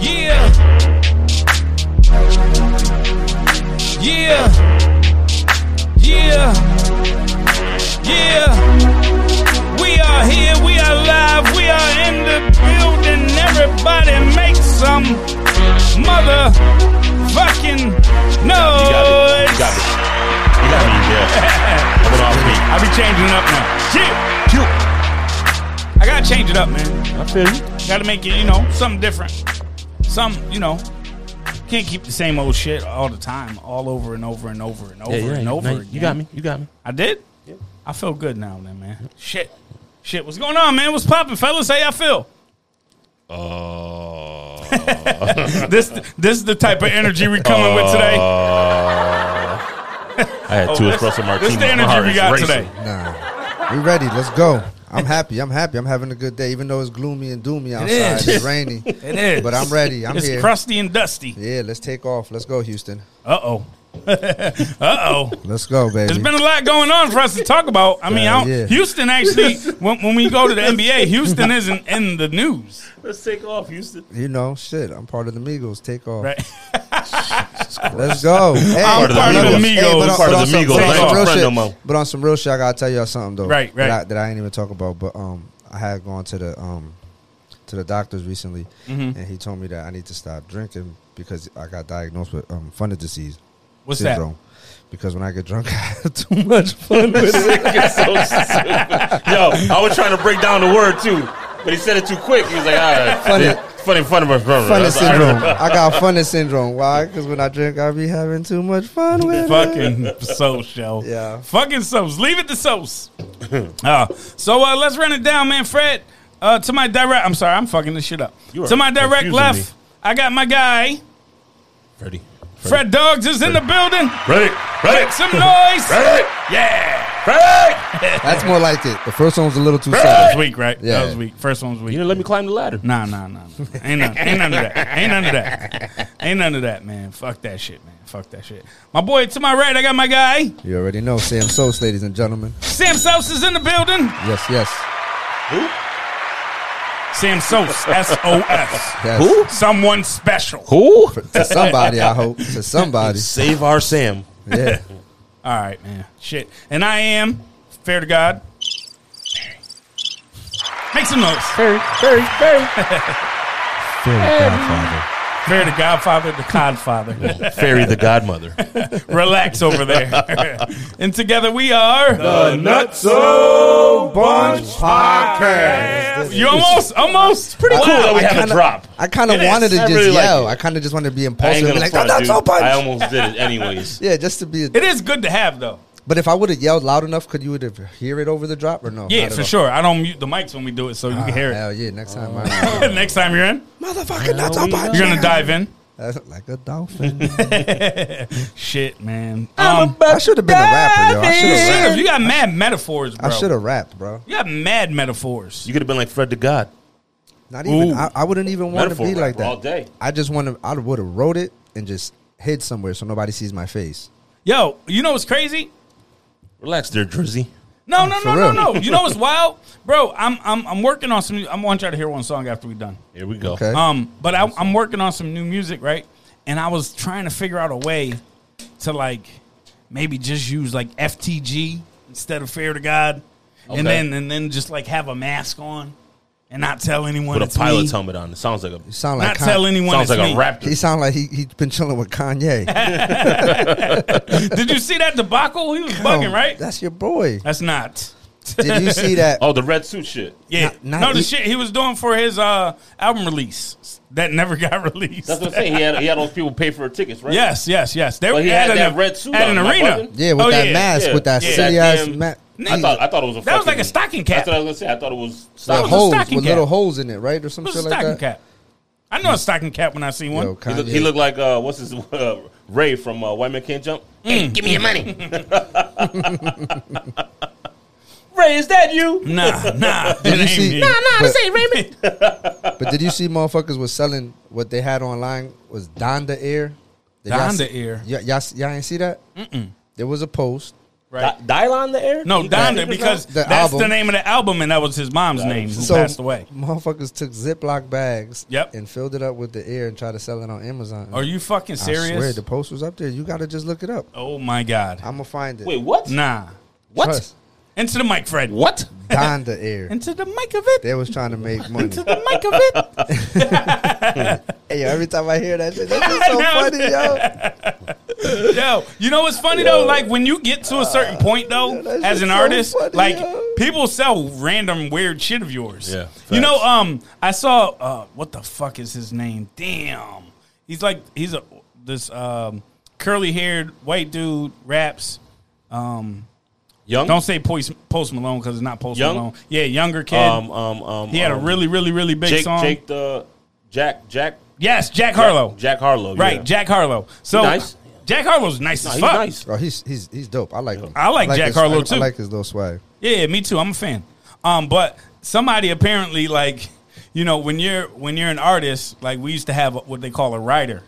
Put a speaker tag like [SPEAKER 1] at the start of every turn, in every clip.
[SPEAKER 1] Yeah. Yeah. Yeah. Yeah. We are here. We are live. We are in the building. Everybody make some mother fucking noise.
[SPEAKER 2] got it. You got it. You got me. Yeah. I went off me.
[SPEAKER 1] I be changing it up now. Shit.
[SPEAKER 2] Cute.
[SPEAKER 1] I gotta change it up, man.
[SPEAKER 2] I feel you.
[SPEAKER 1] Gotta make it, you know, something different. Some, you know, can't keep the same old shit all the time, all over and over and over and over and over again.
[SPEAKER 2] You got me. You got me.
[SPEAKER 1] I did. I feel good now, then, man. Shit, shit. What's going on, man? What's popping, fellas? How y'all feel?
[SPEAKER 2] Uh.
[SPEAKER 1] Oh. this this is the type of energy we coming with today.
[SPEAKER 2] I had two espresso
[SPEAKER 1] This
[SPEAKER 2] martinis.
[SPEAKER 1] is the
[SPEAKER 2] Uh, My
[SPEAKER 1] energy
[SPEAKER 2] heart
[SPEAKER 1] we
[SPEAKER 2] is
[SPEAKER 1] got
[SPEAKER 2] racing.
[SPEAKER 1] today.
[SPEAKER 3] Nah, we ready. Let's go. I'm happy. I'm happy. I'm having a good day, even though it's gloomy and doomy outside.
[SPEAKER 1] is.
[SPEAKER 3] It's rainy.
[SPEAKER 1] It is.
[SPEAKER 3] But I'm ready. I'm
[SPEAKER 1] it's
[SPEAKER 3] here.
[SPEAKER 1] crusty and dusty.
[SPEAKER 3] Yeah, let's take off. Let's go, Houston.
[SPEAKER 1] Uh oh. uh oh.
[SPEAKER 3] Let's go, baby.
[SPEAKER 1] There's been a lot going on for us to talk about. I mean, I don't,
[SPEAKER 3] Yeah, yeah.
[SPEAKER 1] Houston actually, when, when we go to the NBA, Houston isn't in the news,
[SPEAKER 2] Let's take off, Houston.
[SPEAKER 3] you know, shit. I'm part of the Migos. Take off.
[SPEAKER 1] right?
[SPEAKER 3] Let's go. Hey,
[SPEAKER 1] part
[SPEAKER 2] of the Migos.
[SPEAKER 1] Migos.
[SPEAKER 3] on-
[SPEAKER 2] Part of the
[SPEAKER 3] on some-
[SPEAKER 2] Migos.
[SPEAKER 3] on
[SPEAKER 1] I ain't
[SPEAKER 3] some
[SPEAKER 2] your
[SPEAKER 3] real
[SPEAKER 2] friend
[SPEAKER 3] shit-
[SPEAKER 2] no more.
[SPEAKER 3] But on some real shit, I gotta tell y'all something though.
[SPEAKER 1] Right, right.
[SPEAKER 3] That I, that I ain't even talk about. But um, I had gone to the um, to the doctors recently,
[SPEAKER 2] Mm-hmm.
[SPEAKER 3] and he told me that I need to stop drinking because I got diagnosed with um, funded disease.
[SPEAKER 1] What's that?
[SPEAKER 3] syndrome. Because when I get drunk, I have too much fun with it.
[SPEAKER 2] so stupid. Yo, I was trying to break down the word too, but he said it too quick. He was like, all right.
[SPEAKER 3] Funny.
[SPEAKER 2] yeah, Funny, funny, funny, funny.
[SPEAKER 3] Funny
[SPEAKER 2] That's all right.
[SPEAKER 3] syndrome. I got funny syndrome. Why? Because when I drink, I be having too much fun with it.
[SPEAKER 1] Fucking so show.
[SPEAKER 3] Yeah.
[SPEAKER 1] Fucking Sos. Leave it to Sos. uh, so uh, let's run it down, man. Fred, uh, to my direct. I'm sorry, I'm fucking this shit up.
[SPEAKER 2] You are
[SPEAKER 1] To my direct
[SPEAKER 2] confusing
[SPEAKER 1] left,
[SPEAKER 2] me.
[SPEAKER 1] I got my guy.
[SPEAKER 2] Ready.
[SPEAKER 1] Fred Dogs is in the building.
[SPEAKER 2] Ready.
[SPEAKER 1] Make
[SPEAKER 2] Ready.
[SPEAKER 1] some noise.
[SPEAKER 2] Ready.
[SPEAKER 1] Yeah.
[SPEAKER 2] Ready.
[SPEAKER 3] That's more like it. The first one was a little too
[SPEAKER 1] That
[SPEAKER 3] soft.
[SPEAKER 1] was weak, right?
[SPEAKER 3] Yeah.
[SPEAKER 1] That was weak. First one was
[SPEAKER 2] You
[SPEAKER 1] weak.
[SPEAKER 2] didn't let me climb the ladder.
[SPEAKER 1] Nah, nah, nah. nah. Ain't none, ain't none of that. Ain't none of that. Ain't none of that, man. Fuck that shit, man. Fuck that shit. My boy to my right, I got my guy.
[SPEAKER 3] You already know, Sam Sos, ladies and gentlemen.
[SPEAKER 1] Sam Sos is in the building.
[SPEAKER 3] Yes, yes.
[SPEAKER 1] Sam Sos, S O S.
[SPEAKER 3] yes.
[SPEAKER 2] Who?
[SPEAKER 1] Someone special. All
[SPEAKER 2] Who?
[SPEAKER 3] To somebody, I hope. To somebody.
[SPEAKER 2] Save our Sam.
[SPEAKER 3] Yeah.
[SPEAKER 1] right, man. Shit. And I am, fair to God. Make some noise.
[SPEAKER 2] Very, very, very.
[SPEAKER 1] Fair to Godfather, the Codfather.
[SPEAKER 2] Fairy the godmother.
[SPEAKER 1] Relax over there. and together we are.
[SPEAKER 2] Nutso Bunch
[SPEAKER 1] you almost, almost. Pretty
[SPEAKER 2] Cool that
[SPEAKER 1] cool.
[SPEAKER 2] we have
[SPEAKER 3] kinda-
[SPEAKER 2] a drop.
[SPEAKER 3] I kind of
[SPEAKER 2] It is.
[SPEAKER 3] wanted to
[SPEAKER 2] I
[SPEAKER 3] just
[SPEAKER 2] really like
[SPEAKER 3] yell.
[SPEAKER 2] it.
[SPEAKER 3] I kind of just wanted to be
[SPEAKER 2] I ain't
[SPEAKER 3] impulsive.
[SPEAKER 2] gonna
[SPEAKER 3] Be like,
[SPEAKER 2] front,
[SPEAKER 3] "That's
[SPEAKER 2] dude.
[SPEAKER 3] so punch."
[SPEAKER 2] I almost did it anyways.
[SPEAKER 3] yeah, just to be. A,
[SPEAKER 1] It is good to have, though.
[SPEAKER 3] but if I would have yelled loud enough, could you would have hear it over the drop or no?
[SPEAKER 1] Yeah,
[SPEAKER 3] Not at
[SPEAKER 1] for
[SPEAKER 3] all.
[SPEAKER 1] sure. I don't mute the mics when we do it, so you can hear it.
[SPEAKER 3] Hell yeah! Next time,
[SPEAKER 2] Oh.
[SPEAKER 3] I
[SPEAKER 1] Next time you're in,
[SPEAKER 3] motherfucking that's so punch.
[SPEAKER 1] you're going to dive in.
[SPEAKER 3] That's like a dolphin.
[SPEAKER 1] Shit, man. Um,
[SPEAKER 3] I should have been a rapper, yo. I should have rapped.
[SPEAKER 1] you got mad metaphors, bro.
[SPEAKER 3] I should have rapped, bro.
[SPEAKER 1] You got mad metaphors.
[SPEAKER 2] You could have been like Fred the God.
[SPEAKER 3] Not even.
[SPEAKER 1] Ooh.
[SPEAKER 3] I, I wouldn't even want to
[SPEAKER 2] Metaphor
[SPEAKER 3] be
[SPEAKER 2] rapper
[SPEAKER 3] like that.
[SPEAKER 2] all day.
[SPEAKER 3] I just want to. I would have wrote it and just hid somewhere so nobody sees my face.
[SPEAKER 1] Yo, you know what's crazy?
[SPEAKER 2] Relax there, Drizzy.
[SPEAKER 1] No, no, no,
[SPEAKER 3] For
[SPEAKER 1] no,
[SPEAKER 3] real.
[SPEAKER 1] no. You know what's wild, bro? I'm I'm I'm working on some. I'm want y'all to hear one song after we done.
[SPEAKER 2] Here we go.
[SPEAKER 3] Okay.
[SPEAKER 1] Um, but I, I'm working on some new music, right? And I was trying to figure out a way to like maybe just use like FTG instead of Fair to God,
[SPEAKER 2] Okay.
[SPEAKER 1] and then and then just like have a mask on and not tell anyone
[SPEAKER 2] With a
[SPEAKER 1] it's me.
[SPEAKER 2] pilot's helmet on. It sounds like a
[SPEAKER 3] You sound like
[SPEAKER 1] Not tell anyone. it's
[SPEAKER 2] sounds like a
[SPEAKER 1] me.
[SPEAKER 3] He
[SPEAKER 2] raptor.
[SPEAKER 3] sound like he he's been chilling with Kanye.
[SPEAKER 1] Did you see that debacle? He was bugging, right?
[SPEAKER 3] That's your boy.
[SPEAKER 1] That's not.
[SPEAKER 3] Did you see that?
[SPEAKER 2] Oh, the red suit shit.
[SPEAKER 1] Yeah,
[SPEAKER 3] Not- not
[SPEAKER 1] no, the
[SPEAKER 3] e-
[SPEAKER 1] shit he was doing for his uh, album release that never got released.
[SPEAKER 2] That's what I'm saying. He had he had those people pay for tickets, right?
[SPEAKER 1] yes, yes, yes. They were
[SPEAKER 2] But he
[SPEAKER 1] at
[SPEAKER 2] had
[SPEAKER 1] an,
[SPEAKER 2] that red suit
[SPEAKER 1] at
[SPEAKER 2] on,
[SPEAKER 1] an
[SPEAKER 2] like,
[SPEAKER 1] arena.
[SPEAKER 2] wasn't
[SPEAKER 3] Yeah, with
[SPEAKER 1] Oh,
[SPEAKER 3] that
[SPEAKER 1] yeah,
[SPEAKER 3] mask, with that
[SPEAKER 1] yeah.
[SPEAKER 3] silly ass
[SPEAKER 2] Goddamn-
[SPEAKER 3] mask.
[SPEAKER 2] I thought I thought it was a
[SPEAKER 1] That was like
[SPEAKER 2] fucking-
[SPEAKER 1] a stocking cap.
[SPEAKER 2] That's what I was gonna say. I thought it was
[SPEAKER 1] That
[SPEAKER 3] With
[SPEAKER 1] was
[SPEAKER 2] stocking.
[SPEAKER 1] a
[SPEAKER 3] holes
[SPEAKER 1] stocking
[SPEAKER 3] with
[SPEAKER 1] cap.
[SPEAKER 3] little holes in it, right, or some
[SPEAKER 1] It was
[SPEAKER 3] shit
[SPEAKER 1] a
[SPEAKER 3] like
[SPEAKER 1] stocking
[SPEAKER 3] that.
[SPEAKER 1] cap. I know a stocking cap when I see one.
[SPEAKER 3] Yo,
[SPEAKER 2] He
[SPEAKER 3] Kanye.
[SPEAKER 2] looked, he looked like uh, what's his uh, Ray from uh, White Man Can't Jump.
[SPEAKER 1] Mm.
[SPEAKER 4] Hey, give me your money.
[SPEAKER 2] Ray, is that you?
[SPEAKER 1] Nah, nah.
[SPEAKER 3] Did
[SPEAKER 1] it
[SPEAKER 3] you
[SPEAKER 1] ain't
[SPEAKER 3] see-
[SPEAKER 1] me.
[SPEAKER 4] nah, nah, this ain't Raymond.
[SPEAKER 3] But did you see motherfuckers was selling what they had online was Donda Air? Did y'all
[SPEAKER 1] Donda
[SPEAKER 3] see-
[SPEAKER 1] Air?
[SPEAKER 3] Y- y'all, see- y'all ain't see that? Mm-mm. There was a post.
[SPEAKER 1] Right.
[SPEAKER 2] Di- Dial on the air?
[SPEAKER 1] No,
[SPEAKER 2] He got
[SPEAKER 1] Donda,
[SPEAKER 2] sneakers
[SPEAKER 1] because
[SPEAKER 2] on?
[SPEAKER 3] The
[SPEAKER 1] that's
[SPEAKER 3] album.
[SPEAKER 1] the name of the album, and that was his mom's name who passed away.
[SPEAKER 3] Motherfuckers took Ziploc bags
[SPEAKER 1] Yep.
[SPEAKER 3] and filled it up with the air and tried to sell it on Amazon.
[SPEAKER 1] Are you fucking serious?
[SPEAKER 3] I swear the post was up there. You gotta just look it up.
[SPEAKER 1] oh my god.
[SPEAKER 3] I'm gonna find it.
[SPEAKER 2] Wait, what?
[SPEAKER 1] Nah.
[SPEAKER 2] What?
[SPEAKER 3] Trust.
[SPEAKER 1] Into the mic, Fred.
[SPEAKER 2] What?
[SPEAKER 3] Donda Air.
[SPEAKER 1] Into the mic of it.
[SPEAKER 3] They was trying to make money.
[SPEAKER 1] Into the mic of it.
[SPEAKER 3] hey, yo, every time I hear that shit, that's just so funny, yo.
[SPEAKER 1] Yo, you know what's funny though? Like when you get to a certain point though,
[SPEAKER 3] that
[SPEAKER 1] as
[SPEAKER 3] shit's
[SPEAKER 1] an
[SPEAKER 3] so
[SPEAKER 1] artist,
[SPEAKER 3] funny,
[SPEAKER 1] like
[SPEAKER 3] yo.
[SPEAKER 1] people sell random weird shit of yours.
[SPEAKER 2] Yeah,
[SPEAKER 1] You know,
[SPEAKER 2] facts.
[SPEAKER 1] um, I saw uh, what the fuck is his name? Damn, he's like he's a this um curly haired white dude raps. Um,
[SPEAKER 2] Young?
[SPEAKER 1] don't say Post, Post Malone because it's not Post
[SPEAKER 2] Young?
[SPEAKER 1] Malone. Yeah, younger kid.
[SPEAKER 2] um, um, um,
[SPEAKER 1] he had a
[SPEAKER 2] um,
[SPEAKER 1] really, really, really big
[SPEAKER 2] Jake,
[SPEAKER 1] song.
[SPEAKER 2] Jake the Jack Jack
[SPEAKER 1] yes, Jack Harlow.
[SPEAKER 2] Jack Harlow.
[SPEAKER 1] right,
[SPEAKER 2] yeah.
[SPEAKER 1] Jack Harlow. So
[SPEAKER 2] nice.
[SPEAKER 1] Jack Harlow's nice
[SPEAKER 2] Nah,
[SPEAKER 1] as
[SPEAKER 2] he's
[SPEAKER 1] fuck.
[SPEAKER 2] nice.
[SPEAKER 3] Oh, he's he's he's dope. I like him.
[SPEAKER 1] I like Jack
[SPEAKER 3] his-
[SPEAKER 1] Harlow,
[SPEAKER 3] I-
[SPEAKER 1] too.
[SPEAKER 3] I like his little swag.
[SPEAKER 1] Yeah, me too. I'm a fan. Um, but somebody apparently like, you know, when you're when you're an artist, like we used to have what they call a writer,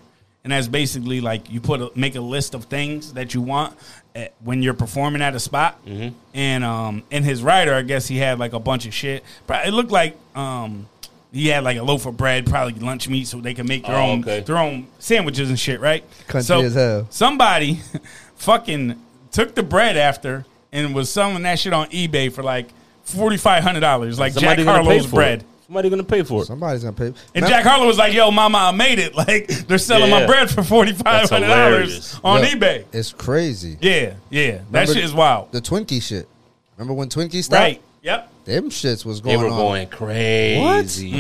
[SPEAKER 1] and that's basically like you put a, make a list of things that you want at, when you're performing at a spot.
[SPEAKER 2] Mm-hmm.
[SPEAKER 1] And um, in his writer, I guess he had like a bunch of shit. But it looked like um, he had like a loaf of bread, probably lunch meat, so they can make their
[SPEAKER 2] Oh,
[SPEAKER 1] own
[SPEAKER 2] okay.
[SPEAKER 1] their own sandwiches and shit, right?
[SPEAKER 3] Country as hell.
[SPEAKER 1] somebody fucking took the bread after and was selling that shit on eBay for like forty five hundred dollars, like
[SPEAKER 2] Somebody
[SPEAKER 1] Jack
[SPEAKER 2] gonna pay
[SPEAKER 1] Harlow's
[SPEAKER 2] for
[SPEAKER 1] bread.
[SPEAKER 2] It. Somebody gonna pay for it.
[SPEAKER 3] Somebody's gonna pay.
[SPEAKER 1] And
[SPEAKER 3] Now-
[SPEAKER 1] Jack Harlow was like, "Yo, Mama, I made it. Like they're selling my
[SPEAKER 2] Yeah.
[SPEAKER 1] bread for forty five hundred
[SPEAKER 2] hilarious.
[SPEAKER 1] dollars on
[SPEAKER 3] Yo,
[SPEAKER 1] eBay."
[SPEAKER 3] It's crazy.
[SPEAKER 1] Yeah, yeah, that
[SPEAKER 3] Remember
[SPEAKER 1] shit is wild.
[SPEAKER 3] The Twinkie shit. Remember when Twinkie stopped?
[SPEAKER 1] Right? Yep.
[SPEAKER 3] Them shits was
[SPEAKER 2] They
[SPEAKER 3] going
[SPEAKER 2] were
[SPEAKER 3] on.
[SPEAKER 2] going crazy.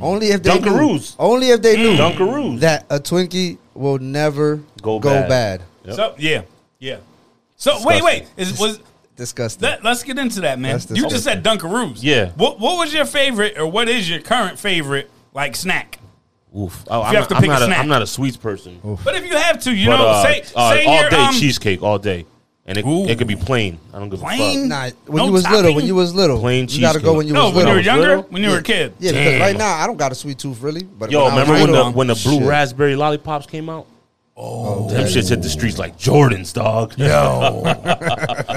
[SPEAKER 3] Only if they
[SPEAKER 2] Dunkaroos.
[SPEAKER 3] knew. Only if
[SPEAKER 1] Mm.
[SPEAKER 3] they knew
[SPEAKER 2] Dunkaroos.
[SPEAKER 3] that a Twinkie will never
[SPEAKER 2] Go
[SPEAKER 3] go,
[SPEAKER 2] bad.
[SPEAKER 3] bad.
[SPEAKER 2] Yep.
[SPEAKER 1] So yeah, yeah. So wait, wait. Is was
[SPEAKER 3] Disgusting.
[SPEAKER 1] let, us get into that, man.
[SPEAKER 3] That's
[SPEAKER 1] You just said Dunkaroos.
[SPEAKER 2] Yeah.
[SPEAKER 1] What What was your favorite, or what is your current favorite, like snack?
[SPEAKER 2] Oof. Oh, I'm,
[SPEAKER 1] Mm. you have to
[SPEAKER 2] not, I'm
[SPEAKER 1] pick a
[SPEAKER 2] not
[SPEAKER 1] snack.
[SPEAKER 2] I'm not a sweets person.
[SPEAKER 1] But if you have to, you
[SPEAKER 2] But,
[SPEAKER 1] know,
[SPEAKER 2] uh,
[SPEAKER 1] say
[SPEAKER 2] uh,
[SPEAKER 1] say
[SPEAKER 2] all
[SPEAKER 1] your,
[SPEAKER 2] day
[SPEAKER 1] um,
[SPEAKER 2] cheesecake all day, and it,
[SPEAKER 1] Ooh.
[SPEAKER 2] it could be plain. I don't give
[SPEAKER 1] Plain?
[SPEAKER 2] a fuck.
[SPEAKER 3] nah, when
[SPEAKER 1] No
[SPEAKER 3] you was little, when
[SPEAKER 1] topping?
[SPEAKER 3] you was little,
[SPEAKER 2] Plain
[SPEAKER 3] you gotta
[SPEAKER 2] cheesecake.
[SPEAKER 3] go when you
[SPEAKER 1] no,
[SPEAKER 3] was
[SPEAKER 1] when you
[SPEAKER 3] little.
[SPEAKER 1] were
[SPEAKER 2] young-
[SPEAKER 1] younger,
[SPEAKER 2] little?
[SPEAKER 1] when you were a kid.
[SPEAKER 3] yeah, because
[SPEAKER 2] Damn.
[SPEAKER 3] right now I don't got a sweet tooth really. But
[SPEAKER 2] Yo,
[SPEAKER 3] when I was
[SPEAKER 2] remember when the
[SPEAKER 3] little-
[SPEAKER 2] when the blue
[SPEAKER 3] Shit.
[SPEAKER 2] raspberry lollipops came out? Oh, them shits hit the streets like Jordans, dog.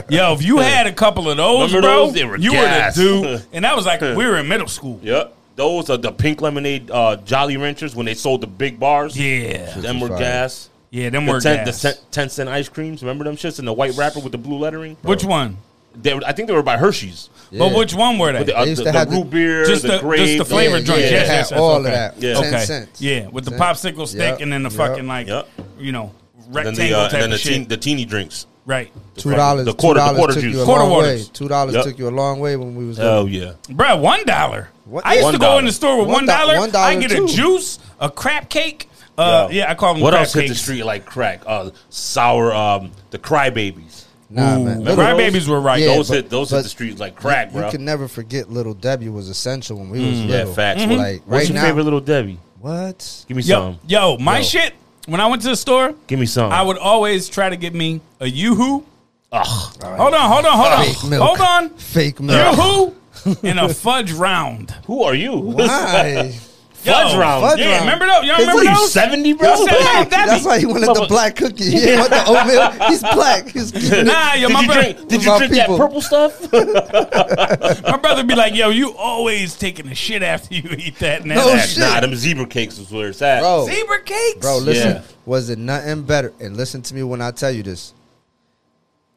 [SPEAKER 1] Yo, if you had a couple of those,
[SPEAKER 2] Remember
[SPEAKER 1] bro,
[SPEAKER 2] those? They were
[SPEAKER 1] you
[SPEAKER 2] gas.
[SPEAKER 1] were the dude. And that was like we were in middle school.
[SPEAKER 2] Yep. Those are the pink lemonade uh, Jolly Ranchers when they sold the big bars.
[SPEAKER 1] Yeah,
[SPEAKER 2] Them were
[SPEAKER 3] Fire.
[SPEAKER 2] gas.
[SPEAKER 1] yeah, them
[SPEAKER 2] The
[SPEAKER 1] were
[SPEAKER 2] ten, the
[SPEAKER 1] gas.
[SPEAKER 2] ten, ten cent ice creams. Remember them shits in the white wrapper with the blue lettering?
[SPEAKER 1] which one?
[SPEAKER 2] They were, I think they were by Hershey's.
[SPEAKER 1] But
[SPEAKER 3] Yeah.
[SPEAKER 1] which one were they?
[SPEAKER 2] The, uh,
[SPEAKER 3] They used
[SPEAKER 2] the-
[SPEAKER 3] to
[SPEAKER 2] the
[SPEAKER 3] have the-
[SPEAKER 2] root beer,
[SPEAKER 1] just the,
[SPEAKER 2] the grape,
[SPEAKER 1] just the flavor
[SPEAKER 3] yeah,
[SPEAKER 1] drink.
[SPEAKER 3] yeah,
[SPEAKER 1] yes,
[SPEAKER 3] had
[SPEAKER 1] yes, yes,
[SPEAKER 3] all
[SPEAKER 1] okay.
[SPEAKER 3] of that.
[SPEAKER 2] Yeah.
[SPEAKER 3] 10
[SPEAKER 1] Okay.
[SPEAKER 3] cents.
[SPEAKER 1] Yeah, with the
[SPEAKER 3] Ten-
[SPEAKER 1] popsicle stick
[SPEAKER 3] Yep,
[SPEAKER 1] and then the
[SPEAKER 3] yep.
[SPEAKER 1] fucking like
[SPEAKER 2] Yep.
[SPEAKER 1] you know
[SPEAKER 2] Then
[SPEAKER 1] rectangle
[SPEAKER 2] the, uh,
[SPEAKER 1] type
[SPEAKER 2] and then the,
[SPEAKER 1] of shit.
[SPEAKER 2] teen, the teeny drinks.
[SPEAKER 1] right,
[SPEAKER 3] Two dollars.
[SPEAKER 2] The quarter- the
[SPEAKER 3] two
[SPEAKER 2] quarter
[SPEAKER 3] dollars took
[SPEAKER 2] juice.
[SPEAKER 3] you a
[SPEAKER 1] Quarter
[SPEAKER 3] long
[SPEAKER 1] waters.
[SPEAKER 3] way. Two dollars
[SPEAKER 2] Yep.
[SPEAKER 3] took you a long way when we was little.
[SPEAKER 2] Oh yeah.
[SPEAKER 1] Bruh, One dollar.
[SPEAKER 3] What-
[SPEAKER 1] I used to
[SPEAKER 2] One
[SPEAKER 1] go
[SPEAKER 2] dollar.
[SPEAKER 1] in the store with
[SPEAKER 3] One
[SPEAKER 1] one
[SPEAKER 3] do-
[SPEAKER 1] dollar.
[SPEAKER 3] one
[SPEAKER 1] I
[SPEAKER 3] dollar
[SPEAKER 1] get a
[SPEAKER 3] too.
[SPEAKER 1] juice, a crap cake. Uh,
[SPEAKER 2] Yo.
[SPEAKER 1] yeah, I call them.
[SPEAKER 2] What
[SPEAKER 1] crap
[SPEAKER 2] else hit the
[SPEAKER 1] cakes.
[SPEAKER 2] street like crack? Uh, sour. Um, the crybabies.
[SPEAKER 3] Nah, man.
[SPEAKER 1] Remember
[SPEAKER 3] Little-
[SPEAKER 1] Crybabies were right.
[SPEAKER 3] Yeah,
[SPEAKER 2] those
[SPEAKER 3] but-
[SPEAKER 2] hit those hit
[SPEAKER 3] but
[SPEAKER 2] the streets like crack,
[SPEAKER 3] You
[SPEAKER 2] bro. Mm.
[SPEAKER 3] can never forget Little Debbie was essential when we was
[SPEAKER 2] yeah,
[SPEAKER 3] little.
[SPEAKER 2] facts.
[SPEAKER 3] Like
[SPEAKER 2] What's
[SPEAKER 3] right
[SPEAKER 2] your
[SPEAKER 3] now,
[SPEAKER 2] favorite little Debbie?
[SPEAKER 3] what?
[SPEAKER 2] Give me
[SPEAKER 1] Yo,
[SPEAKER 2] some.
[SPEAKER 1] yo, my
[SPEAKER 2] Yo.
[SPEAKER 1] shit. When I went to the store,
[SPEAKER 2] Give me some.
[SPEAKER 1] I would always try to get me a YooHoo.
[SPEAKER 2] Ugh.
[SPEAKER 1] Hold on, hold on,
[SPEAKER 3] Fake
[SPEAKER 1] hold on,
[SPEAKER 3] milk.
[SPEAKER 1] hold on.
[SPEAKER 3] Fake milk.
[SPEAKER 1] YooHoo and a fudge round.
[SPEAKER 2] Who are you?
[SPEAKER 3] Why?
[SPEAKER 1] Yo,
[SPEAKER 2] Fudge round.
[SPEAKER 3] Fudge
[SPEAKER 1] yeah,
[SPEAKER 3] round.
[SPEAKER 1] remember those? Y'all
[SPEAKER 2] It's
[SPEAKER 1] remember
[SPEAKER 2] like
[SPEAKER 1] those?
[SPEAKER 2] 70, bro?
[SPEAKER 1] Y'all said, "Yo, Debbie."
[SPEAKER 3] That's why he wanted the
[SPEAKER 2] Mama-
[SPEAKER 3] black cookie. He didn't want the oatmeal. He's black. He's
[SPEAKER 1] Nah, yo,
[SPEAKER 2] Did
[SPEAKER 1] my
[SPEAKER 2] you
[SPEAKER 1] brother,
[SPEAKER 2] drink? Did you
[SPEAKER 3] About
[SPEAKER 2] drink
[SPEAKER 3] people.
[SPEAKER 2] that purple stuff?
[SPEAKER 1] my brother be like, "Yo, you always taking a shit after you eat that." And
[SPEAKER 3] No
[SPEAKER 1] that.
[SPEAKER 3] Oh, shit.
[SPEAKER 2] Nah, them zebra cakes is where it's at.
[SPEAKER 3] bro.
[SPEAKER 1] Zebra cakes,
[SPEAKER 3] Bro, listen.
[SPEAKER 2] Yeah.
[SPEAKER 3] Was it nothing better? And listen to me when I tell you this.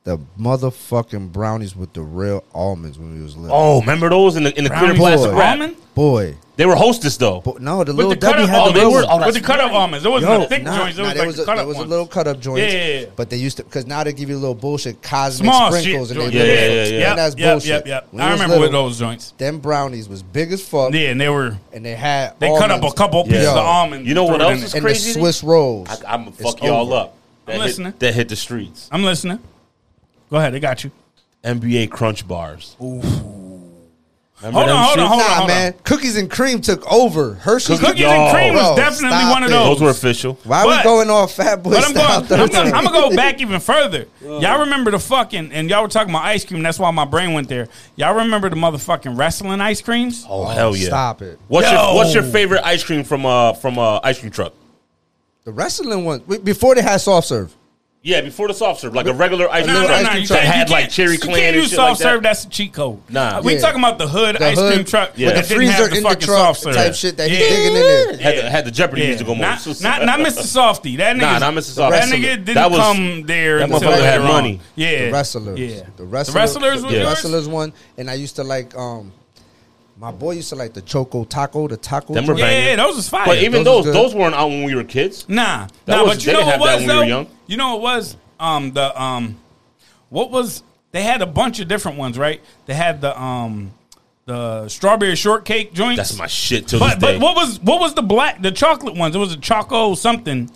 [SPEAKER 3] The motherfucking brownies with the real almonds when we was little.
[SPEAKER 2] Oh, remember those in the in the clear
[SPEAKER 1] Brownies
[SPEAKER 2] plastic
[SPEAKER 3] with
[SPEAKER 2] wrap?
[SPEAKER 1] almond?
[SPEAKER 3] boy.
[SPEAKER 2] They were hostess though.
[SPEAKER 3] But no, the
[SPEAKER 1] with
[SPEAKER 3] little
[SPEAKER 1] the
[SPEAKER 3] Debbie
[SPEAKER 1] cut
[SPEAKER 3] had
[SPEAKER 1] up
[SPEAKER 3] the
[SPEAKER 2] they
[SPEAKER 3] real
[SPEAKER 2] were-
[SPEAKER 1] almonds,
[SPEAKER 2] oh,
[SPEAKER 1] with the
[SPEAKER 2] that's
[SPEAKER 1] cut up almonds. It wasn't
[SPEAKER 3] Yo,
[SPEAKER 1] the thick
[SPEAKER 3] nah,
[SPEAKER 1] joints. It
[SPEAKER 3] nah,
[SPEAKER 1] was
[SPEAKER 3] there
[SPEAKER 1] like
[SPEAKER 3] was
[SPEAKER 1] the
[SPEAKER 3] a,
[SPEAKER 1] cut
[SPEAKER 3] there
[SPEAKER 1] up
[SPEAKER 3] was a
[SPEAKER 1] ones.
[SPEAKER 3] little cut up joint.
[SPEAKER 1] Yeah, yeah, yeah.
[SPEAKER 3] But they used to because now they give you little bullshit cosmic
[SPEAKER 1] Small
[SPEAKER 3] sprinkles
[SPEAKER 1] shit.
[SPEAKER 3] and
[SPEAKER 1] joints.
[SPEAKER 3] they
[SPEAKER 1] Yeah,
[SPEAKER 2] little
[SPEAKER 1] yeah,
[SPEAKER 2] joints.
[SPEAKER 1] yeah.
[SPEAKER 3] and that's
[SPEAKER 1] Yep, yep,
[SPEAKER 3] bullshit.
[SPEAKER 1] Yep, yep,
[SPEAKER 3] When we
[SPEAKER 1] I
[SPEAKER 3] was
[SPEAKER 1] remember with
[SPEAKER 3] little,
[SPEAKER 1] those joints.
[SPEAKER 3] Them brownies was big as fuck.
[SPEAKER 1] Yeah, and they were
[SPEAKER 3] and they had
[SPEAKER 1] They cut up a
[SPEAKER 3] almonds
[SPEAKER 1] couple pieces
[SPEAKER 3] Yeah.
[SPEAKER 1] of almonds.
[SPEAKER 2] You know
[SPEAKER 1] and
[SPEAKER 2] what
[SPEAKER 1] throw it
[SPEAKER 2] else
[SPEAKER 1] in
[SPEAKER 2] is
[SPEAKER 1] it.
[SPEAKER 3] and the
[SPEAKER 2] Crazy?
[SPEAKER 3] Swiss rolls.
[SPEAKER 2] I, I'm gonna
[SPEAKER 3] It's
[SPEAKER 2] fuck y'all
[SPEAKER 3] over.
[SPEAKER 2] up. That
[SPEAKER 1] I'm
[SPEAKER 2] hit,
[SPEAKER 1] listening.
[SPEAKER 2] That hit the streets.
[SPEAKER 1] I'm listening. Go ahead, I got you.
[SPEAKER 2] NBA Crunch bars. Remember
[SPEAKER 1] Hold
[SPEAKER 2] them
[SPEAKER 1] on, hold on,
[SPEAKER 2] shits?
[SPEAKER 1] hold on.
[SPEAKER 3] nah, man. Cookies and cream took over. Hershey's.
[SPEAKER 1] Cookies
[SPEAKER 2] Yo.
[SPEAKER 1] and cream was
[SPEAKER 3] Bro,
[SPEAKER 1] definitely
[SPEAKER 3] stop
[SPEAKER 1] one of
[SPEAKER 3] it.
[SPEAKER 1] those.
[SPEAKER 2] Those were official.
[SPEAKER 3] Why
[SPEAKER 1] But-
[SPEAKER 3] we going off Fat Boy
[SPEAKER 1] But I'm
[SPEAKER 3] style?
[SPEAKER 1] going. I'm gonna,
[SPEAKER 3] 13?
[SPEAKER 1] I'm gonna go back even further. Y'all remember the fucking and y'all were talking about ice cream. That's why my brain went there. Y'all remember the motherfucking wrestling ice creams?
[SPEAKER 2] Oh, hell yeah!
[SPEAKER 3] Stop it.
[SPEAKER 2] What's
[SPEAKER 1] Yo.
[SPEAKER 2] your What's your favorite ice cream from uh from uh ice cream truck?
[SPEAKER 3] The wrestling one wait, before they had soft serve.
[SPEAKER 2] Yeah, before the soft serve, like a regular ice
[SPEAKER 1] No,
[SPEAKER 2] cream
[SPEAKER 1] no,
[SPEAKER 2] truck
[SPEAKER 1] no. You
[SPEAKER 2] that
[SPEAKER 1] can't,
[SPEAKER 2] had
[SPEAKER 1] you
[SPEAKER 2] like
[SPEAKER 1] can't-
[SPEAKER 2] cherry
[SPEAKER 1] you
[SPEAKER 2] clan
[SPEAKER 1] can't
[SPEAKER 2] and
[SPEAKER 1] use
[SPEAKER 2] shit
[SPEAKER 1] soft
[SPEAKER 2] like
[SPEAKER 1] serve.
[SPEAKER 2] that.
[SPEAKER 1] That's a cheat code.
[SPEAKER 2] Nah.
[SPEAKER 1] we
[SPEAKER 3] Yeah.
[SPEAKER 1] talking about the hood
[SPEAKER 3] The
[SPEAKER 1] ice cream
[SPEAKER 3] hood
[SPEAKER 1] truck
[SPEAKER 2] with
[SPEAKER 1] that
[SPEAKER 2] the
[SPEAKER 1] didn't have
[SPEAKER 3] freezer
[SPEAKER 1] the
[SPEAKER 3] in the
[SPEAKER 1] fucking
[SPEAKER 3] truck
[SPEAKER 1] soft serve
[SPEAKER 3] type shit that
[SPEAKER 1] yeah.
[SPEAKER 3] you digging in there.
[SPEAKER 2] Had, the, had the Jeopardy
[SPEAKER 1] Yeah.
[SPEAKER 2] music on.
[SPEAKER 1] Not, not, not Mr. Softy. That nigga,
[SPEAKER 2] Nah, not Mr.
[SPEAKER 1] That
[SPEAKER 2] Softy. Wrestler.
[SPEAKER 1] nigga didn't
[SPEAKER 2] That was-
[SPEAKER 1] come there.
[SPEAKER 2] that
[SPEAKER 1] until
[SPEAKER 2] motherfucker had
[SPEAKER 1] later on.
[SPEAKER 2] money.
[SPEAKER 1] Yeah,
[SPEAKER 3] The wrestlers.
[SPEAKER 1] Yeah,
[SPEAKER 3] The wrestlers.
[SPEAKER 1] wrestlers was
[SPEAKER 3] the
[SPEAKER 1] yours?
[SPEAKER 3] wrestlers one. And I used to like um my boy used to like the choco taco, the taco.
[SPEAKER 2] Them were
[SPEAKER 3] joint.
[SPEAKER 1] Yeah, yeah,
[SPEAKER 2] banging.
[SPEAKER 1] those was fire.
[SPEAKER 2] But even
[SPEAKER 3] Those
[SPEAKER 2] those
[SPEAKER 3] was good.
[SPEAKER 2] those weren't out when we were kids.
[SPEAKER 1] Nah,
[SPEAKER 2] That
[SPEAKER 1] nah,
[SPEAKER 2] was-
[SPEAKER 1] but you
[SPEAKER 2] they
[SPEAKER 1] know
[SPEAKER 2] didn't
[SPEAKER 1] what
[SPEAKER 2] have that
[SPEAKER 1] was
[SPEAKER 2] when we
[SPEAKER 1] though.
[SPEAKER 2] were young.
[SPEAKER 1] You know what was um the um what was they had a bunch of different ones, right? They had the um the strawberry shortcake joints.
[SPEAKER 2] That's my shit till
[SPEAKER 1] But
[SPEAKER 2] this
[SPEAKER 1] but
[SPEAKER 2] day.
[SPEAKER 1] what was what was the black the chocolate ones? It was a choco something.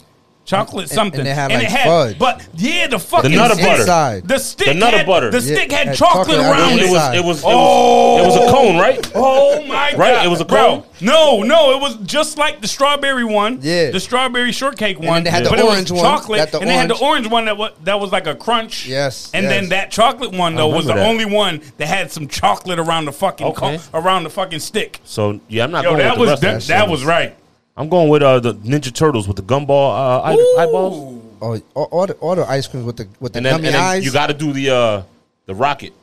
[SPEAKER 1] Chocolate something,
[SPEAKER 3] and they had, like,
[SPEAKER 1] it had,
[SPEAKER 3] fudge.
[SPEAKER 1] but yeah, the fucking
[SPEAKER 2] The Nutter
[SPEAKER 1] stick-
[SPEAKER 2] Butter.
[SPEAKER 3] Inside.
[SPEAKER 1] the stick,
[SPEAKER 2] The Nutter
[SPEAKER 1] had-
[SPEAKER 2] Butter.
[SPEAKER 1] the
[SPEAKER 2] Yeah,
[SPEAKER 1] stick had
[SPEAKER 3] had
[SPEAKER 1] chocolate
[SPEAKER 3] chocolate
[SPEAKER 1] around
[SPEAKER 3] around
[SPEAKER 1] it.
[SPEAKER 2] it was
[SPEAKER 3] inside.
[SPEAKER 2] it was it
[SPEAKER 1] Oh.
[SPEAKER 2] was, it was a cone, right?
[SPEAKER 1] Oh my god!
[SPEAKER 2] Right? It was a
[SPEAKER 1] Bro,
[SPEAKER 2] cone?
[SPEAKER 1] No, no, it was just like the strawberry one.
[SPEAKER 3] Yeah.
[SPEAKER 1] the strawberry shortcake one.
[SPEAKER 3] they had the
[SPEAKER 1] but
[SPEAKER 3] orange
[SPEAKER 1] it was
[SPEAKER 3] one.
[SPEAKER 1] chocolate,
[SPEAKER 3] Got the
[SPEAKER 1] and they had the
[SPEAKER 3] orange.
[SPEAKER 1] orange one that was that was like a crunch.
[SPEAKER 3] Yes,
[SPEAKER 1] and then
[SPEAKER 3] yes.
[SPEAKER 1] that chocolate one though was the
[SPEAKER 2] remember that.
[SPEAKER 1] only one that had some chocolate around the fucking
[SPEAKER 2] Okay.
[SPEAKER 1] co- around the fucking stick.
[SPEAKER 2] So yeah, I'm not
[SPEAKER 1] Yo,
[SPEAKER 2] going
[SPEAKER 1] that
[SPEAKER 2] with
[SPEAKER 1] was
[SPEAKER 2] the
[SPEAKER 1] that,
[SPEAKER 2] rest of
[SPEAKER 1] that
[SPEAKER 2] shit.
[SPEAKER 1] was right.
[SPEAKER 2] I'm going with uh, the Ninja Turtles with the gumball uh, eye- eyeballs,
[SPEAKER 3] Oh, all, all the all the ice creams with the with the
[SPEAKER 2] and then,
[SPEAKER 3] gummy
[SPEAKER 2] and then
[SPEAKER 3] eyes.
[SPEAKER 2] you got to do the uh, the rocket,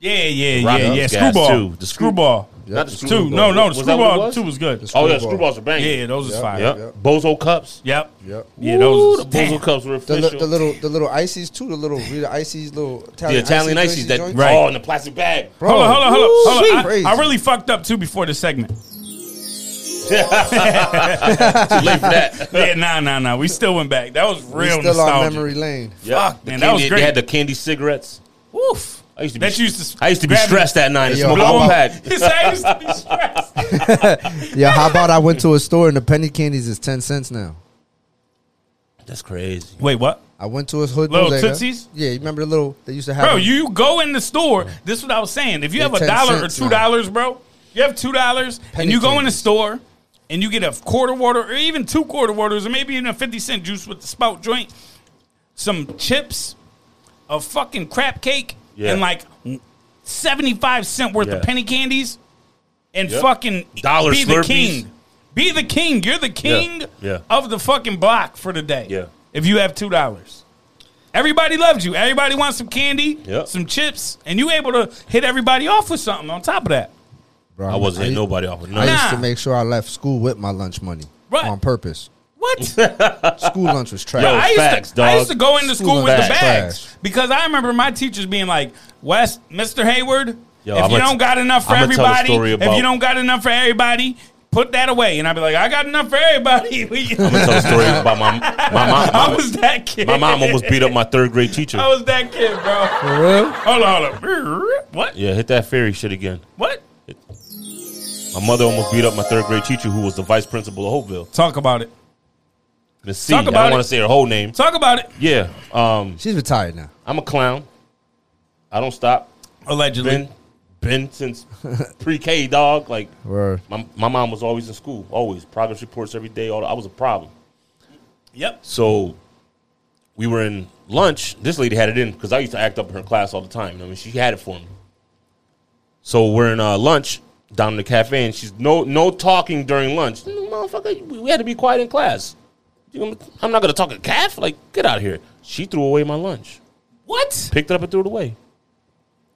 [SPEAKER 1] Yeah, yeah,
[SPEAKER 2] Rock
[SPEAKER 1] yeah,
[SPEAKER 2] up,
[SPEAKER 1] yeah.
[SPEAKER 2] guys,
[SPEAKER 1] Screwball,
[SPEAKER 2] too.
[SPEAKER 1] the
[SPEAKER 2] The
[SPEAKER 1] screwball.
[SPEAKER 2] not the
[SPEAKER 1] Two,
[SPEAKER 2] screwball.
[SPEAKER 1] no, no, the
[SPEAKER 2] Was that what it
[SPEAKER 1] screwball
[SPEAKER 2] was?
[SPEAKER 1] two was good.
[SPEAKER 2] Oh yeah,
[SPEAKER 3] Screwball.
[SPEAKER 2] screwballs are banging.
[SPEAKER 1] Yeah, those was fire.
[SPEAKER 2] Yep.
[SPEAKER 1] Yep,
[SPEAKER 2] Bozo cups.
[SPEAKER 1] yep,
[SPEAKER 3] Yep.
[SPEAKER 1] yeah. Those
[SPEAKER 2] Ooh, the
[SPEAKER 1] damn.
[SPEAKER 2] Bozo cups were
[SPEAKER 3] the,
[SPEAKER 2] official.
[SPEAKER 3] li- the little the little ices too. The little the ices, little Italian
[SPEAKER 2] the Italian
[SPEAKER 3] ices,
[SPEAKER 2] ices that
[SPEAKER 3] joints.
[SPEAKER 1] Right.
[SPEAKER 2] oh in the plastic bag.
[SPEAKER 3] Bro,
[SPEAKER 1] Hold on, hold on, hold
[SPEAKER 3] Ooh,
[SPEAKER 1] on. Hold on.
[SPEAKER 3] crazy.
[SPEAKER 1] I, I really fucked up too before this segment.
[SPEAKER 2] Too late for that.
[SPEAKER 1] Yeah, nah, nah, nah. We still went back. That was
[SPEAKER 3] We
[SPEAKER 1] real
[SPEAKER 3] still on
[SPEAKER 1] nostalgia.
[SPEAKER 3] memory lane.
[SPEAKER 2] Yeah,
[SPEAKER 1] Fuck, man, that was great.
[SPEAKER 2] They had the candy cigarettes.
[SPEAKER 1] Woof.
[SPEAKER 2] I used to be,
[SPEAKER 1] That used to.
[SPEAKER 2] I used to be
[SPEAKER 1] grab
[SPEAKER 2] stressed
[SPEAKER 1] me.
[SPEAKER 2] that night. and
[SPEAKER 3] Yo,
[SPEAKER 2] smoke
[SPEAKER 3] how
[SPEAKER 2] all
[SPEAKER 3] about-
[SPEAKER 2] pack.
[SPEAKER 1] He said I used to be stressed.
[SPEAKER 3] Yeah, how about I went to a store and the penny candies is ten cents now.
[SPEAKER 2] That's crazy.
[SPEAKER 1] Wait, what?
[SPEAKER 3] I went to his hood
[SPEAKER 1] Little
[SPEAKER 3] bodega.
[SPEAKER 1] Tootsies?
[SPEAKER 3] Yeah, you remember the little they used to have.
[SPEAKER 1] Bro,
[SPEAKER 3] them?
[SPEAKER 1] you go in the store. This is what I was saying. If you
[SPEAKER 3] They're
[SPEAKER 1] have a
[SPEAKER 3] 10
[SPEAKER 1] dollar or
[SPEAKER 3] cents
[SPEAKER 1] two
[SPEAKER 3] now.
[SPEAKER 1] dollars, bro, you have two dollars, and
[SPEAKER 3] Penny
[SPEAKER 1] you go in the
[SPEAKER 3] candies.
[SPEAKER 1] store and you get a quarter water or even two quarter waters or maybe even a fifty cent juice with the spout joint, some chips, a fucking crap cake,
[SPEAKER 2] Yeah.
[SPEAKER 1] and like seventy five cent worth
[SPEAKER 2] Yeah.
[SPEAKER 1] of penny candies, and
[SPEAKER 2] Yep.
[SPEAKER 1] fucking
[SPEAKER 2] Dollar
[SPEAKER 1] be the
[SPEAKER 2] Slurpees.
[SPEAKER 1] king. Be the king. You're the king
[SPEAKER 2] Yeah.
[SPEAKER 1] of the fucking block for the day.
[SPEAKER 2] Yeah.
[SPEAKER 1] If you have two dollars. Everybody loves you. Everybody wants some candy,
[SPEAKER 2] Yep.
[SPEAKER 1] some chips, and you able to hit everybody off with something on top of that.
[SPEAKER 3] Bro,
[SPEAKER 2] I wasn't hitting
[SPEAKER 3] I,
[SPEAKER 2] nobody off with
[SPEAKER 3] I
[SPEAKER 2] none.
[SPEAKER 1] Nah.
[SPEAKER 3] used to make sure I left school with my lunch money
[SPEAKER 1] Right.
[SPEAKER 3] on purpose.
[SPEAKER 1] What?
[SPEAKER 3] School lunch was trash.
[SPEAKER 2] Yo,
[SPEAKER 1] I, used
[SPEAKER 2] facts,
[SPEAKER 1] to, I
[SPEAKER 2] dog.
[SPEAKER 1] used to go into
[SPEAKER 3] School
[SPEAKER 1] school with the
[SPEAKER 3] lunch
[SPEAKER 1] bags
[SPEAKER 3] trash.
[SPEAKER 1] because I remember my teachers being like, "West, Mr. Hayward,
[SPEAKER 2] Yo,
[SPEAKER 1] if
[SPEAKER 2] I'ma
[SPEAKER 1] you
[SPEAKER 2] t-
[SPEAKER 1] don't got enough for
[SPEAKER 2] I'ma tell a
[SPEAKER 1] everybody,
[SPEAKER 2] story
[SPEAKER 1] if
[SPEAKER 2] about-
[SPEAKER 1] you don't got enough for everybody, put that away." And I'd be like, "I got enough for everybody."
[SPEAKER 2] I'm gonna tell a story about my my mom.
[SPEAKER 1] I was that kid.
[SPEAKER 2] My mom almost beat up my third grade teacher.
[SPEAKER 1] I was that kid, bro.
[SPEAKER 3] For real?
[SPEAKER 1] Hold on, hold on. What?
[SPEAKER 2] Yeah, hit that fairy shit again.
[SPEAKER 1] What?
[SPEAKER 2] My mother almost beat up my third grade teacher, who was the vice principal of Hopeville.
[SPEAKER 1] Talk about it.
[SPEAKER 2] Miss C.
[SPEAKER 1] Talk
[SPEAKER 2] I don't
[SPEAKER 1] about it.
[SPEAKER 2] want to say her whole name.
[SPEAKER 1] Talk about it.
[SPEAKER 2] Yeah, um,
[SPEAKER 3] She's retired now.
[SPEAKER 2] I'm a clown. I don't stop.
[SPEAKER 1] Allegedly.
[SPEAKER 2] Been been since pre-K, dog. Like
[SPEAKER 3] Word.
[SPEAKER 2] my my mom was always in school, always progress reports every day. All I was a problem.
[SPEAKER 1] Yep.
[SPEAKER 2] So we were in lunch. This lady had it in because I used to act up in her class all the time. I mean, she had it for me. So we're in uh, lunch down in the cafe, and she's no no talking during lunch. Motherfucker, we we had to be quiet in class. You gonna- I'm not gonna talk a calf. Like, get out of here. She threw away my lunch.
[SPEAKER 1] What?
[SPEAKER 2] Picked it up and threw it away.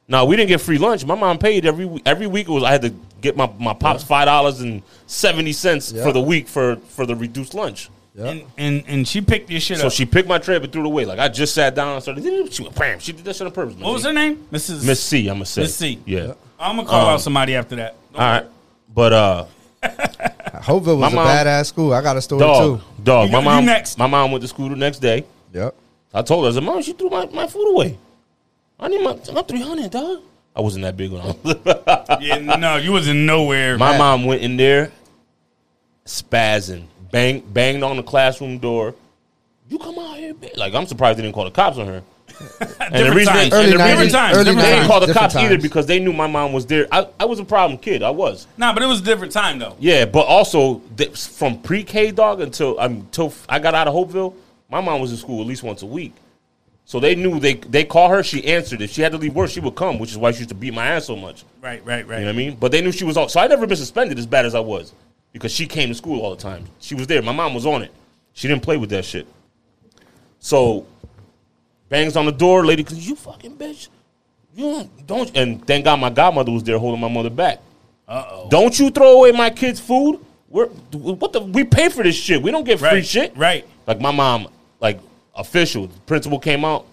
[SPEAKER 2] Now we didn't get free lunch. My mom paid every we- every week. It was I had to get my, my pops five dollars and seventy cents
[SPEAKER 3] Yeah.
[SPEAKER 2] for the week for for the reduced lunch.
[SPEAKER 3] Yeah.
[SPEAKER 1] And, and and she picked your shit
[SPEAKER 2] So
[SPEAKER 1] up.
[SPEAKER 2] she picked my tray up and threw it away. Like I just sat down and started. She went, bam. She did that shit on purpose.
[SPEAKER 1] what was her name? Mrs.
[SPEAKER 2] Miss C. I'm gonna say
[SPEAKER 1] Miss C.
[SPEAKER 2] Yeah.
[SPEAKER 1] I'm gonna call
[SPEAKER 2] Um,
[SPEAKER 1] out somebody after that. Don't
[SPEAKER 2] All right.
[SPEAKER 1] worry.
[SPEAKER 2] But uh,
[SPEAKER 3] Hopeville
[SPEAKER 2] My
[SPEAKER 3] was a
[SPEAKER 2] mom-
[SPEAKER 3] badass school. I got a story
[SPEAKER 2] dog, dog.
[SPEAKER 1] You-
[SPEAKER 2] My
[SPEAKER 1] you
[SPEAKER 2] mom.
[SPEAKER 1] next.
[SPEAKER 2] My mom went to school the next day.
[SPEAKER 3] too. Yep.
[SPEAKER 2] I told her, I said, Mom, she threw my, my food away. I need my I'm 300, dog. I wasn't that big when I was.
[SPEAKER 1] Yeah, no, you was in nowhere.
[SPEAKER 2] My mom went in there, spazzing, bang, banged on the classroom door. You come out here, bitch. like I'm surprised they didn't call the cops on her. And the reason,
[SPEAKER 1] times.
[SPEAKER 2] they- and the
[SPEAKER 3] Early
[SPEAKER 2] reason
[SPEAKER 1] times,
[SPEAKER 3] 90s,
[SPEAKER 2] they
[SPEAKER 3] early
[SPEAKER 1] different
[SPEAKER 2] didn't
[SPEAKER 1] times.
[SPEAKER 2] call the
[SPEAKER 3] Different
[SPEAKER 2] cops either
[SPEAKER 3] times.
[SPEAKER 2] because they knew my mom was there. I, I was a problem kid. I was.
[SPEAKER 1] Nah, but it was a different time though.
[SPEAKER 2] Yeah, but also th- from pre-K dog until until f- I got out of Hopeville, my mom was in school at least once a week. So they knew they they call her, she answered. If she had to leave work, she would come, which is why she used to beat my ass so much.
[SPEAKER 1] Right, right, right.
[SPEAKER 2] You know what I mean? But they knew she was on. So I never been suspended as bad as I was because she came to school all the time. She was there. My mom was on it. She didn't play with that shit. So bangs on the door, lady, cause you fucking bitch. You don't, don't and thank God my godmother was there holding my mother back. Uh oh. Don't you throw away my kids' food? We're what the we pay for this shit. We don't get free
[SPEAKER 1] Right,
[SPEAKER 2] shit.
[SPEAKER 1] right.
[SPEAKER 2] Like my mom, like official, the principal came out,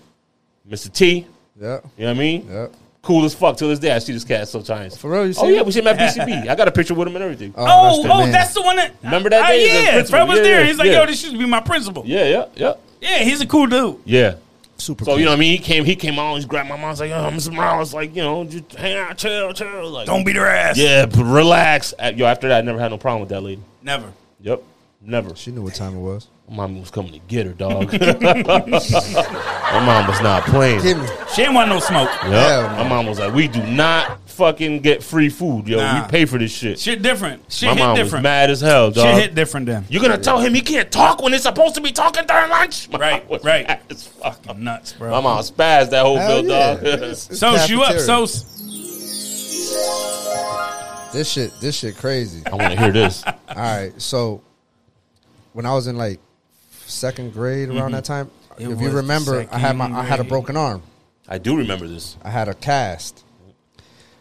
[SPEAKER 2] Mr. T,
[SPEAKER 3] Yeah.
[SPEAKER 2] you know what I mean?
[SPEAKER 3] Yep.
[SPEAKER 2] Cool as fuck. Till this day, I see this cat sometimes.
[SPEAKER 3] For real, you
[SPEAKER 2] oh
[SPEAKER 3] see
[SPEAKER 2] yeah,
[SPEAKER 3] him?
[SPEAKER 2] we see him at PCB. I got a picture with him and everything.
[SPEAKER 1] Oh,
[SPEAKER 3] the
[SPEAKER 1] oh,
[SPEAKER 3] man.
[SPEAKER 1] that's the one that
[SPEAKER 2] Remember that
[SPEAKER 1] Ah,
[SPEAKER 2] day? The
[SPEAKER 1] yeah,
[SPEAKER 2] principal.
[SPEAKER 1] Fred was
[SPEAKER 2] Yeah,
[SPEAKER 1] there.
[SPEAKER 2] yeah,
[SPEAKER 1] He's like,
[SPEAKER 2] yeah.
[SPEAKER 1] yo, this should be my principal. Yeah,
[SPEAKER 2] Yeah, yeah, yeah,
[SPEAKER 1] he's a cool dude.
[SPEAKER 2] yeah.
[SPEAKER 3] super.
[SPEAKER 2] So
[SPEAKER 3] cool.
[SPEAKER 2] you know what I mean? He came, he came out, he grabbed my mom's like, oh, Mr. Morales, like you know, just hang out, chill, chill, like
[SPEAKER 1] Don't beat her ass.
[SPEAKER 2] yeah, but relax. Uh, Yo, after that, I never had no problem with that lady.
[SPEAKER 1] Never.
[SPEAKER 2] Yep, never.
[SPEAKER 3] she knew what time it was.
[SPEAKER 2] My mom was coming to get her dog. my mom was not playing.
[SPEAKER 3] Give me.
[SPEAKER 1] She ain't want no smoke.
[SPEAKER 2] Yup.
[SPEAKER 3] Hell no.
[SPEAKER 2] My mom was like, we do not fucking get free food, yo.
[SPEAKER 1] Nah.
[SPEAKER 2] We pay for this shit.
[SPEAKER 1] Shit different. Shit
[SPEAKER 2] my
[SPEAKER 1] hit
[SPEAKER 2] mom was
[SPEAKER 1] different.
[SPEAKER 2] mad as hell, dog.
[SPEAKER 1] Shit hit different then.
[SPEAKER 2] You're gonna tell him he can't talk when he's supposed to be talking during lunch. My
[SPEAKER 1] Right,
[SPEAKER 2] mom was
[SPEAKER 1] right.
[SPEAKER 2] mad as fuck.
[SPEAKER 1] Fucking nuts, bro.
[SPEAKER 2] My mom spazzed that whole
[SPEAKER 3] Hell
[SPEAKER 2] bill,
[SPEAKER 3] yeah.
[SPEAKER 2] dog.
[SPEAKER 3] It's- it's
[SPEAKER 1] So you up?
[SPEAKER 3] cafeteria.
[SPEAKER 1] So
[SPEAKER 3] this shit, this shit, crazy.
[SPEAKER 2] I want to hear this.
[SPEAKER 3] All right, so when I was in like second grade around that time,
[SPEAKER 1] Mm-hmm. It
[SPEAKER 3] if
[SPEAKER 1] was
[SPEAKER 3] you
[SPEAKER 1] the
[SPEAKER 3] remember, I had my
[SPEAKER 1] second
[SPEAKER 3] I had a
[SPEAKER 1] grade.
[SPEAKER 3] broken arm.
[SPEAKER 2] I do remember this.
[SPEAKER 3] I had a cast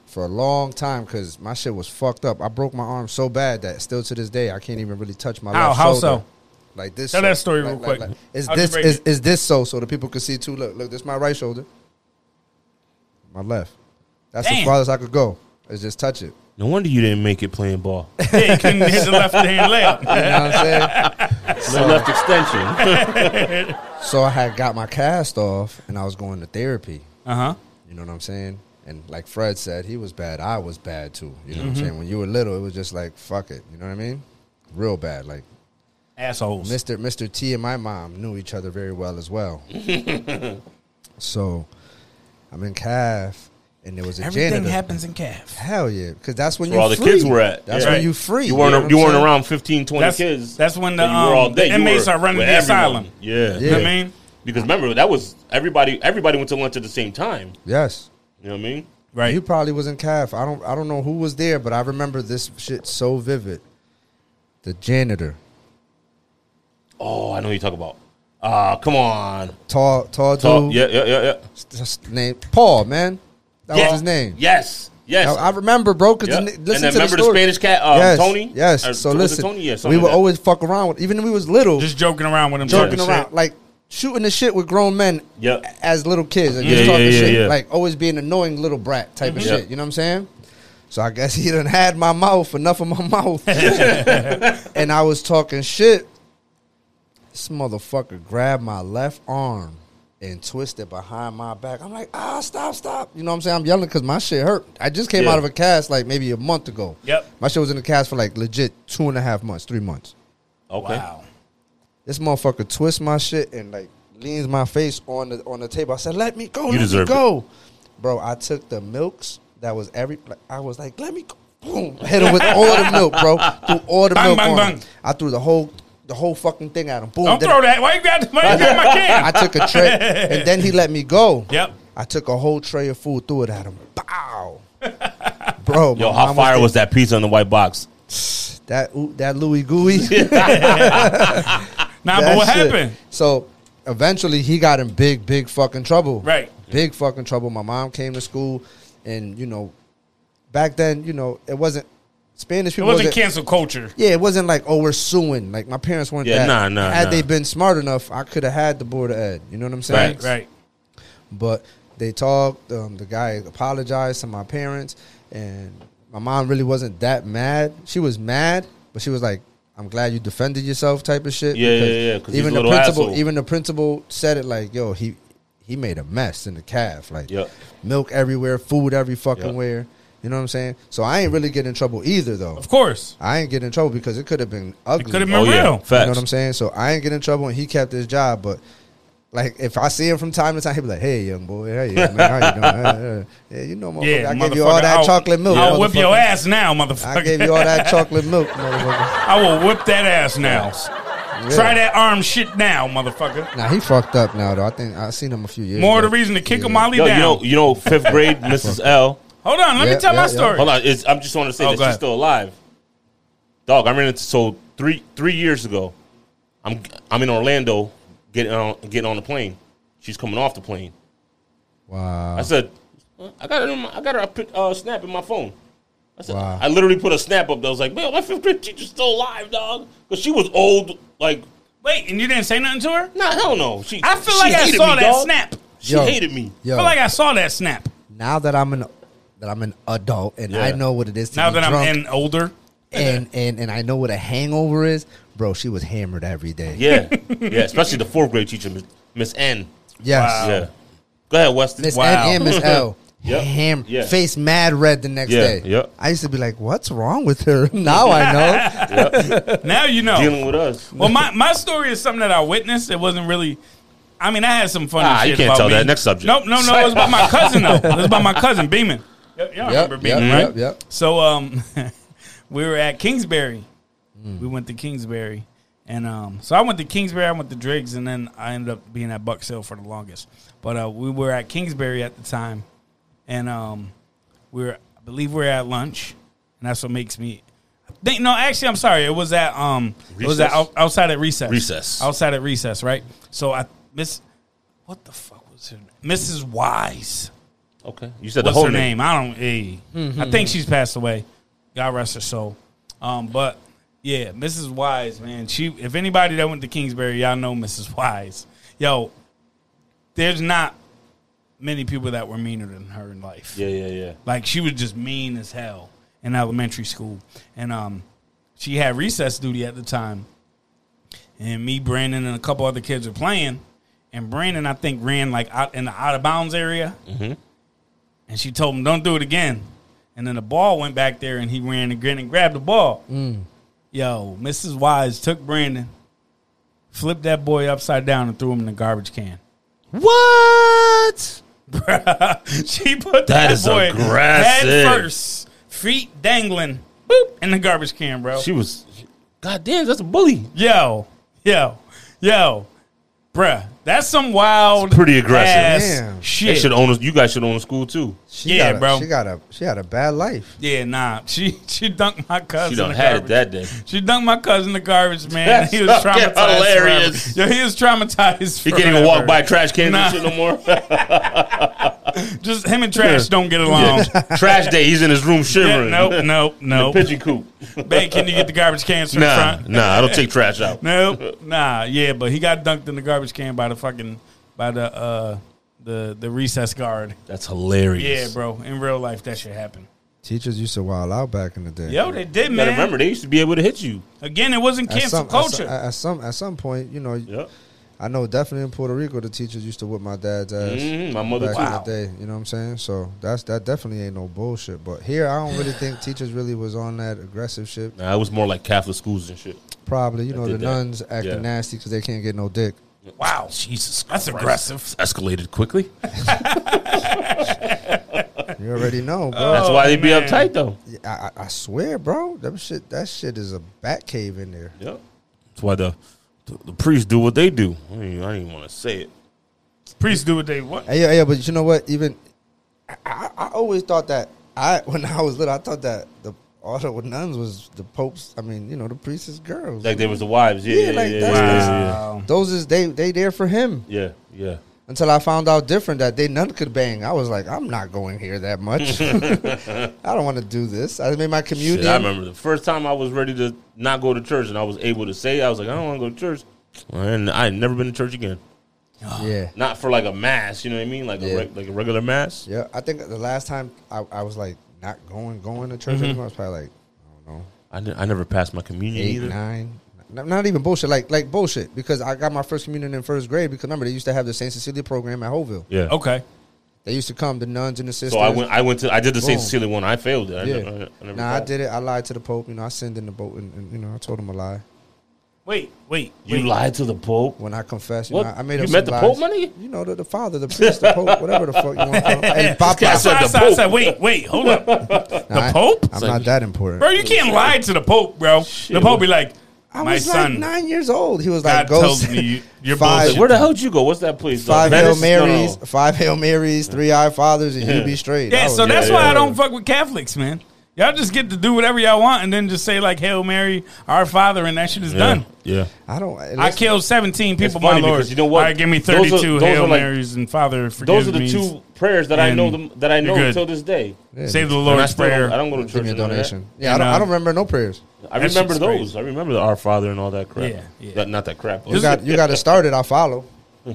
[SPEAKER 3] for a long time because my shit was fucked up. I broke my arm so bad that still to this day I can't even really touch my
[SPEAKER 1] How-
[SPEAKER 3] left
[SPEAKER 1] how
[SPEAKER 3] shoulder.
[SPEAKER 1] so?
[SPEAKER 3] Like this.
[SPEAKER 1] Tell
[SPEAKER 3] so.
[SPEAKER 1] that story
[SPEAKER 3] Like-
[SPEAKER 1] real
[SPEAKER 3] like-
[SPEAKER 1] quick.
[SPEAKER 3] like- Is
[SPEAKER 1] How'd you
[SPEAKER 3] this
[SPEAKER 1] break
[SPEAKER 3] is,
[SPEAKER 1] it?
[SPEAKER 3] is this so? So the people can see too. Look, look. This is my right shoulder. My left. That's
[SPEAKER 1] Damn.
[SPEAKER 3] the farthest I could go. Is just touch it.
[SPEAKER 2] No wonder you didn't make it playing ball.
[SPEAKER 1] yeah, you couldn't hit the left hand layup.
[SPEAKER 3] You know what I'm saying?
[SPEAKER 2] No left extension.
[SPEAKER 3] So I had got my cast off and I was going to therapy.
[SPEAKER 1] Uh huh.
[SPEAKER 3] You know what I'm saying? And like Fred said, he was bad. I was bad too. You know what I'm saying? When you were little, it was just like fuck it. You know what I mean? Real bad. Like
[SPEAKER 1] Assholes.
[SPEAKER 3] Mr. Mr. T and my mom knew each other very well as well. so I'm in calf and there was a
[SPEAKER 1] Everything
[SPEAKER 3] janitor.
[SPEAKER 1] happens in calf.
[SPEAKER 3] Hell yeah, because that's when
[SPEAKER 2] Where
[SPEAKER 3] you
[SPEAKER 2] all the
[SPEAKER 3] free.
[SPEAKER 2] kids were at.
[SPEAKER 3] That's
[SPEAKER 2] Yeah.
[SPEAKER 3] when
[SPEAKER 1] Right.
[SPEAKER 3] you free.
[SPEAKER 2] You weren't.
[SPEAKER 3] know what
[SPEAKER 2] you
[SPEAKER 3] I'm
[SPEAKER 2] weren't
[SPEAKER 3] saying?
[SPEAKER 2] around 15, 20
[SPEAKER 1] That's-
[SPEAKER 2] kids.
[SPEAKER 1] that's when the,
[SPEAKER 2] So you were
[SPEAKER 1] um,
[SPEAKER 2] all day.
[SPEAKER 1] the
[SPEAKER 2] You
[SPEAKER 1] inmates
[SPEAKER 2] were
[SPEAKER 1] are running
[SPEAKER 2] with
[SPEAKER 1] the
[SPEAKER 2] everyone.
[SPEAKER 1] asylum.
[SPEAKER 2] Yeah.
[SPEAKER 3] Yeah.
[SPEAKER 1] You know what I mean?
[SPEAKER 2] Because remember that was everybody. Everybody went to lunch at the same time.
[SPEAKER 3] Yes.
[SPEAKER 2] You know what I mean?
[SPEAKER 1] Right.
[SPEAKER 3] You probably was in calf. I don't I don't know who was there, but I remember this shit so vivid. The janitor.
[SPEAKER 2] Oh, I know who you talk about. Ah, come on.
[SPEAKER 3] Tall tall dude.
[SPEAKER 2] So, yeah, yeah, yeah, yeah.
[SPEAKER 3] His name Paul, man. That
[SPEAKER 2] Yeah.
[SPEAKER 3] was his name.
[SPEAKER 2] Yes. Yes.
[SPEAKER 3] I, I remember, bro. Cause
[SPEAKER 2] Yep.
[SPEAKER 3] the,
[SPEAKER 2] And
[SPEAKER 3] ni-
[SPEAKER 2] then
[SPEAKER 3] listen to the
[SPEAKER 2] remember the,
[SPEAKER 3] story.
[SPEAKER 2] Spanish cat, um,
[SPEAKER 3] yes,
[SPEAKER 2] Tony?
[SPEAKER 3] yes.
[SPEAKER 2] Or
[SPEAKER 3] so
[SPEAKER 2] was it
[SPEAKER 3] listen,
[SPEAKER 2] Tony? Yeah,
[SPEAKER 3] we
[SPEAKER 2] something
[SPEAKER 3] would
[SPEAKER 2] like that.
[SPEAKER 3] always fuck around with, even when we was little,
[SPEAKER 1] Just joking around with them.
[SPEAKER 3] joking
[SPEAKER 1] type of
[SPEAKER 3] around,
[SPEAKER 1] shit.
[SPEAKER 3] like shooting the shit with grown men.
[SPEAKER 2] Yep.
[SPEAKER 3] a- As little kids, like,
[SPEAKER 2] Yeah,
[SPEAKER 3] just
[SPEAKER 2] yeah,
[SPEAKER 3] talking
[SPEAKER 2] yeah,
[SPEAKER 3] shit,
[SPEAKER 2] yeah.
[SPEAKER 3] like always being annoying little brat type of
[SPEAKER 2] Mhm. Yep.
[SPEAKER 3] shit. You know what I'm saying? So I guess he done had my mouth, enough of my mouth, and I was talking shit. This motherfucker grabbed my left arm and twisted behind my back. I'm like, ah, stop, stop. You know what I'm saying? I'm yelling because my shit hurt. I just came
[SPEAKER 2] Yeah.
[SPEAKER 3] out of a cast like maybe a month ago.
[SPEAKER 1] Yep.
[SPEAKER 3] My shit was in the cast for like legit two and a half months, three months.
[SPEAKER 2] Okay.
[SPEAKER 1] Wow.
[SPEAKER 3] This motherfucker twists my shit and like leans my face on the on the table. I said, "Let me go, let me
[SPEAKER 2] deserved it.
[SPEAKER 3] go, bro." I took the milks that was every. Like, I was like, "Let me go." Boom! Hit him with all the milk, bro. Threw all the
[SPEAKER 1] Bang,
[SPEAKER 3] milk
[SPEAKER 1] bang,
[SPEAKER 3] on
[SPEAKER 1] bang.
[SPEAKER 3] him. I threw the whole the whole fucking thing at him. Boom!
[SPEAKER 1] Don't
[SPEAKER 3] Then
[SPEAKER 1] throw that. Why you grab, why you grab my can?
[SPEAKER 3] I took a tray and then he let me go.
[SPEAKER 1] Yep.
[SPEAKER 3] I took a whole tray of food, threw it at him. Bow. Bro, my
[SPEAKER 2] Yo, how
[SPEAKER 3] mom
[SPEAKER 2] fire
[SPEAKER 3] there.
[SPEAKER 2] was that pizza in the white box?
[SPEAKER 3] that? ooh, That Louis Gooey.
[SPEAKER 1] Nah, but
[SPEAKER 3] That
[SPEAKER 1] what
[SPEAKER 3] shit.
[SPEAKER 1] happened?
[SPEAKER 3] So eventually he got in big, big fucking trouble.
[SPEAKER 1] Right.
[SPEAKER 3] Big fucking trouble. My mom came to school and, you know, back then, you know, it wasn't Spanish
[SPEAKER 1] It
[SPEAKER 3] people.
[SPEAKER 1] wasn't
[SPEAKER 3] wasn't-
[SPEAKER 1] cancel culture.
[SPEAKER 3] yeah, it wasn't like, oh, we're suing. Like, my parents weren't
[SPEAKER 2] Yeah,
[SPEAKER 3] that.
[SPEAKER 2] nah, nah,
[SPEAKER 3] Had
[SPEAKER 2] nah.
[SPEAKER 3] they been smart enough, I could have had the board of ed. You know what I'm saying?
[SPEAKER 1] Right, right.
[SPEAKER 3] But they talked. Um, the guy apologized to my parents, and my mom really wasn't that mad. She was mad, but she was like, "I'm glad you defended yourself," type of shit.
[SPEAKER 2] Yeah, yeah, yeah, 'cause he's
[SPEAKER 3] Even
[SPEAKER 2] a
[SPEAKER 3] the
[SPEAKER 2] little
[SPEAKER 3] principal,
[SPEAKER 2] asshole.
[SPEAKER 3] even the principal said it like, "Yo, he he made a mess in the calf. Like,
[SPEAKER 2] Yep.
[SPEAKER 3] milk everywhere, food every fucking
[SPEAKER 2] Yep.
[SPEAKER 3] where." You know what I'm saying? So I ain't really get in trouble either, though.
[SPEAKER 1] Of course.
[SPEAKER 3] I ain't get in trouble because it could have been ugly.
[SPEAKER 1] could have been real.
[SPEAKER 2] Oh, Facts.
[SPEAKER 3] You know what I'm saying? So I ain't get in trouble, and he kept his job. But Like if I see him from time to time, he be like, "Hey, young boy, how you, man, how you doing? Uh, uh, yeah, you know, motherfucker,
[SPEAKER 1] Yeah,
[SPEAKER 3] I gave you all
[SPEAKER 1] motherfucker,
[SPEAKER 3] that
[SPEAKER 1] I'll-
[SPEAKER 3] chocolate milk.
[SPEAKER 1] I'll whip your
[SPEAKER 3] motherfucker.
[SPEAKER 1] ass now, motherfucker.
[SPEAKER 3] I gave you all that chocolate milk, motherfucker.
[SPEAKER 1] I will whip that ass now. Try that arm shit now, motherfucker.
[SPEAKER 3] Now he fuckkt up now though. I think I seen him a few years.
[SPEAKER 1] More
[SPEAKER 3] ago.
[SPEAKER 1] the reason to kick
[SPEAKER 3] Yeah.
[SPEAKER 1] a molly
[SPEAKER 2] Yo, you
[SPEAKER 1] down.
[SPEAKER 2] know, you know, fifth grade, Mrs. L.
[SPEAKER 1] Hold on, let
[SPEAKER 3] Yeah,
[SPEAKER 1] me tell
[SPEAKER 3] yeah,
[SPEAKER 1] my
[SPEAKER 3] yeah.
[SPEAKER 1] story.
[SPEAKER 2] Hold on, it's, I'm just want to say
[SPEAKER 1] Oh,
[SPEAKER 2] that
[SPEAKER 1] go
[SPEAKER 2] she's
[SPEAKER 1] ahead.
[SPEAKER 2] still alive. Dog, I ran into so three three years ago. I'm I'm in Orlando, getting on getting on the plane. She's coming off the plane. I
[SPEAKER 3] Wow.
[SPEAKER 2] said, I got her. In my, I got her. I put uh, snap in my phone. I said,
[SPEAKER 3] Wow.
[SPEAKER 2] I literally put a snap up. That was like, man, my fifth grade teacher's still alive, dog. Because she was old. Like,
[SPEAKER 1] Wait, and you didn't say nothing to her?
[SPEAKER 2] nah, hell no. She.
[SPEAKER 1] I feel
[SPEAKER 2] she
[SPEAKER 1] like I
[SPEAKER 2] hated
[SPEAKER 1] saw
[SPEAKER 2] me,
[SPEAKER 1] that
[SPEAKER 2] dog.
[SPEAKER 1] snap.
[SPEAKER 2] She
[SPEAKER 3] Yo.
[SPEAKER 2] hated me.
[SPEAKER 1] I
[SPEAKER 3] Yo,
[SPEAKER 1] feel like I saw that snap.
[SPEAKER 3] now that I'm an that I'm an adult and I
[SPEAKER 2] Yeah.
[SPEAKER 3] know what it is to
[SPEAKER 1] Now
[SPEAKER 3] be
[SPEAKER 1] that
[SPEAKER 3] drunk
[SPEAKER 1] I'm in older,
[SPEAKER 3] and, and and I know what a hangover is, bro. She was hammered every day.
[SPEAKER 2] Yeah, yeah. Especially the fourth grade teacher, Miss- Miss N.
[SPEAKER 3] Yes.
[SPEAKER 2] Yeah. Go ahead, Weston.
[SPEAKER 3] Miss
[SPEAKER 1] Wow.
[SPEAKER 3] N and Miss L.
[SPEAKER 2] Yep.
[SPEAKER 3] Ham
[SPEAKER 2] Yeah.
[SPEAKER 3] face mad red the next
[SPEAKER 2] Yeah,
[SPEAKER 3] day.
[SPEAKER 2] yep.
[SPEAKER 3] I used to be like, "What's wrong with her?" Now I know.
[SPEAKER 1] now you know.
[SPEAKER 2] Dealing with us.
[SPEAKER 1] Well, my, my story is something that I witnessed. It wasn't really. I mean, I had some fun.
[SPEAKER 2] Ah,
[SPEAKER 1] shit
[SPEAKER 2] you can't
[SPEAKER 1] about
[SPEAKER 2] tell
[SPEAKER 1] me.
[SPEAKER 2] that. Next subject.
[SPEAKER 1] Nope, no, no. It was about my cousin though. It was about my cousin Beeman. Yep, y'all
[SPEAKER 3] Yep,
[SPEAKER 1] remember Beeman,
[SPEAKER 3] yep,
[SPEAKER 1] right?
[SPEAKER 3] yep, yep.
[SPEAKER 1] So um, we were at Kingsbury. We went to Kingsbury, and um, so I went to Kingsbury. I went to Driggs, and then I ended up being at Buck Hill for the longest. But uh, we were at Kingsbury at the time, and um, we were, I believe, we were at lunch, and that's what makes me. I think no, actually, I'm sorry. It was at um, it was at
[SPEAKER 2] Recess?
[SPEAKER 1] out- outside at recess.
[SPEAKER 2] Recess.
[SPEAKER 1] Outside at recess, right? So I miss. What the fuck was her? name? Mrs. Wise.
[SPEAKER 2] Okay. You said the
[SPEAKER 1] What's
[SPEAKER 2] whole
[SPEAKER 1] her name? I don't. eh. I think she's passed away. God rest her soul. Um, but yeah, Mrs. Wise, man. She. If anybody that went to Kingsbury, y'all know Mrs. Wise. Yo, there's not many people that were meaner than her in life.
[SPEAKER 2] Yeah, yeah, yeah.
[SPEAKER 1] Like she was just mean as hell in elementary school, and um, she had recess duty at the time. And me, Brandon, and a couple other kids were playing, and Brandon I think ran like out in the out of bounds area, and she told him don't do it again. And then the ball went back there, and he ran again and grabbed the ball. Yo, Mrs. Wise took Brandon, flipped that boy upside down, and threw him in the garbage can.
[SPEAKER 2] What?
[SPEAKER 1] Bruh, she put that,
[SPEAKER 2] is
[SPEAKER 1] boy
[SPEAKER 2] aggressive.
[SPEAKER 1] head first, feet dangling, boop, in the garbage can, bro.
[SPEAKER 2] She was. God damn, that's a bully.
[SPEAKER 1] yo, yo, yo, bruh, that's some wild,
[SPEAKER 2] It's pretty aggressive.
[SPEAKER 1] ass
[SPEAKER 3] Damn.
[SPEAKER 2] They
[SPEAKER 1] shit.
[SPEAKER 2] should own. a- You guys should own a school too.
[SPEAKER 3] She
[SPEAKER 1] Yeah,
[SPEAKER 3] got a,
[SPEAKER 1] bro.
[SPEAKER 3] She got a she had a bad life.
[SPEAKER 1] Yeah, nah, she she dunked my cousin.
[SPEAKER 2] She done
[SPEAKER 1] in the
[SPEAKER 2] had
[SPEAKER 1] garbage.
[SPEAKER 2] it that day.
[SPEAKER 1] She dunked my cousin in the garbage, man.
[SPEAKER 2] That's
[SPEAKER 1] he was
[SPEAKER 2] fucking
[SPEAKER 1] traumatized. forever.
[SPEAKER 2] hilarious.
[SPEAKER 1] Yo, he was traumatized.
[SPEAKER 2] He can't even
[SPEAKER 1] forever.
[SPEAKER 2] walk by a trash can
[SPEAKER 1] Nah.
[SPEAKER 2] and shit no more.
[SPEAKER 1] Just him and Trash
[SPEAKER 2] Yeah.
[SPEAKER 1] don't get along.
[SPEAKER 2] trash day. He's in his room
[SPEAKER 1] Yeah,
[SPEAKER 2] shivering.
[SPEAKER 1] nope, nope, nope.
[SPEAKER 2] Pigeon coop.
[SPEAKER 1] Babe, can you get the garbage cans from the
[SPEAKER 2] Nah,
[SPEAKER 1] front?
[SPEAKER 2] nah. I don't take trash out.
[SPEAKER 1] Nope. Nah, yeah, but he got dunked in the garbage can by the fucking by the uh the the recess guard.
[SPEAKER 2] That's hilarious.
[SPEAKER 1] Yeah, bro. In real life that shit happened.
[SPEAKER 3] Teachers used to wild out back in the day.
[SPEAKER 1] Yo, they did,
[SPEAKER 2] You gotta
[SPEAKER 1] man.
[SPEAKER 2] remember they used to be able to hit you.
[SPEAKER 1] Again, it wasn't
[SPEAKER 3] At
[SPEAKER 1] cancel
[SPEAKER 3] some,
[SPEAKER 1] culture.
[SPEAKER 3] At some, at some at some point, you know,
[SPEAKER 2] Yep.
[SPEAKER 3] I know definitely in Puerto Rico the teachers used to whip my dad's ass.
[SPEAKER 2] Mhm, my mother
[SPEAKER 3] back
[SPEAKER 2] too.
[SPEAKER 1] Wow.
[SPEAKER 3] in the day. You know what I'm saying? So that's that definitely ain't no bullshit. But here, I don't really think teachers really was on that aggressive shit.
[SPEAKER 2] Nah, it was more like Catholic schools and shit.
[SPEAKER 3] Probably, you know, the
[SPEAKER 2] did that.
[SPEAKER 3] nuns acting
[SPEAKER 2] Yeah.
[SPEAKER 3] nasty because they can't get no dick.
[SPEAKER 1] wow. Jesus. That's aggressive.
[SPEAKER 2] Escalated quickly.
[SPEAKER 3] You already know, bro.
[SPEAKER 2] That's why they be
[SPEAKER 1] Oh, man.
[SPEAKER 2] uptight though.
[SPEAKER 3] I, I, I swear, bro. That shit, that shit is a bat cave in there.
[SPEAKER 2] Yep. That's why the the, the priests do what they do. I mean, I didn't even want to say it.
[SPEAKER 1] Priests do what they want.
[SPEAKER 3] Hey, yeah, yeah, but you know what? Even I, I, I always thought that I when I was little, I thought that the all the nuns was the popes. I mean, you know, the priest's girls.
[SPEAKER 2] Like they was the wives. Yeah,
[SPEAKER 3] Yeah,
[SPEAKER 2] yeah, yeah,
[SPEAKER 3] like
[SPEAKER 2] yeah,
[SPEAKER 3] that's-
[SPEAKER 2] yeah,
[SPEAKER 1] Wow.
[SPEAKER 3] Those is they they there for him
[SPEAKER 2] yeah, yeah, yeah.
[SPEAKER 3] until I found out different that they none could bang. I was like, I'm not going here that much. I don't want to do this. I made my
[SPEAKER 2] Shit,
[SPEAKER 3] communion.
[SPEAKER 2] I remember the first time I was ready to not go to church, and I was able to say, I was like, I don't want to go to church. And I had never been to church again.
[SPEAKER 3] Yeah,
[SPEAKER 2] Not for like a mass, you know what I mean? Like
[SPEAKER 3] Yeah.
[SPEAKER 2] a reg- like a regular mass.
[SPEAKER 3] yeah. I think the last time I, I was like not going going to church
[SPEAKER 2] Mm-hmm.
[SPEAKER 3] anymore. I was probably like I don't know
[SPEAKER 2] I, ne- I never passed my communion
[SPEAKER 3] eight,
[SPEAKER 2] either.
[SPEAKER 3] nine. Not, not even bullshit, like like bullshit. Because I got my first communion in first grade. Because remember, they used to have the Saint Cecilia program at Hoville.
[SPEAKER 2] Yeah.
[SPEAKER 1] Okay.
[SPEAKER 3] They used to come, the nuns and the sisters.
[SPEAKER 2] So I went. I went to. I did the St.
[SPEAKER 3] Boom.
[SPEAKER 2] Cecilia one. I failed it. I
[SPEAKER 3] Yeah.
[SPEAKER 2] never, I never
[SPEAKER 3] nah, I
[SPEAKER 2] passed.
[SPEAKER 3] did it. I lied to the Pope. You know, I sent in the boat, and, and, you know, I told him a lie.
[SPEAKER 1] Wait, wait.
[SPEAKER 2] You
[SPEAKER 1] wait.
[SPEAKER 2] lied to the Pope.
[SPEAKER 3] When I confess, you
[SPEAKER 2] What?
[SPEAKER 3] know, I made
[SPEAKER 2] You
[SPEAKER 3] up
[SPEAKER 2] met
[SPEAKER 3] some
[SPEAKER 2] the Pope, my
[SPEAKER 3] lies.
[SPEAKER 2] nigga?
[SPEAKER 3] You know, the, the father, the priest, the pope, whatever the fuck you want to call him. Hey,
[SPEAKER 2] guy
[SPEAKER 1] I
[SPEAKER 3] Papa.
[SPEAKER 2] said-
[SPEAKER 1] said, I
[SPEAKER 2] the
[SPEAKER 1] said, I
[SPEAKER 2] Pope.
[SPEAKER 1] said, wait, wait, hold up. the
[SPEAKER 3] Nah, I-
[SPEAKER 1] Pope?
[SPEAKER 3] I'm not that important.
[SPEAKER 1] Bro, you can't lie to the Pope, bro. the Pope be like,
[SPEAKER 3] I
[SPEAKER 1] my
[SPEAKER 3] was like
[SPEAKER 1] son,
[SPEAKER 3] nine years old. He was
[SPEAKER 1] God
[SPEAKER 3] like, go
[SPEAKER 1] tells
[SPEAKER 3] sin-
[SPEAKER 1] me you- you're
[SPEAKER 3] five,
[SPEAKER 1] bullshit.
[SPEAKER 2] Where the hell'd you go? What's that place? Uh,
[SPEAKER 3] five Hail
[SPEAKER 2] Venice? No, no,
[SPEAKER 3] Marys,
[SPEAKER 2] no.
[SPEAKER 3] five Hail Marys, three Eye Fathers, and
[SPEAKER 2] Yeah.
[SPEAKER 3] you be straight. I
[SPEAKER 1] yeah,
[SPEAKER 3] was-
[SPEAKER 1] so that's
[SPEAKER 2] yeah,
[SPEAKER 1] why
[SPEAKER 2] yeah.
[SPEAKER 1] I don't fuck with Catholics, man. Y'all just get to do whatever y'all want and then just say, like, Hail Mary, our Father, and that shit is done.
[SPEAKER 2] Yeah.
[SPEAKER 3] I don't. unless-
[SPEAKER 1] I killed 17 people, my
[SPEAKER 2] funny
[SPEAKER 1] lord.
[SPEAKER 2] because you know what?
[SPEAKER 1] All right, give me
[SPEAKER 2] Those are-
[SPEAKER 1] 32
[SPEAKER 2] those
[SPEAKER 1] Hail
[SPEAKER 2] are like-
[SPEAKER 1] Marys and Father, forgive
[SPEAKER 2] Those are the
[SPEAKER 1] me.
[SPEAKER 2] two prayers that I know them that I
[SPEAKER 1] You're
[SPEAKER 2] know
[SPEAKER 1] good.
[SPEAKER 2] till this day.
[SPEAKER 3] Yeah,
[SPEAKER 1] Save the
[SPEAKER 3] dude.
[SPEAKER 2] And I
[SPEAKER 1] Lord's
[SPEAKER 2] still don't-
[SPEAKER 1] Prayer.
[SPEAKER 2] I don't go to
[SPEAKER 3] Give
[SPEAKER 2] church.
[SPEAKER 3] me a
[SPEAKER 2] and none of that.
[SPEAKER 3] donation. Yeah, I
[SPEAKER 1] And,
[SPEAKER 3] don't, I
[SPEAKER 1] uh,
[SPEAKER 3] don't remember no prayers.
[SPEAKER 2] I
[SPEAKER 1] That
[SPEAKER 2] remember
[SPEAKER 1] shit's
[SPEAKER 2] those. I remember the Our Father and all that crap.
[SPEAKER 1] Yeah, yeah.
[SPEAKER 2] That- not that crap.
[SPEAKER 3] You got you got to start it. I follow.
[SPEAKER 1] There-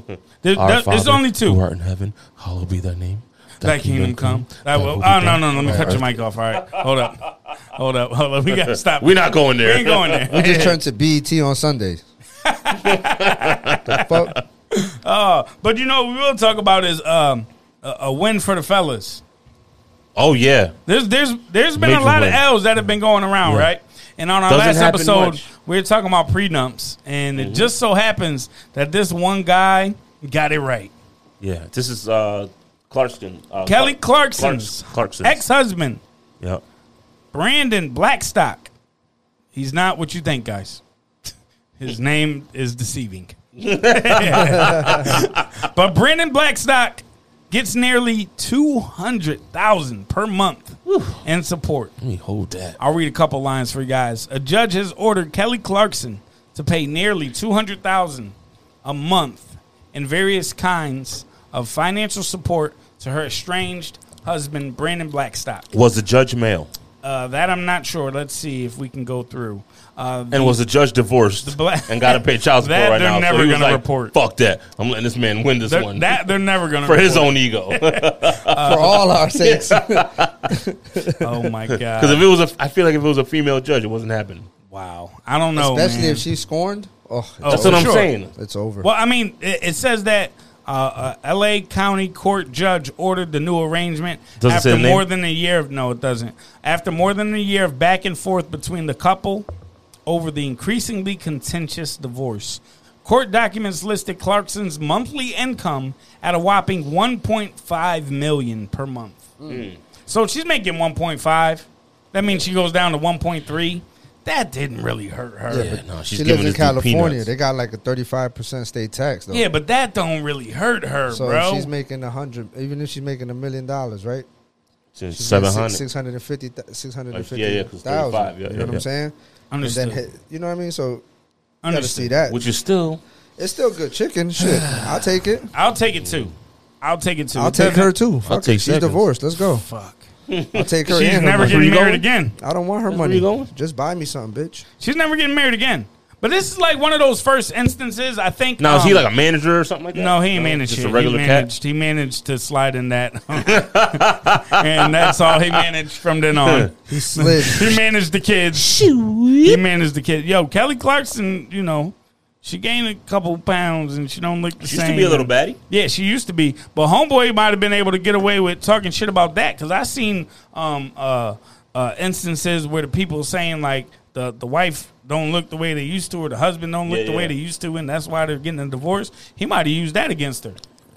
[SPEAKER 2] Our
[SPEAKER 1] there- there's
[SPEAKER 2] Father,
[SPEAKER 1] only two.
[SPEAKER 2] Who art in heaven, hallowed be thy name.
[SPEAKER 1] That kingdom come. That will. Oh no no! no, Let me cut your mic off. All right, hold up, hold up, hold up. We gotta stop.
[SPEAKER 2] We're not going
[SPEAKER 1] We
[SPEAKER 2] there.
[SPEAKER 1] ain't going there.
[SPEAKER 3] Just turn to BET on Sundays. the fuck?
[SPEAKER 1] Uh, but you know, what we will talk about is um, a, a win for the fellas.
[SPEAKER 2] Oh yeah.
[SPEAKER 1] There's there's there's been a
[SPEAKER 2] Major
[SPEAKER 1] lot
[SPEAKER 2] win.
[SPEAKER 1] of L's that have been going around, right? And on our
[SPEAKER 2] Doesn't
[SPEAKER 1] last
[SPEAKER 2] happen
[SPEAKER 1] episode,
[SPEAKER 2] much. Mm-hmm.
[SPEAKER 1] we were talking about prenups, and it just so happens that this one guy got it right.
[SPEAKER 2] Yeah. This is uh Clarkston. Uh,
[SPEAKER 1] Kelly
[SPEAKER 2] Clark-
[SPEAKER 1] Clarkson's
[SPEAKER 2] Clarks- Clarkson.
[SPEAKER 1] ex-husband,
[SPEAKER 2] Yeah.
[SPEAKER 1] Brandon Blackstock. He's not what you think, guys. His name is deceiving. but Brandon Blackstock gets nearly 200,000 per month in support.
[SPEAKER 2] Let me hold that.
[SPEAKER 1] I'll read a couple lines for you guys. A judge has ordered Kelly Clarkson to pay nearly 200,000 a month in various kinds of financial support to her estranged husband Brandon Blackstock.
[SPEAKER 2] Was the judge male?
[SPEAKER 1] Uh, that I'm not sure. Let's see if we can go through. Uh,
[SPEAKER 2] And was the judge divorced
[SPEAKER 1] bla-
[SPEAKER 2] and got to pay child support
[SPEAKER 1] That
[SPEAKER 2] right
[SPEAKER 1] they're
[SPEAKER 2] now? So
[SPEAKER 1] never
[SPEAKER 2] he was
[SPEAKER 1] gonna
[SPEAKER 2] like,
[SPEAKER 1] report.
[SPEAKER 2] Fuck that! I'm letting this man win this
[SPEAKER 1] they're-
[SPEAKER 2] one
[SPEAKER 1] that they're never gonna
[SPEAKER 2] for his
[SPEAKER 1] report.
[SPEAKER 2] own ego. Because
[SPEAKER 3] For all our sakes.
[SPEAKER 1] Oh my god!
[SPEAKER 2] if it was a, I feel like if it was a female judge, it wasn't happening.
[SPEAKER 1] wow, I don't know.
[SPEAKER 3] Especially
[SPEAKER 1] man.
[SPEAKER 3] if she's scorned. Oh, it's
[SPEAKER 2] That's
[SPEAKER 1] for
[SPEAKER 2] what I'm
[SPEAKER 1] sure.
[SPEAKER 2] saying.
[SPEAKER 3] It's over.
[SPEAKER 1] Well, I mean, it, it says that uh, a L.A. County court judge ordered the new arrangement
[SPEAKER 2] Doesn't
[SPEAKER 1] after
[SPEAKER 2] say the name?
[SPEAKER 1] more than a year of no, it doesn't. After more than a year of back and forth between the couple over the increasingly contentious divorce. Court documents listed Clarkson's monthly income at a whopping 1.5 million per month. So if she's making 1.5. That means she goes down to 1.3. That didn't really hurt her.
[SPEAKER 3] Yeah, but
[SPEAKER 2] no, she's
[SPEAKER 3] she lives
[SPEAKER 2] giving
[SPEAKER 3] in
[SPEAKER 2] us the
[SPEAKER 3] California.
[SPEAKER 2] peanuts.
[SPEAKER 3] They got like a 35% state tax, though.
[SPEAKER 1] Yeah, but that don't really hurt her,
[SPEAKER 3] So
[SPEAKER 1] bro.
[SPEAKER 3] if she's making a hundred, even if she's making a million dollars, right?
[SPEAKER 2] Since
[SPEAKER 3] She's
[SPEAKER 2] seven hundred.
[SPEAKER 3] 650, 650
[SPEAKER 2] yeah, 'cause
[SPEAKER 3] 1,000,
[SPEAKER 2] 35, yeah,
[SPEAKER 3] you know
[SPEAKER 2] yeah,
[SPEAKER 3] what
[SPEAKER 2] yeah.
[SPEAKER 3] I'm saying? And
[SPEAKER 1] Understood.
[SPEAKER 3] then, hit- you know what I mean? So you got to
[SPEAKER 1] Understood.
[SPEAKER 3] see that.
[SPEAKER 2] Which is still
[SPEAKER 3] It's still good chicken. Shit, I'll take it.
[SPEAKER 1] I'll take it too. I'll take it too.
[SPEAKER 3] I'll
[SPEAKER 1] It
[SPEAKER 3] take her
[SPEAKER 1] doesn't-
[SPEAKER 3] too. Fuck it.
[SPEAKER 2] take
[SPEAKER 3] She's
[SPEAKER 2] seconds.
[SPEAKER 3] divorced. Let's go.
[SPEAKER 1] Fuck.
[SPEAKER 3] I'll take her.
[SPEAKER 1] She's
[SPEAKER 3] and her
[SPEAKER 1] never
[SPEAKER 3] money.
[SPEAKER 1] getting
[SPEAKER 2] going?
[SPEAKER 1] married again.
[SPEAKER 3] I don't want her
[SPEAKER 2] where
[SPEAKER 3] money.
[SPEAKER 2] you going?
[SPEAKER 3] Just buy me something, bitch.
[SPEAKER 1] She's never getting married again. But this is like one of those first instances. I think.
[SPEAKER 2] now. is he
[SPEAKER 1] um,
[SPEAKER 2] like a manager or something like that?
[SPEAKER 1] No, he ain't managed
[SPEAKER 2] Just
[SPEAKER 1] shit.
[SPEAKER 2] a regular
[SPEAKER 1] he
[SPEAKER 2] cat.
[SPEAKER 1] managed, He managed to slide in that, and that's all he managed from then on.
[SPEAKER 3] He slid.
[SPEAKER 1] he managed the kids. He managed the kids. Yo, Kelly Clarkson. You know, she gained a couple pounds, and she don't look the
[SPEAKER 2] She
[SPEAKER 1] same.
[SPEAKER 2] used to be a little baddie.
[SPEAKER 1] Yeah, she used to be, but homeboy might have been able to get away with talking shit about that because I seen um uh uh instances where the people saying like the the wife don't look the way they used to or the husband don't look
[SPEAKER 2] Yeah,
[SPEAKER 1] the way
[SPEAKER 2] yeah.
[SPEAKER 1] they used to and that's why they're getting a divorce. He might have used that against her.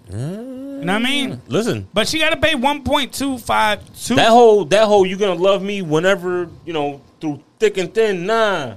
[SPEAKER 1] You know what I mean?
[SPEAKER 2] Listen,
[SPEAKER 1] But she got to pay one point two five two.
[SPEAKER 2] Mm. that whole that whole you gonna love me whenever you know through thick and thin. Nah,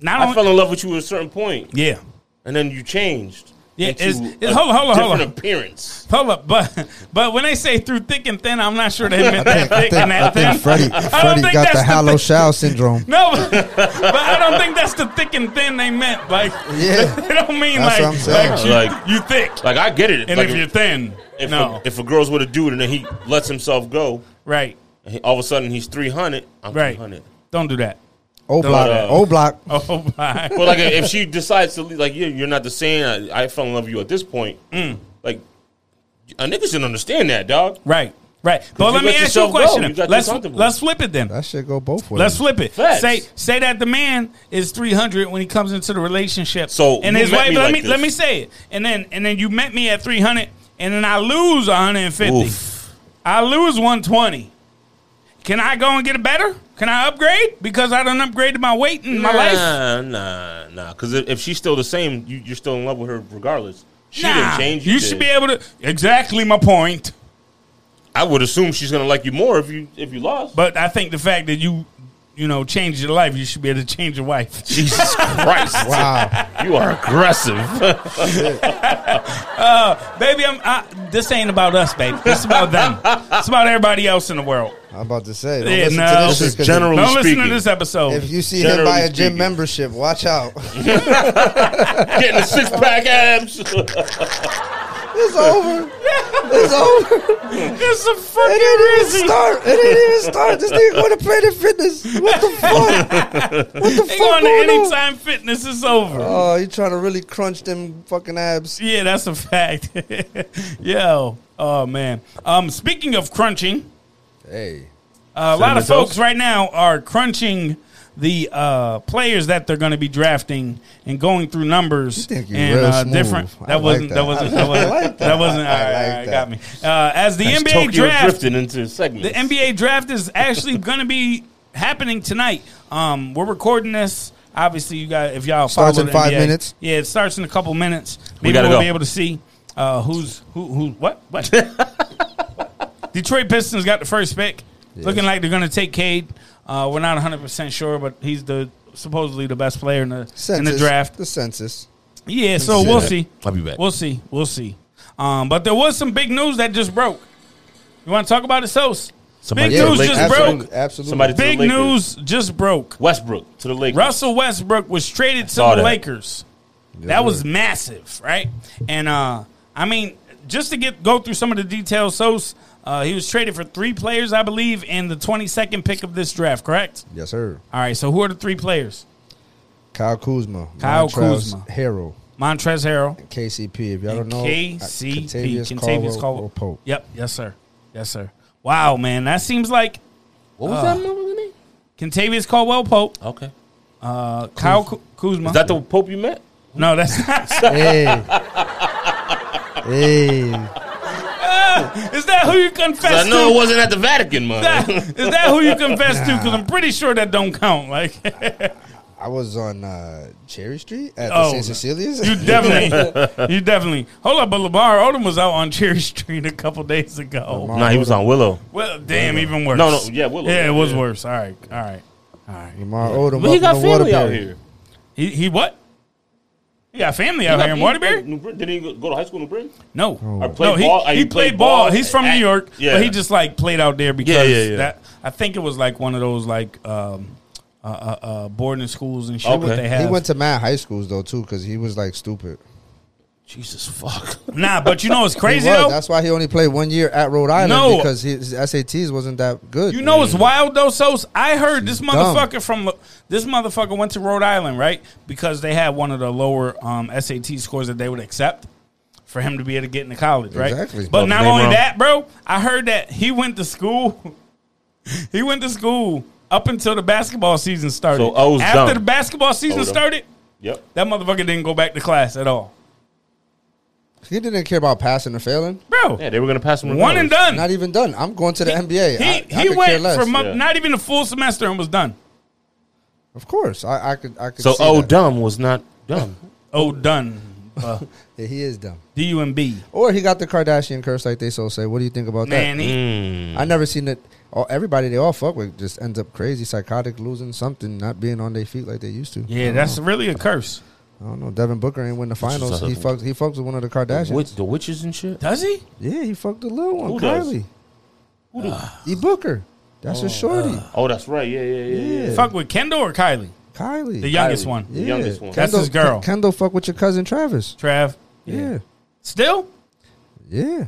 [SPEAKER 1] not
[SPEAKER 2] I,
[SPEAKER 1] only,
[SPEAKER 2] fell in love with you at a certain point,
[SPEAKER 1] yeah,
[SPEAKER 2] and then you changed.
[SPEAKER 1] Yeah,
[SPEAKER 2] into
[SPEAKER 1] it's- it's-
[SPEAKER 2] a
[SPEAKER 1] hold on, hold on, hold
[SPEAKER 2] different
[SPEAKER 1] on.
[SPEAKER 2] appearance.
[SPEAKER 1] hold up, but but when they say through thick and thin, I'm not sure they meant that
[SPEAKER 3] I
[SPEAKER 1] thick
[SPEAKER 3] think,
[SPEAKER 1] and
[SPEAKER 3] I
[SPEAKER 1] that
[SPEAKER 3] think
[SPEAKER 1] thin.
[SPEAKER 3] Freddie, Freddie
[SPEAKER 1] think
[SPEAKER 3] got
[SPEAKER 1] that's
[SPEAKER 3] the
[SPEAKER 1] the
[SPEAKER 3] hollow
[SPEAKER 1] thing.
[SPEAKER 3] shell syndrome.
[SPEAKER 1] No, but, but I don't think that's the thick and thin they meant. Like,
[SPEAKER 3] Yeah.
[SPEAKER 1] they don't mean
[SPEAKER 3] That's what I'm
[SPEAKER 1] like, like, you,
[SPEAKER 3] saying.
[SPEAKER 2] Like-
[SPEAKER 1] you thick.
[SPEAKER 2] Like I get it.
[SPEAKER 1] and
[SPEAKER 2] Like,
[SPEAKER 1] if you're thin,
[SPEAKER 2] if,
[SPEAKER 1] no,
[SPEAKER 2] a, if a girl's with a dude and then he lets himself go,
[SPEAKER 1] right,
[SPEAKER 2] and he, all of a sudden he's three hundred. I'm
[SPEAKER 1] Right.
[SPEAKER 2] three hundred.
[SPEAKER 1] don't do that.
[SPEAKER 3] O block.
[SPEAKER 2] uh,
[SPEAKER 3] O block.
[SPEAKER 1] Oh my,
[SPEAKER 2] But like if she decides to leave, like yeah, you're not the same. I, I fell in love with you at this point.
[SPEAKER 1] Mm.
[SPEAKER 2] Like a nigga should understand that, dog.
[SPEAKER 1] right, right. But
[SPEAKER 2] you
[SPEAKER 1] let me
[SPEAKER 2] let
[SPEAKER 1] ask you a
[SPEAKER 2] yourself go.
[SPEAKER 1] question.
[SPEAKER 2] You got
[SPEAKER 1] let's
[SPEAKER 2] uncomfortable.
[SPEAKER 1] let's flip it then.
[SPEAKER 3] That shit go both ways.
[SPEAKER 1] Let's flip it.
[SPEAKER 2] Facts.
[SPEAKER 1] Say say that the man is three hundred when he comes into the relationship.
[SPEAKER 2] So,
[SPEAKER 1] and
[SPEAKER 2] you
[SPEAKER 1] his
[SPEAKER 2] met
[SPEAKER 1] wife.
[SPEAKER 2] me
[SPEAKER 1] let
[SPEAKER 2] like
[SPEAKER 1] me
[SPEAKER 2] this.
[SPEAKER 1] let me say it. And then and then you met me at three hundred, and then I lose one hundred and fifty.
[SPEAKER 2] Oof.
[SPEAKER 1] I lose one twenty. Can I go and get a better? Can I upgrade? Because I done upgraded my weight and my life.
[SPEAKER 2] Nah, nah, nah. Because if, if she's still the same, you, you're still in love with her regardless. She
[SPEAKER 1] Nah,
[SPEAKER 2] didn't change.
[SPEAKER 1] you should be able to. Exactly my point.
[SPEAKER 2] I would assume she's gonna like you more if you if you lost.
[SPEAKER 1] But I think the fact that you, you know, changed your life, you should be able to change your wife.
[SPEAKER 2] Jesus Christ!
[SPEAKER 3] Wow.
[SPEAKER 2] You are aggressive.
[SPEAKER 1] baby, I'm, I, this ain't about us, baby. It's about them. It's about everybody else in the world.
[SPEAKER 3] I'm about to say. Don't
[SPEAKER 1] Yeah,
[SPEAKER 3] listen
[SPEAKER 1] no.
[SPEAKER 3] to this
[SPEAKER 1] This is
[SPEAKER 3] 'cause
[SPEAKER 2] general-
[SPEAKER 1] Don't listen
[SPEAKER 2] speaking.
[SPEAKER 1] to this episode.
[SPEAKER 3] If you see him
[SPEAKER 2] Generally
[SPEAKER 3] buy a gym
[SPEAKER 2] speaking.
[SPEAKER 3] membership, watch out.
[SPEAKER 2] Getting the six pack abs.
[SPEAKER 3] it's over. It's over.
[SPEAKER 1] it's a
[SPEAKER 3] It
[SPEAKER 1] fucking
[SPEAKER 3] didn't
[SPEAKER 1] reason.
[SPEAKER 3] even start. It didn't even start. This nigga going to Planet Fitness. What the fuck? What the
[SPEAKER 1] They
[SPEAKER 3] fuck
[SPEAKER 1] going
[SPEAKER 3] going
[SPEAKER 1] to
[SPEAKER 3] on?
[SPEAKER 1] anytime fitness is over.
[SPEAKER 3] Oh, you trying to really crunch them fucking abs?
[SPEAKER 1] Yeah, that's a fact. Yo, oh man. Um, speaking of crunching,
[SPEAKER 3] Hey,
[SPEAKER 1] uh, a lot of
[SPEAKER 2] Cinnamon Toast?
[SPEAKER 1] folks right now are crunching the uh, players that they're going to be drafting and going through numbers
[SPEAKER 3] think you
[SPEAKER 1] and
[SPEAKER 3] real
[SPEAKER 1] uh,
[SPEAKER 3] smooth.
[SPEAKER 1] different.
[SPEAKER 3] I
[SPEAKER 1] That
[SPEAKER 3] like
[SPEAKER 1] wasn't.
[SPEAKER 3] that.
[SPEAKER 1] That wasn't.
[SPEAKER 3] I
[SPEAKER 1] That wasn't.
[SPEAKER 3] like that.
[SPEAKER 1] that wasn't.
[SPEAKER 3] I
[SPEAKER 1] all right,
[SPEAKER 3] like
[SPEAKER 1] all right,
[SPEAKER 3] that.
[SPEAKER 1] got me. Uh, as the NBA
[SPEAKER 2] Tokyo
[SPEAKER 1] draft
[SPEAKER 2] drifting into segments.
[SPEAKER 1] The NBA draft is actually going to be happening tonight. Um, we're recording this. Obviously, you got if y'all
[SPEAKER 3] Starts
[SPEAKER 1] follow
[SPEAKER 3] in
[SPEAKER 1] the
[SPEAKER 3] five
[SPEAKER 1] NBA.
[SPEAKER 3] minutes.
[SPEAKER 1] Yeah, it starts in a couple minutes.
[SPEAKER 2] We
[SPEAKER 1] Maybe we
[SPEAKER 2] gotta
[SPEAKER 1] will
[SPEAKER 2] go.
[SPEAKER 1] be able to see uh, who's who. Who what what? Detroit Pistons got the first pick. Looking like they're going to take Cade. Uh, we're not 100 percent sure, but he's the supposedly the best player in the in
[SPEAKER 3] census.
[SPEAKER 1] the draft.
[SPEAKER 3] The census.
[SPEAKER 1] Yeah, so we'll see.
[SPEAKER 2] I'll be back.
[SPEAKER 1] We'll see. We'll see. Um, but there was some big news that just broke. You want to talk about it, Sos?
[SPEAKER 2] Somebody
[SPEAKER 1] big
[SPEAKER 2] to the
[SPEAKER 1] news
[SPEAKER 2] Lakers.
[SPEAKER 1] just
[SPEAKER 3] absolutely,
[SPEAKER 1] broke.
[SPEAKER 3] Absolutely.
[SPEAKER 2] Somebody to
[SPEAKER 1] Big
[SPEAKER 2] the Lakers.
[SPEAKER 1] news just broke.
[SPEAKER 2] Westbrook to the Lakers.
[SPEAKER 1] Russell Westbrook was traded to
[SPEAKER 2] saw
[SPEAKER 1] the
[SPEAKER 2] that.
[SPEAKER 1] Lakers. That was massive, right? And uh, I mean, just to get go through some of the details, Sos, uh, he was traded for three players, I believe, in the 22nd pick of this draft, correct?
[SPEAKER 3] Yes, sir.
[SPEAKER 1] All right, so who are the three players?
[SPEAKER 3] Kyle Kuzma.
[SPEAKER 1] Kyle
[SPEAKER 3] Montrezl
[SPEAKER 1] Kuzma.
[SPEAKER 3] Harrell.
[SPEAKER 1] Montrez Harrell,
[SPEAKER 3] KCP. If y'all don't know, uh,
[SPEAKER 1] KCP, Contavious
[SPEAKER 3] Caldwell
[SPEAKER 1] Caldwell,
[SPEAKER 3] or Pope.
[SPEAKER 1] Yep, yes, sir. Yes, sir. Wow, man, that seems like
[SPEAKER 2] What
[SPEAKER 1] Ah,
[SPEAKER 2] was that number name?
[SPEAKER 1] Contavious Caldwell Pope,
[SPEAKER 2] Okay.
[SPEAKER 1] uh, Kyle Ku- Kuzma.
[SPEAKER 2] Is that the Pope you met?
[SPEAKER 1] no, that's not.
[SPEAKER 3] Hey. hey.
[SPEAKER 1] Is that who you confess
[SPEAKER 2] I know it
[SPEAKER 1] to?
[SPEAKER 2] wasn't at the Vatican, man.
[SPEAKER 1] Is that who you confess to? Because I'm pretty sure that don't count. Like
[SPEAKER 3] I was on uh, Cherry Street at
[SPEAKER 1] Oh,
[SPEAKER 3] the St. Cecilia's.
[SPEAKER 1] you definitely, you definitely. Hold up, but LeBar Odom was out on Cherry Street a couple days ago.
[SPEAKER 3] Lamar-
[SPEAKER 2] nah, he was on Willow.
[SPEAKER 1] Well, damn, even worse.
[SPEAKER 2] No, no, yeah, Willow.
[SPEAKER 1] yeah, it was
[SPEAKER 2] Yeah.
[SPEAKER 1] worse. All right, all right, all right.
[SPEAKER 3] Lamar Odom.
[SPEAKER 2] But he
[SPEAKER 3] up
[SPEAKER 2] got
[SPEAKER 3] in the
[SPEAKER 2] family out
[SPEAKER 3] Waterbury.
[SPEAKER 2] here.
[SPEAKER 1] He, he what? He got family out
[SPEAKER 2] got-
[SPEAKER 1] here in Waterbury?
[SPEAKER 2] New Britain. Did he go to high school in New Britain?
[SPEAKER 1] No,
[SPEAKER 3] Oh.
[SPEAKER 2] Or
[SPEAKER 1] no,
[SPEAKER 2] played
[SPEAKER 1] he,
[SPEAKER 2] ball?
[SPEAKER 1] he, played, ball. He's from
[SPEAKER 2] at-
[SPEAKER 1] New York,
[SPEAKER 2] Yeah.
[SPEAKER 1] but he just like played out there because
[SPEAKER 2] Yeah, yeah, yeah.
[SPEAKER 1] that I think it was like one of those like um, uh, uh, uh, boarding schools and shit. What
[SPEAKER 2] Okay.
[SPEAKER 1] they have.
[SPEAKER 3] He went to mad high schools though too, because he was like stupid.
[SPEAKER 2] Jesus fuck.
[SPEAKER 1] Nah, but you know what's
[SPEAKER 3] He
[SPEAKER 1] crazy
[SPEAKER 3] was.
[SPEAKER 1] though?
[SPEAKER 3] That's why he only played one year at Rhode Island
[SPEAKER 1] No.
[SPEAKER 3] because his SATs wasn't that good.
[SPEAKER 1] You know what's wild though, Sos? I heard this motherfucker from this motherfucker went to Rhode Island, right? Because they had one of the lower um, SAT scores that they would accept for him to be able to get into college, right?
[SPEAKER 3] Exactly.
[SPEAKER 1] But
[SPEAKER 3] Well,
[SPEAKER 1] not
[SPEAKER 2] they
[SPEAKER 1] only
[SPEAKER 2] wrong.
[SPEAKER 1] that, bro, I heard that he went to school. he went to school up until the basketball season started.
[SPEAKER 2] So, O's
[SPEAKER 1] After
[SPEAKER 2] dumb.
[SPEAKER 1] the basketball season
[SPEAKER 2] Odom.
[SPEAKER 1] started,
[SPEAKER 2] Yep.
[SPEAKER 1] that motherfucker didn't go back to class at all,
[SPEAKER 3] he didn't care about passing or failing.
[SPEAKER 1] bro.
[SPEAKER 2] Yeah, they were gonna pass him.
[SPEAKER 1] one and done.
[SPEAKER 3] Not even done. I'm going to the NBA.
[SPEAKER 1] He,
[SPEAKER 3] I, I
[SPEAKER 1] he
[SPEAKER 3] could care
[SPEAKER 1] went
[SPEAKER 3] less.
[SPEAKER 1] for mo-
[SPEAKER 2] Yeah.
[SPEAKER 1] not even a full semester and was done.
[SPEAKER 3] of course, I, I could. I could.
[SPEAKER 2] So
[SPEAKER 3] see
[SPEAKER 2] oh,
[SPEAKER 3] that.
[SPEAKER 2] dumb was not dumb.
[SPEAKER 1] Oh, done. Uh,
[SPEAKER 3] Yeah, he is dumb.
[SPEAKER 1] D U M B.
[SPEAKER 3] Or he got the Kardashian curse, like they so say. What do you think about
[SPEAKER 1] Man, he,
[SPEAKER 3] that? I never seen it. All, everybody they all fuck with just ends up crazy, psychotic, losing something, not being on their feet like they used to. I
[SPEAKER 1] yeah,
[SPEAKER 3] don't
[SPEAKER 1] that's
[SPEAKER 3] know.
[SPEAKER 1] really a curse.
[SPEAKER 3] I don't know. Devin Booker ain't win the finals.
[SPEAKER 2] like-
[SPEAKER 3] He fucks. He fucks with one of the
[SPEAKER 2] The,
[SPEAKER 3] Kardashians.
[SPEAKER 2] witch, the witches and shit.
[SPEAKER 1] Does he?
[SPEAKER 3] Yeah, he fucked the little one,
[SPEAKER 2] Who does?
[SPEAKER 3] Kylie. E Booker. That's a shorty.
[SPEAKER 2] Oh, that's right. Yeah, yeah, yeah. yeah.
[SPEAKER 3] Yeah.
[SPEAKER 1] Fuck with Kendall or Kylie?
[SPEAKER 3] Kylie.
[SPEAKER 1] The youngest
[SPEAKER 2] Kylie.
[SPEAKER 1] one.
[SPEAKER 2] The youngest one.
[SPEAKER 1] That's his girl.
[SPEAKER 3] K- Kendall fuck with your cousin Travis.
[SPEAKER 1] Trav.
[SPEAKER 3] Yeah.
[SPEAKER 1] Still?
[SPEAKER 3] Yeah.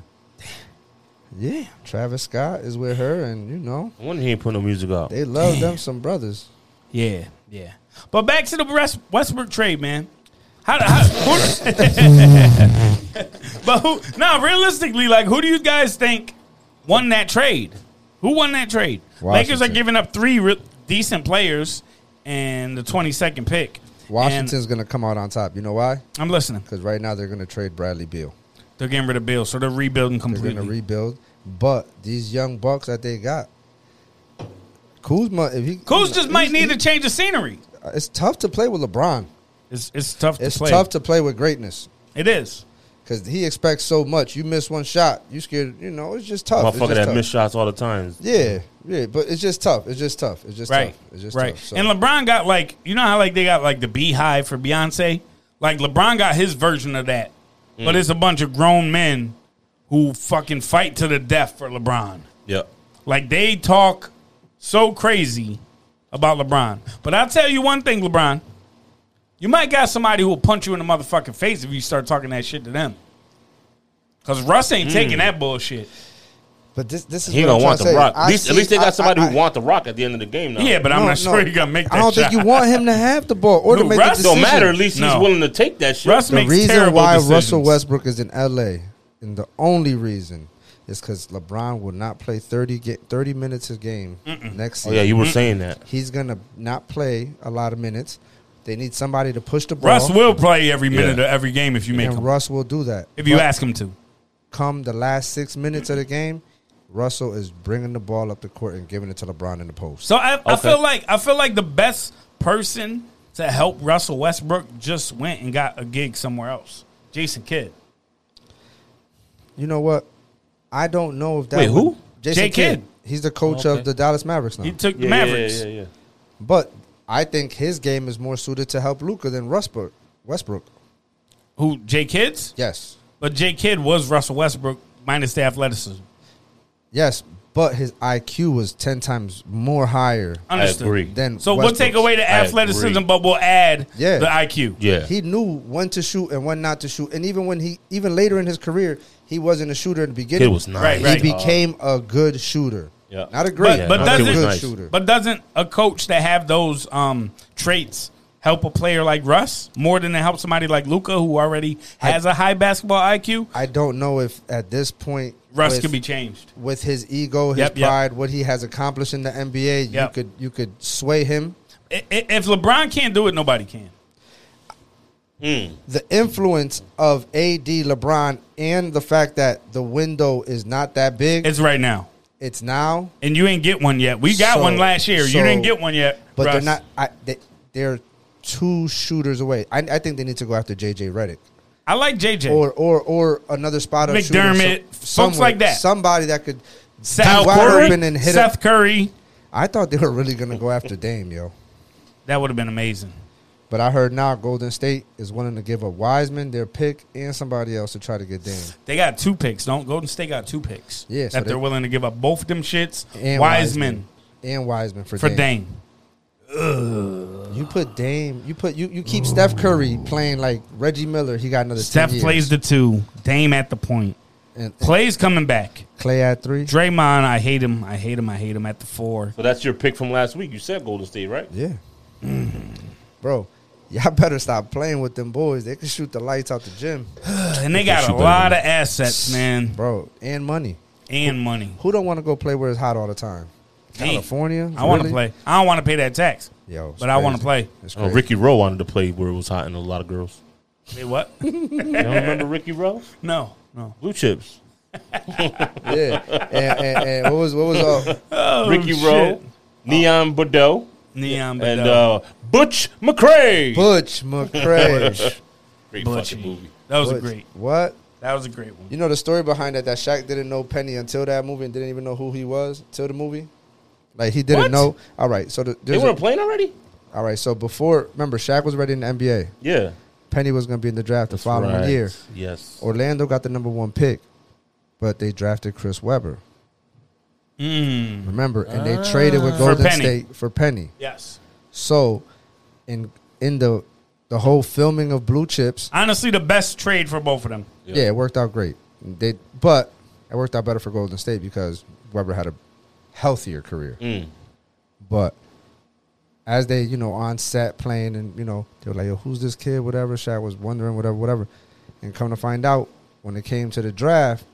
[SPEAKER 3] Yeah. Travis Scott is with her, and you know,
[SPEAKER 2] I wonder he ain't put no music out.
[SPEAKER 3] they love them some brothers.
[SPEAKER 1] Yeah, yeah. But back to the West, Westbrook trade, man. How, how who, But who now realistically, like who do you guys think won that trade? Who won that trade? Lakers are
[SPEAKER 3] Washington.
[SPEAKER 1] giving up three re- decent players and the 22nd pick. And
[SPEAKER 3] Washington's going to come out on top. You know why?
[SPEAKER 1] I'm listening.
[SPEAKER 3] Because right now they're going to trade Bradley Beal.
[SPEAKER 1] They're getting rid of Bill, so they're rebuilding
[SPEAKER 3] They're
[SPEAKER 1] completely.
[SPEAKER 3] going to rebuild. But these young bucks that they got, Kuzma, if he
[SPEAKER 1] Kuz just might
[SPEAKER 3] he's-
[SPEAKER 1] need to change the scenery.
[SPEAKER 3] It's tough to play with LeBron.
[SPEAKER 1] It's it's tough
[SPEAKER 3] It's
[SPEAKER 1] to play.
[SPEAKER 3] tough to play with greatness
[SPEAKER 1] it is.
[SPEAKER 3] because he expects so much. You miss one shot, you scared. You know, it's just tough. It's
[SPEAKER 2] Motherfucker
[SPEAKER 3] just
[SPEAKER 2] that
[SPEAKER 3] tough.
[SPEAKER 2] missed shots all the time.
[SPEAKER 3] Yeah, yeah, but it's just tough. It's just tough. It's just
[SPEAKER 1] Right.
[SPEAKER 3] tough. It's just
[SPEAKER 1] right.
[SPEAKER 3] tough. So,
[SPEAKER 1] And LeBron got like you know how like they got like the beehive for Beyonce? Like LeBron got his version of that. But it's a bunch of grown men who fucking fight to the death for LeBron.
[SPEAKER 2] Yeah.
[SPEAKER 1] Like they talk so crazy about LeBron. But I'll tell you one thing, LeBron. You might got somebody who'll punch you in the motherfucking face if you start talking that shit to them. Cause Russ ain't taking that bullshit.
[SPEAKER 3] but this this is
[SPEAKER 2] He
[SPEAKER 3] what
[SPEAKER 2] gonna
[SPEAKER 3] I'm
[SPEAKER 2] want the
[SPEAKER 3] trying to say.
[SPEAKER 2] rock.
[SPEAKER 3] I
[SPEAKER 2] At least, at
[SPEAKER 3] see-
[SPEAKER 2] least they
[SPEAKER 3] I-
[SPEAKER 2] got somebody
[SPEAKER 3] I-
[SPEAKER 2] who want the rock at the end of the game now.
[SPEAKER 1] Yeah, but I'm
[SPEAKER 3] No,
[SPEAKER 1] not
[SPEAKER 3] no.
[SPEAKER 1] sure you gonna make that
[SPEAKER 3] I don't
[SPEAKER 1] shot.
[SPEAKER 3] think you want him to have the ball or
[SPEAKER 1] No,
[SPEAKER 3] to make
[SPEAKER 1] Russ
[SPEAKER 3] the
[SPEAKER 1] don't
[SPEAKER 2] Don't
[SPEAKER 3] decision.
[SPEAKER 2] matter. At least
[SPEAKER 1] No.
[SPEAKER 2] he's willing to take that shit.
[SPEAKER 1] Russ
[SPEAKER 3] The
[SPEAKER 1] makes
[SPEAKER 3] reason
[SPEAKER 1] terrible
[SPEAKER 3] why
[SPEAKER 1] decisions.
[SPEAKER 3] Russell Westbrook is in LA, and the only reason is because LeBron will not play 30, ga- 30 minutes a game next
[SPEAKER 2] oh
[SPEAKER 3] season.
[SPEAKER 2] yeah, you were saying that.
[SPEAKER 3] He's going to not play a lot of minutes. They need somebody to push the ball.
[SPEAKER 1] Russ will play every minute
[SPEAKER 2] Yeah.
[SPEAKER 1] of every game if you make
[SPEAKER 3] and
[SPEAKER 1] him.
[SPEAKER 3] Russ will do that.
[SPEAKER 1] if you
[SPEAKER 3] But
[SPEAKER 1] ask him to.
[SPEAKER 3] come the last six minutes of the game, Russell is bringing the ball up the court and giving it to LeBron in the post.
[SPEAKER 1] So I, I
[SPEAKER 2] Okay.
[SPEAKER 1] feel like I feel like the best person to help Russell Westbrook just went and got a gig somewhere else. Jason Kidd.
[SPEAKER 3] You know what? I don't know if that.
[SPEAKER 2] Wait,
[SPEAKER 3] would-
[SPEAKER 2] who?
[SPEAKER 3] Jason
[SPEAKER 1] Jay
[SPEAKER 3] Kidd.
[SPEAKER 1] Kidd.
[SPEAKER 3] He's the coach
[SPEAKER 2] Okay.
[SPEAKER 3] of the Dallas Mavericks now.
[SPEAKER 1] He took the
[SPEAKER 2] Yeah,
[SPEAKER 1] Mavericks.
[SPEAKER 2] Yeah, yeah, yeah.
[SPEAKER 3] But I think his game is more suited to help Luca than Westbrook. Westbrook,
[SPEAKER 1] Who Jay Kidd's?
[SPEAKER 3] yes,
[SPEAKER 1] But Jay Kidd was Russell Westbrook minus the athleticism.
[SPEAKER 3] yes, but his IQ was ten times more higher.
[SPEAKER 1] Understood.
[SPEAKER 2] I agree.
[SPEAKER 3] than
[SPEAKER 1] So we'll
[SPEAKER 3] Westbrook's.
[SPEAKER 1] take away the
[SPEAKER 2] I agree.
[SPEAKER 1] athleticism, but we'll add
[SPEAKER 3] Yeah.
[SPEAKER 1] the IQ.
[SPEAKER 2] Yeah.
[SPEAKER 3] He knew when to shoot and when not to shoot, and even when he, even later in his career, he wasn't a shooter in the beginning.
[SPEAKER 2] Kid was nice.
[SPEAKER 1] Right,
[SPEAKER 3] He
[SPEAKER 1] right.
[SPEAKER 3] became a good shooter,
[SPEAKER 2] Yeah.
[SPEAKER 3] not a great,
[SPEAKER 1] But- but
[SPEAKER 3] not a
[SPEAKER 1] doesn't-
[SPEAKER 3] good
[SPEAKER 2] Nice.
[SPEAKER 3] shooter.
[SPEAKER 1] But doesn't a coach that have those um, traits help a player like Russ more than it helps somebody like Luca who already has a high basketball IQ?
[SPEAKER 3] I don't know if at this point
[SPEAKER 1] Russ
[SPEAKER 3] with-
[SPEAKER 1] could be changed.
[SPEAKER 3] with his ego, his
[SPEAKER 1] Yep, yep.
[SPEAKER 3] pride, what he has accomplished in the NBA.
[SPEAKER 1] Yep.
[SPEAKER 3] You could you could sway him.
[SPEAKER 1] I- I- If LeBron can't do it, nobody can.
[SPEAKER 3] the influence of AD LeBron and the fact that the window is not that big. It's,
[SPEAKER 1] It's right now,
[SPEAKER 3] now,
[SPEAKER 1] and you ain't get one yet. We got
[SPEAKER 3] So-
[SPEAKER 1] one last year. you
[SPEAKER 3] so-
[SPEAKER 1] didn't get one yet,
[SPEAKER 3] but they're
[SPEAKER 1] Russ.
[SPEAKER 3] not. I, they, they're two shooters away. I, I think they need to go after JJ Redick
[SPEAKER 1] I like JJ.
[SPEAKER 3] or or or another spot up shooter,
[SPEAKER 1] McDermott,
[SPEAKER 3] some-
[SPEAKER 1] folks
[SPEAKER 3] somewhere.
[SPEAKER 1] like that.
[SPEAKER 3] Somebody that could
[SPEAKER 1] Seth
[SPEAKER 3] be wide open
[SPEAKER 1] Curry.
[SPEAKER 3] and hit
[SPEAKER 1] Seth
[SPEAKER 3] it.
[SPEAKER 1] Curry.
[SPEAKER 3] I thought they were really gonna go after Dame, yo.
[SPEAKER 1] That would have been amazing.
[SPEAKER 3] But I heard now Golden State is willing to give up Wiseman, their pick, and somebody else to try to get Dame.
[SPEAKER 1] They got two picks. Don't Golden State got two picks.
[SPEAKER 3] Yeah,
[SPEAKER 1] that
[SPEAKER 3] so
[SPEAKER 1] they,
[SPEAKER 3] they-
[SPEAKER 1] are willing to give up both them shits.
[SPEAKER 3] And
[SPEAKER 1] Wiseman
[SPEAKER 3] And Wiseman for,
[SPEAKER 1] for
[SPEAKER 3] Dame.
[SPEAKER 1] Dame.
[SPEAKER 3] You put Dame. You put you. You keep Steph Curry playing like Reggie Miller. He got another.
[SPEAKER 1] Steph
[SPEAKER 3] 10 years.
[SPEAKER 1] plays the two. Dame at the point.
[SPEAKER 3] and, and
[SPEAKER 1] Plays coming back.
[SPEAKER 3] Clay at three.
[SPEAKER 1] Draymond, I hate him. I hate him. I hate him at the four.
[SPEAKER 2] So that's your pick from last week. You said Golden State, right?
[SPEAKER 3] Yeah,
[SPEAKER 1] Mm.
[SPEAKER 3] bro, y'all better stop playing with them boys. They can shoot the lights out the gym,
[SPEAKER 1] And they got a lot of assets, man,
[SPEAKER 3] bro, and money.
[SPEAKER 1] and money.
[SPEAKER 3] Who don't want to go play where it's hot all the time? California.
[SPEAKER 1] I want to
[SPEAKER 3] Really?
[SPEAKER 1] play. I don't want to pay that tax.
[SPEAKER 3] Yo, it's
[SPEAKER 1] but I want to
[SPEAKER 3] crazy.
[SPEAKER 1] play.
[SPEAKER 3] It's
[SPEAKER 2] Oh,
[SPEAKER 3] crazy.
[SPEAKER 2] Ricky Rowe wanted to play where it was hot and a lot of girls.
[SPEAKER 1] Wait, what?
[SPEAKER 2] You don't remember Ricky Rowe?
[SPEAKER 1] no, no.
[SPEAKER 2] Blue chips.
[SPEAKER 3] Yeah, and, and, and what was what was uh, all?
[SPEAKER 1] Oh,
[SPEAKER 2] Ricky
[SPEAKER 1] shit.
[SPEAKER 2] Rowe, Neon Bordeaux,
[SPEAKER 1] Neon
[SPEAKER 2] and
[SPEAKER 1] Bedell.
[SPEAKER 2] uh, Butch McRae.
[SPEAKER 3] Butch McCray.
[SPEAKER 2] Great
[SPEAKER 1] Butchie.
[SPEAKER 2] fucking movie.
[SPEAKER 1] That was a
[SPEAKER 3] Butch-
[SPEAKER 1] great.
[SPEAKER 3] What?
[SPEAKER 1] That was a great one.
[SPEAKER 3] You know the story behind that that Shaq didn't know Penny until that movie and didn't even know who he was till the movie. Like he didn't
[SPEAKER 2] What?
[SPEAKER 3] know. All right, so the,
[SPEAKER 2] They
[SPEAKER 3] there's
[SPEAKER 2] were
[SPEAKER 3] a,
[SPEAKER 2] playing already?
[SPEAKER 3] all right, so before remember Shaq was ready in the NBA.
[SPEAKER 2] Yeah.
[SPEAKER 3] Penny was going to be in the draft the following
[SPEAKER 2] Right.
[SPEAKER 3] year.
[SPEAKER 2] Yes.
[SPEAKER 3] Orlando got the number one pick, but they drafted Chris Webber.
[SPEAKER 1] Mm. Ah.
[SPEAKER 3] Remember, and they traded with
[SPEAKER 1] For
[SPEAKER 3] Golden
[SPEAKER 1] Penny.
[SPEAKER 3] State for Penny.
[SPEAKER 1] Yes.
[SPEAKER 3] So, in in the the whole filming of Blue Chips,
[SPEAKER 1] Honestly, the best trade for both of them.
[SPEAKER 2] Yeah.
[SPEAKER 3] yeah, it worked out great. They but it worked out better for Golden State because Webber had a healthier career.
[SPEAKER 2] Mm.
[SPEAKER 3] But as they, you know, on set playing and, you know, they were like, yo, who's this kid? Whatever. Shaq was wondering, whatever, whatever. And come to find out, when it came to the draft,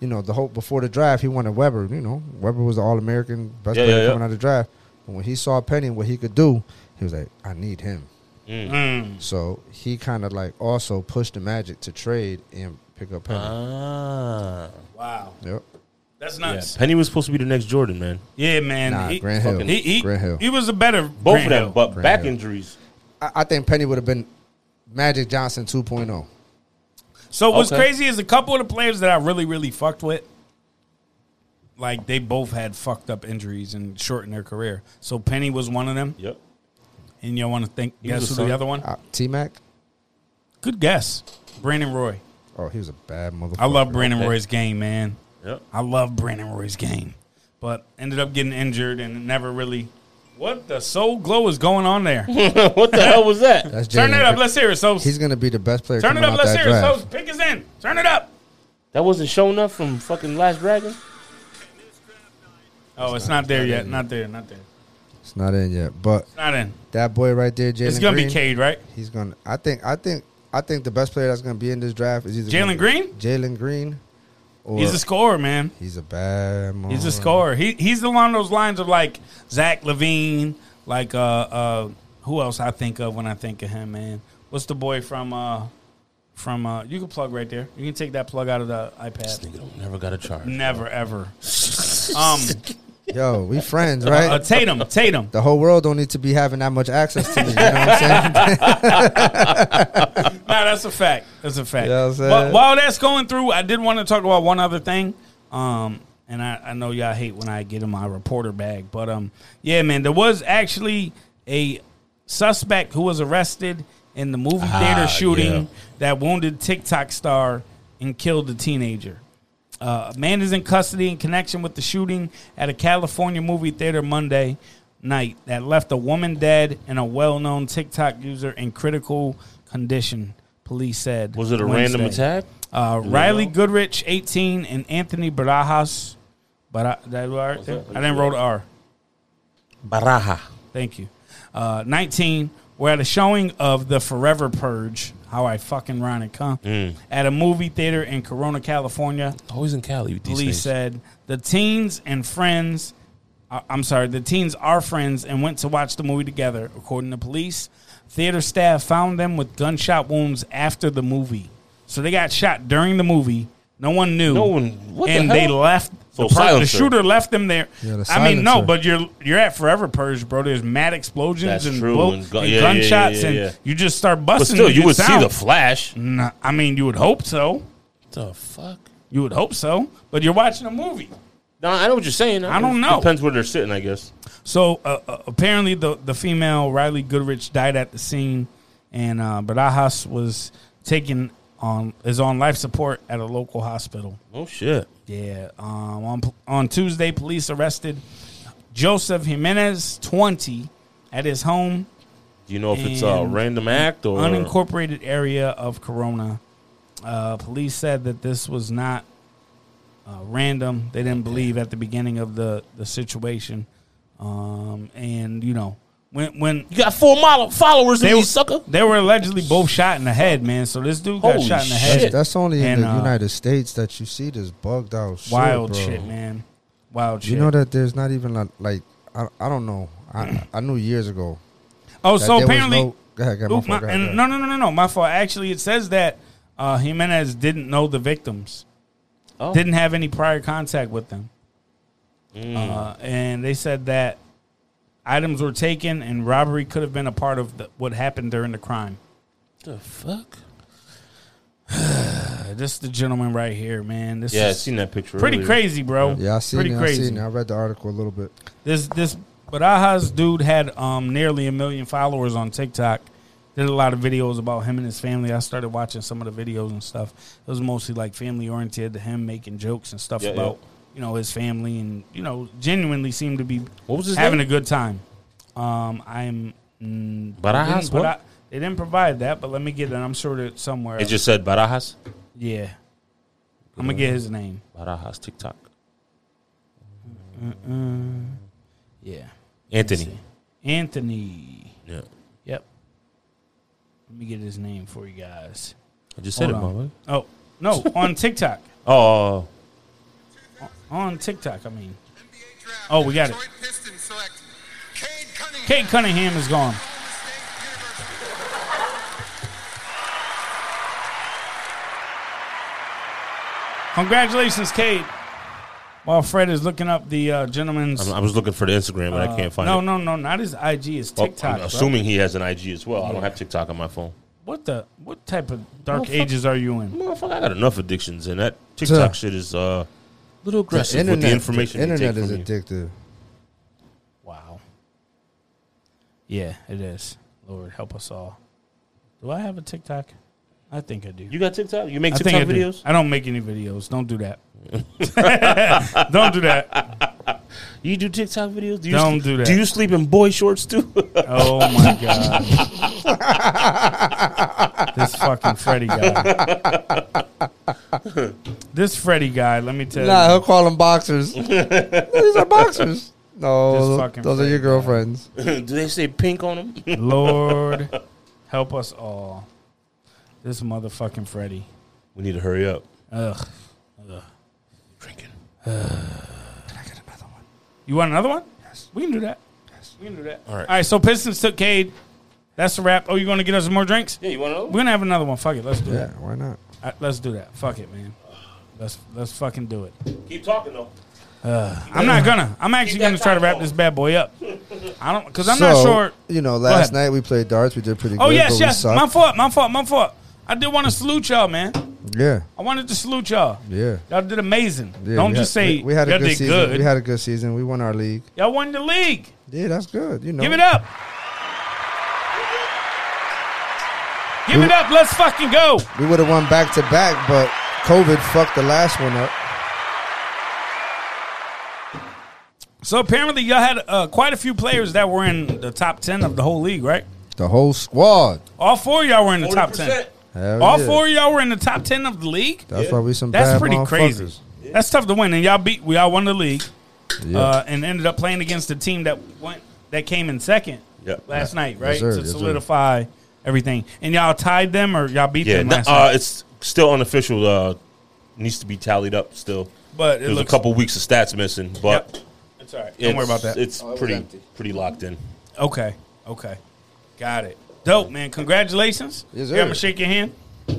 [SPEAKER 3] you know, the whole before the draft, he wanted Weber. You know, Weber was the All American, best
[SPEAKER 2] Yeah,
[SPEAKER 3] player
[SPEAKER 2] yeah, yeah.
[SPEAKER 3] coming out of the draft. But when he saw Penny and what he could do, he was like, I need him.
[SPEAKER 1] Mm.
[SPEAKER 3] So he kind of like also
[SPEAKER 2] Uh-huh.
[SPEAKER 3] pushed the magic to trade and pick up Penny.
[SPEAKER 2] Ah.
[SPEAKER 1] Wow.
[SPEAKER 3] Yep.
[SPEAKER 1] That's That's nuts.
[SPEAKER 2] Penny was supposed to be the next Jordan, man.
[SPEAKER 1] Yeah, man.
[SPEAKER 3] Nah,
[SPEAKER 1] he,
[SPEAKER 3] Grant Hill.
[SPEAKER 1] He, he,
[SPEAKER 3] Grant Hill.
[SPEAKER 1] he was a better
[SPEAKER 2] Both
[SPEAKER 1] Grant
[SPEAKER 2] of them,
[SPEAKER 1] Hill.
[SPEAKER 2] but
[SPEAKER 3] Grant
[SPEAKER 2] back
[SPEAKER 3] Hill.
[SPEAKER 2] injuries.
[SPEAKER 3] I, I think Penny would have been Magic Johnson oh. 2.0.
[SPEAKER 1] So what's
[SPEAKER 2] Okay.
[SPEAKER 1] crazy is a couple of the players that I really really fucked with, like they both had fucked up injuries and shortened their career. So Penny was one of them,
[SPEAKER 2] Yep.
[SPEAKER 1] and you want to think
[SPEAKER 2] He
[SPEAKER 1] guess
[SPEAKER 2] was
[SPEAKER 1] who
[SPEAKER 2] a
[SPEAKER 1] the
[SPEAKER 2] son.
[SPEAKER 1] other one?
[SPEAKER 3] Uh, T Mac?
[SPEAKER 1] Good guess, Brandon Roy.
[SPEAKER 3] Oh, he was a bad motherfucker.
[SPEAKER 1] I love Brandon
[SPEAKER 2] Okay.
[SPEAKER 1] Roy's game, man.
[SPEAKER 2] Yep.
[SPEAKER 1] I love Brandon Roy's game, but ended up getting injured and never really. What the soul glow is going on there?
[SPEAKER 2] what the hell was that?
[SPEAKER 3] That's
[SPEAKER 1] Turn
[SPEAKER 3] Jalen
[SPEAKER 1] it up.
[SPEAKER 3] Gr-
[SPEAKER 1] Let's hear it. So
[SPEAKER 3] He's going to be the best player
[SPEAKER 1] turn it
[SPEAKER 3] coming
[SPEAKER 1] up.
[SPEAKER 3] out
[SPEAKER 1] Let's
[SPEAKER 3] that
[SPEAKER 1] hear it.
[SPEAKER 3] draft.
[SPEAKER 1] So pick is in. Turn it up.
[SPEAKER 2] That wasn't shown up from fucking Last Dragon.
[SPEAKER 1] Oh, it's not there yet. Not there. Not there.
[SPEAKER 3] It's not in yet, but
[SPEAKER 1] Not in.
[SPEAKER 3] that boy right there, Jalen
[SPEAKER 1] It's gonna
[SPEAKER 3] Green,
[SPEAKER 1] be Cade, right?
[SPEAKER 3] He's going to I think I think I think the best player that's going to be in this draft is either
[SPEAKER 1] Jalen Green.
[SPEAKER 3] Jalen Green or
[SPEAKER 1] He's a scorer, man.
[SPEAKER 3] he's a bad
[SPEAKER 1] He's
[SPEAKER 3] motherfucker.
[SPEAKER 1] a scorer. He he's along those lines of like Zach Levine, like uh uh who else I think of when I think of him, man. What's the boy from uh from uh you can plug right there. You can take that plug out of the iPad.
[SPEAKER 2] Nigga, never got a charge.
[SPEAKER 1] Never ever. Um
[SPEAKER 3] Yo, we friends,
[SPEAKER 1] uh,
[SPEAKER 3] right?
[SPEAKER 1] Tatum, Tatum.
[SPEAKER 3] the whole world don't need to be having that much access to me. You know what I'm saying?
[SPEAKER 1] Nah, that's a fact. That's a fact.
[SPEAKER 3] You know what I'm saying?
[SPEAKER 1] While- while that's going through, I did want to talk about one other thing. Um, and I, I know y'all hate when I get in my reporter bag, but um, yeah, man, there was actually a suspect who was arrested in the movie
[SPEAKER 3] Ah,
[SPEAKER 1] theater shooting
[SPEAKER 2] yeah.
[SPEAKER 1] that wounded TikTok star and killed a teenager. Uh, a man is in custody in connection with the shooting at a California movie theater Monday night that left a woman dead and a well-known TikTok user in critical condition. Police said.
[SPEAKER 2] Was it a
[SPEAKER 1] Wednesday.
[SPEAKER 2] random attack?
[SPEAKER 1] Uh, Riley Goodrich, 18, and Anthony Barajas. But I, that right there?
[SPEAKER 2] that?
[SPEAKER 1] I didn't roll the R.
[SPEAKER 2] Baraja.
[SPEAKER 1] Thank you. Uh, 19 were at a showing of The Forever Purge. How I fucking rhyme it, huh?
[SPEAKER 2] Mm.
[SPEAKER 1] At a movie theater in Corona, California.
[SPEAKER 2] Always in Cali. With these
[SPEAKER 1] Police
[SPEAKER 2] things.
[SPEAKER 1] said the teens and friends, I- I'm sorry, the teens are friends and went to watch the movie together. According to police, theater staff found them with gunshot wounds after the movie. So they got shot during the movie. No one knew.
[SPEAKER 2] No one- what the
[SPEAKER 1] and
[SPEAKER 2] hell?
[SPEAKER 1] they left.
[SPEAKER 2] So
[SPEAKER 1] the, per- the
[SPEAKER 2] silencer.
[SPEAKER 1] shooter left them there.
[SPEAKER 3] Yeah, the
[SPEAKER 1] I mean, no,
[SPEAKER 3] silencer.
[SPEAKER 1] but you're you're at forever purge, bro. There's mad explosions
[SPEAKER 2] That's
[SPEAKER 1] and,
[SPEAKER 2] true,
[SPEAKER 1] blow-
[SPEAKER 2] and gun-
[SPEAKER 1] and
[SPEAKER 2] yeah, yeah, yeah, yeah,
[SPEAKER 1] gunshots,
[SPEAKER 2] yeah.
[SPEAKER 1] and you just start
[SPEAKER 2] But
[SPEAKER 1] busting.
[SPEAKER 2] still,
[SPEAKER 1] and
[SPEAKER 2] you
[SPEAKER 1] it
[SPEAKER 2] would see
[SPEAKER 1] sound-
[SPEAKER 2] the flash.
[SPEAKER 1] Nah, I mean, you would hope so.
[SPEAKER 2] The fuck?
[SPEAKER 1] You would hope so. But you're watching a movie.
[SPEAKER 2] No, I know what you're saying.
[SPEAKER 1] I don't know.
[SPEAKER 2] Depends where they're sitting, I guess.
[SPEAKER 1] So uh, uh, apparently, the the female Riley Goodrich died at the scene, and uh, Barajas was taken on is on life support at a local hospital.
[SPEAKER 2] Oh shit.
[SPEAKER 1] Yeah. Um, on on Tuesday, police arrested Joseph Jimenez, twenty, at his home
[SPEAKER 2] Do you know if it's a
[SPEAKER 1] And
[SPEAKER 2] random act or
[SPEAKER 1] unincorporated area of Corona. Uh, police said that this was not uh, random. They didn't believe at the beginning of the the situation, um, and you know when when
[SPEAKER 2] You got four model followers in
[SPEAKER 1] they
[SPEAKER 2] you,
[SPEAKER 1] were,
[SPEAKER 2] sucker.
[SPEAKER 1] they were allegedly both shot in the head, man. So this dude got
[SPEAKER 2] Holy
[SPEAKER 1] shot in the
[SPEAKER 2] shit.
[SPEAKER 1] head.
[SPEAKER 3] That's only in
[SPEAKER 1] And,
[SPEAKER 3] the
[SPEAKER 1] uh,
[SPEAKER 3] United States that you see this bugged out shit,
[SPEAKER 1] Wild
[SPEAKER 3] bro.
[SPEAKER 1] shit, man. Wild shit.
[SPEAKER 3] You know that there's not even like, like I, I don't know. I I knew years ago.
[SPEAKER 1] oh, so
[SPEAKER 3] that there was
[SPEAKER 1] apparently,
[SPEAKER 3] no, go ahead, go ahead, my
[SPEAKER 1] Oop,
[SPEAKER 3] fault,
[SPEAKER 1] my-
[SPEAKER 3] go ahead,
[SPEAKER 1] and
[SPEAKER 3] go ahead.
[SPEAKER 1] no, no, no, no, no. My fault. Actually, it says that uh, Jimenez didn't know the victims,
[SPEAKER 2] Oh.
[SPEAKER 1] didn't have any prior contact with them,
[SPEAKER 2] Mm.
[SPEAKER 1] uh, and they said that items were taken and robbery could have been a part of the, what happened during the crime.
[SPEAKER 2] The fuck?
[SPEAKER 1] Uh, this is the gentleman right here, man. This
[SPEAKER 2] Yeah, I
[SPEAKER 1] is
[SPEAKER 2] seen that picture.
[SPEAKER 1] pretty
[SPEAKER 2] earlier.
[SPEAKER 1] crazy, bro.
[SPEAKER 3] Yeah, I seen
[SPEAKER 1] pretty
[SPEAKER 3] it.
[SPEAKER 1] crazy.
[SPEAKER 3] I seen it. I read the article a little bit.
[SPEAKER 1] This this Barajas dude had um nearly a million followers on TikTok. Did a lot of videos about him and his family. I started watching some of the videos and stuff. It was mostly like family oriented to him making jokes and stuff
[SPEAKER 2] Yeah,
[SPEAKER 1] about
[SPEAKER 2] yeah.
[SPEAKER 1] you know his family and you know genuinely seemed to be
[SPEAKER 2] What was his
[SPEAKER 1] having
[SPEAKER 2] name?
[SPEAKER 1] a good time. Um, I'm mm,
[SPEAKER 2] Barajas,
[SPEAKER 1] didn't- but
[SPEAKER 2] what?
[SPEAKER 1] I- they didn't provide that, but let me get it. I'm sure it's somewhere.
[SPEAKER 2] It just said Barajas.
[SPEAKER 1] yeah. I'm gonna get his name.
[SPEAKER 2] Barajas TikTok.
[SPEAKER 1] Yeah,
[SPEAKER 2] Anthony.
[SPEAKER 1] Anthony.
[SPEAKER 2] Yeah.
[SPEAKER 1] Yep. Let me get his name for you guys.
[SPEAKER 2] I just said
[SPEAKER 1] Hold
[SPEAKER 2] it, my boy.
[SPEAKER 1] on. Oh no, on TikTok.
[SPEAKER 2] Oh,
[SPEAKER 1] On TikTok, I mean.
[SPEAKER 5] NBA draft,
[SPEAKER 1] Oh, we got it.
[SPEAKER 5] Detroit Pistons select Cade Cunningham.
[SPEAKER 1] Kate Cunningham is gone.
[SPEAKER 5] Oklahoma State University.
[SPEAKER 1] Congratulations, Kate. While Fred is looking up the uh, gentleman's.
[SPEAKER 2] oh. I'm- I was looking for the Instagram, but I can't find
[SPEAKER 1] no,
[SPEAKER 2] it.
[SPEAKER 1] no, no, not his IG. His
[SPEAKER 2] Well,
[SPEAKER 1] TikTok.
[SPEAKER 2] I'm
[SPEAKER 1] bro.
[SPEAKER 2] assuming he has an IG as well. I don't have TikTok on my phone.
[SPEAKER 1] What the? What type of dark
[SPEAKER 2] Motherfucker.
[SPEAKER 1] ages are you in?
[SPEAKER 2] Motherfucker, I got enough addictions, and that TikTok
[SPEAKER 3] Tuh.
[SPEAKER 2] shit is uh, a little
[SPEAKER 3] The
[SPEAKER 2] aggressive with the information.
[SPEAKER 3] the
[SPEAKER 2] they
[SPEAKER 3] internet
[SPEAKER 2] take
[SPEAKER 3] is
[SPEAKER 2] from you.
[SPEAKER 3] addictive.
[SPEAKER 1] Wow. Yeah, it is. Lord, help us all. Do I have a TikTok? I think I do.
[SPEAKER 2] You got TikTok? You make
[SPEAKER 1] I think
[SPEAKER 2] TikTok
[SPEAKER 1] I do.
[SPEAKER 2] videos?
[SPEAKER 1] I don't make any videos. Don't do that. don't do that.
[SPEAKER 2] You do TikTok videos? Do you
[SPEAKER 1] Don't
[SPEAKER 2] sleep-
[SPEAKER 1] do that.
[SPEAKER 2] Do you sleep in boy shorts too?
[SPEAKER 1] Oh my god. this fucking Freddy guy. this Freddy guy. Let me tell
[SPEAKER 3] Nah,
[SPEAKER 1] you.
[SPEAKER 3] he'll call them boxers. These are boxers.
[SPEAKER 1] This
[SPEAKER 3] No,
[SPEAKER 1] fucking
[SPEAKER 3] those are your
[SPEAKER 1] Fred, man.
[SPEAKER 3] girlfriends.
[SPEAKER 2] do they say pink on them?
[SPEAKER 1] Lord, help us all. This motherfucking Freddy.
[SPEAKER 2] we need to hurry up.
[SPEAKER 1] Ugh.
[SPEAKER 2] Drinking.
[SPEAKER 1] You want another one? Yes. We can do that. Yes. We can do that. All
[SPEAKER 2] right.
[SPEAKER 1] All right. So Pistons took Cade. That's a wrap. Oh, you going to get us some more drinks?
[SPEAKER 2] Yeah, you want to
[SPEAKER 1] We're gonna have another one. Fuck it. Let's do
[SPEAKER 3] Yeah,
[SPEAKER 1] that.
[SPEAKER 3] why not?
[SPEAKER 1] Uh, let's do that. Fuck it, man. Let's let's fucking do it.
[SPEAKER 2] Keep talking though.
[SPEAKER 1] I'm not gonna. I'm actually
[SPEAKER 2] that
[SPEAKER 1] gonna try to
[SPEAKER 2] time
[SPEAKER 1] wrap
[SPEAKER 2] going.
[SPEAKER 1] this bad boy up. I don't because I'm
[SPEAKER 3] So,
[SPEAKER 1] not sure.
[SPEAKER 3] You know,
[SPEAKER 1] ahead.
[SPEAKER 3] last night we played darts. We did pretty good.
[SPEAKER 1] Oh yes,
[SPEAKER 3] but
[SPEAKER 1] yes.
[SPEAKER 3] We
[SPEAKER 1] My
[SPEAKER 3] sucked.
[SPEAKER 1] fault. My fault. My fault. I did want to salute y'all, man.
[SPEAKER 3] yeah,
[SPEAKER 1] I wanted to salute y'all.
[SPEAKER 3] yeah.
[SPEAKER 1] Y'all did amazing.
[SPEAKER 3] Yeah,
[SPEAKER 1] don't
[SPEAKER 3] we
[SPEAKER 1] just
[SPEAKER 3] had-
[SPEAKER 1] say
[SPEAKER 3] we, we had a
[SPEAKER 1] y'all
[SPEAKER 3] good
[SPEAKER 1] did
[SPEAKER 3] season.
[SPEAKER 1] good.
[SPEAKER 3] We had a good season. We won our league.
[SPEAKER 1] y'all won the league.
[SPEAKER 3] Yeah, that's good. You know,
[SPEAKER 1] Give it up. Give it up. Let's fucking go.
[SPEAKER 3] We would have won back to back, but COVID fucked the last one up.
[SPEAKER 1] So apparently, y'all had uh, quite a few players that were in the top ten of the whole league, right?
[SPEAKER 3] The whole squad.
[SPEAKER 1] All four of y'all were in the top ten.
[SPEAKER 3] Hell
[SPEAKER 1] All
[SPEAKER 3] Oh, yeah.
[SPEAKER 1] four of y'all were in the top ten of the league.
[SPEAKER 3] That's why we some.
[SPEAKER 1] That's
[SPEAKER 3] bad
[SPEAKER 1] pretty crazy.
[SPEAKER 3] motherfuckers.
[SPEAKER 1] That's tough to win, and y'all beat. We all won the league,
[SPEAKER 3] Yeah.
[SPEAKER 1] uh, and ended up playing against the team that went that came in second
[SPEAKER 2] Yeah.
[SPEAKER 1] last night, right?
[SPEAKER 3] sir,
[SPEAKER 1] to
[SPEAKER 3] yes, sir.
[SPEAKER 1] solidify everything, and y'all tied them or y'all beat
[SPEAKER 2] Yeah,
[SPEAKER 1] them
[SPEAKER 2] no,
[SPEAKER 1] last
[SPEAKER 2] uh,
[SPEAKER 1] night.
[SPEAKER 2] it's still unofficial. Uh, needs to be tallied up still.
[SPEAKER 1] But it
[SPEAKER 2] There's
[SPEAKER 1] looks
[SPEAKER 2] a couple weeks of stats missing, but
[SPEAKER 1] Yep. It's all right.
[SPEAKER 2] it's,
[SPEAKER 1] Don't worry about that.
[SPEAKER 2] It's
[SPEAKER 3] Oh, was
[SPEAKER 2] pretty
[SPEAKER 3] empty.
[SPEAKER 2] pretty locked in.
[SPEAKER 1] Okay. Okay. Got it. Dope, man. Congratulations.
[SPEAKER 3] Yes,
[SPEAKER 1] Here, I'm
[SPEAKER 3] sir.
[SPEAKER 1] gonna shake your hand.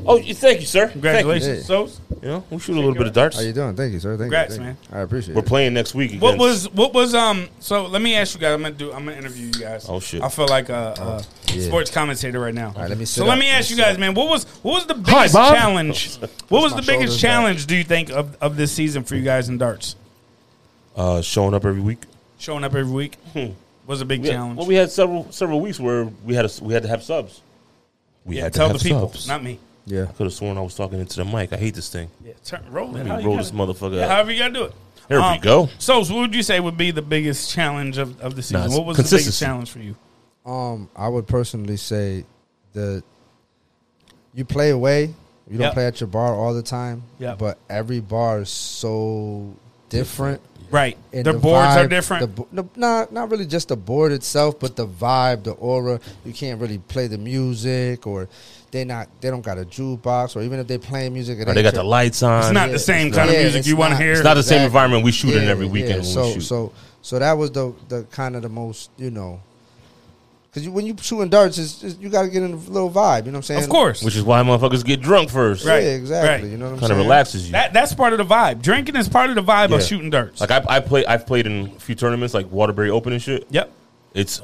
[SPEAKER 2] Oh, you- thank you, sir.
[SPEAKER 1] Congratulations.
[SPEAKER 3] Yeah.
[SPEAKER 1] So,
[SPEAKER 2] Thank you. You know, we shoot a little bit of darts.
[SPEAKER 3] How you doing? Thank you, sir. Thank
[SPEAKER 1] Congrats,
[SPEAKER 3] you. Thank
[SPEAKER 1] man.
[SPEAKER 3] You. I appreciate
[SPEAKER 2] We're
[SPEAKER 3] it.
[SPEAKER 2] playing next week.
[SPEAKER 1] what
[SPEAKER 2] against-
[SPEAKER 1] was what was um? So let me ask you guys. I'm gonna do. I'm gonna interview you guys.
[SPEAKER 2] Oh, shit.
[SPEAKER 1] I feel like a, a
[SPEAKER 3] Oh, yeah.
[SPEAKER 1] sports commentator right now.
[SPEAKER 3] right, let me
[SPEAKER 1] so
[SPEAKER 3] sit
[SPEAKER 1] let
[SPEAKER 3] up.
[SPEAKER 1] me
[SPEAKER 3] Let
[SPEAKER 1] ask you guys, man. What was what was the
[SPEAKER 2] Hi,
[SPEAKER 1] biggest
[SPEAKER 2] Bob.
[SPEAKER 1] challenge? What was
[SPEAKER 3] my
[SPEAKER 1] the biggest
[SPEAKER 3] shoulders back.
[SPEAKER 1] challenge? Do you think of of this season for you guys in darts?
[SPEAKER 2] uh, showing up every week?
[SPEAKER 1] Showing up every week
[SPEAKER 3] Hmm.
[SPEAKER 1] was a big
[SPEAKER 2] We had-
[SPEAKER 1] challenge.
[SPEAKER 2] well, we had several several weeks where we had a, we had to have subs. We
[SPEAKER 1] yeah,
[SPEAKER 2] had
[SPEAKER 1] tell
[SPEAKER 2] to
[SPEAKER 1] the
[SPEAKER 2] have
[SPEAKER 1] people,
[SPEAKER 2] subs.
[SPEAKER 1] not me.
[SPEAKER 3] Yeah.
[SPEAKER 2] I could have sworn I was talking into the mic. I hate this thing.
[SPEAKER 1] Yeah, turn, roll it.
[SPEAKER 2] Let me
[SPEAKER 1] How you
[SPEAKER 2] roll
[SPEAKER 1] gotta-
[SPEAKER 2] this motherfucker
[SPEAKER 1] Yeah,
[SPEAKER 2] up.
[SPEAKER 1] however you gotta do it.
[SPEAKER 2] Here we go.
[SPEAKER 1] Um, So, what would you say would be the biggest challenge of, of the season?
[SPEAKER 2] it's
[SPEAKER 1] what was the biggest
[SPEAKER 2] consistency.
[SPEAKER 1] challenge for you?
[SPEAKER 3] Um, I would personally say that you play away. You don't
[SPEAKER 1] Yep.
[SPEAKER 3] play at your bar all the time.
[SPEAKER 1] Yep.
[SPEAKER 3] But every bar is so different.
[SPEAKER 1] Right,
[SPEAKER 3] And
[SPEAKER 1] their boards are
[SPEAKER 3] vibe, The,
[SPEAKER 1] different.
[SPEAKER 3] bo- no, not not really just the board itself, but the vibe, the aura. You can't really play the music, or they not they don't got a jukebox, or even if they playing music, it
[SPEAKER 2] Or they
[SPEAKER 3] ain't
[SPEAKER 2] got
[SPEAKER 3] your-
[SPEAKER 2] the lights on.
[SPEAKER 1] It's not the same kind of
[SPEAKER 3] yeah,
[SPEAKER 1] music
[SPEAKER 3] it's
[SPEAKER 1] you want to
[SPEAKER 3] not.
[SPEAKER 1] hear.
[SPEAKER 2] It's not the same
[SPEAKER 3] Exactly.
[SPEAKER 2] environment we shoot in every
[SPEAKER 3] yeah.
[SPEAKER 2] weekend. when
[SPEAKER 3] So
[SPEAKER 2] we shoot.
[SPEAKER 3] so so that was the the kind of the most you know. Because you, when you shooting darts, it's, it's, you got to get in a little vibe. You know what I'm saying?
[SPEAKER 1] of course.
[SPEAKER 2] Which is why motherfuckers get drunk first.
[SPEAKER 3] Yeah,
[SPEAKER 1] Right,
[SPEAKER 3] exactly.
[SPEAKER 1] right.
[SPEAKER 3] You know what I'm
[SPEAKER 2] Kind of
[SPEAKER 3] saying?
[SPEAKER 2] relaxes you.
[SPEAKER 1] That that's part of the vibe. Drinking is part of the vibe of
[SPEAKER 2] Yeah.
[SPEAKER 1] shooting darts.
[SPEAKER 2] like I, I play, I've played in a few tournaments like Waterbury Open and shit.
[SPEAKER 1] yep.
[SPEAKER 2] It's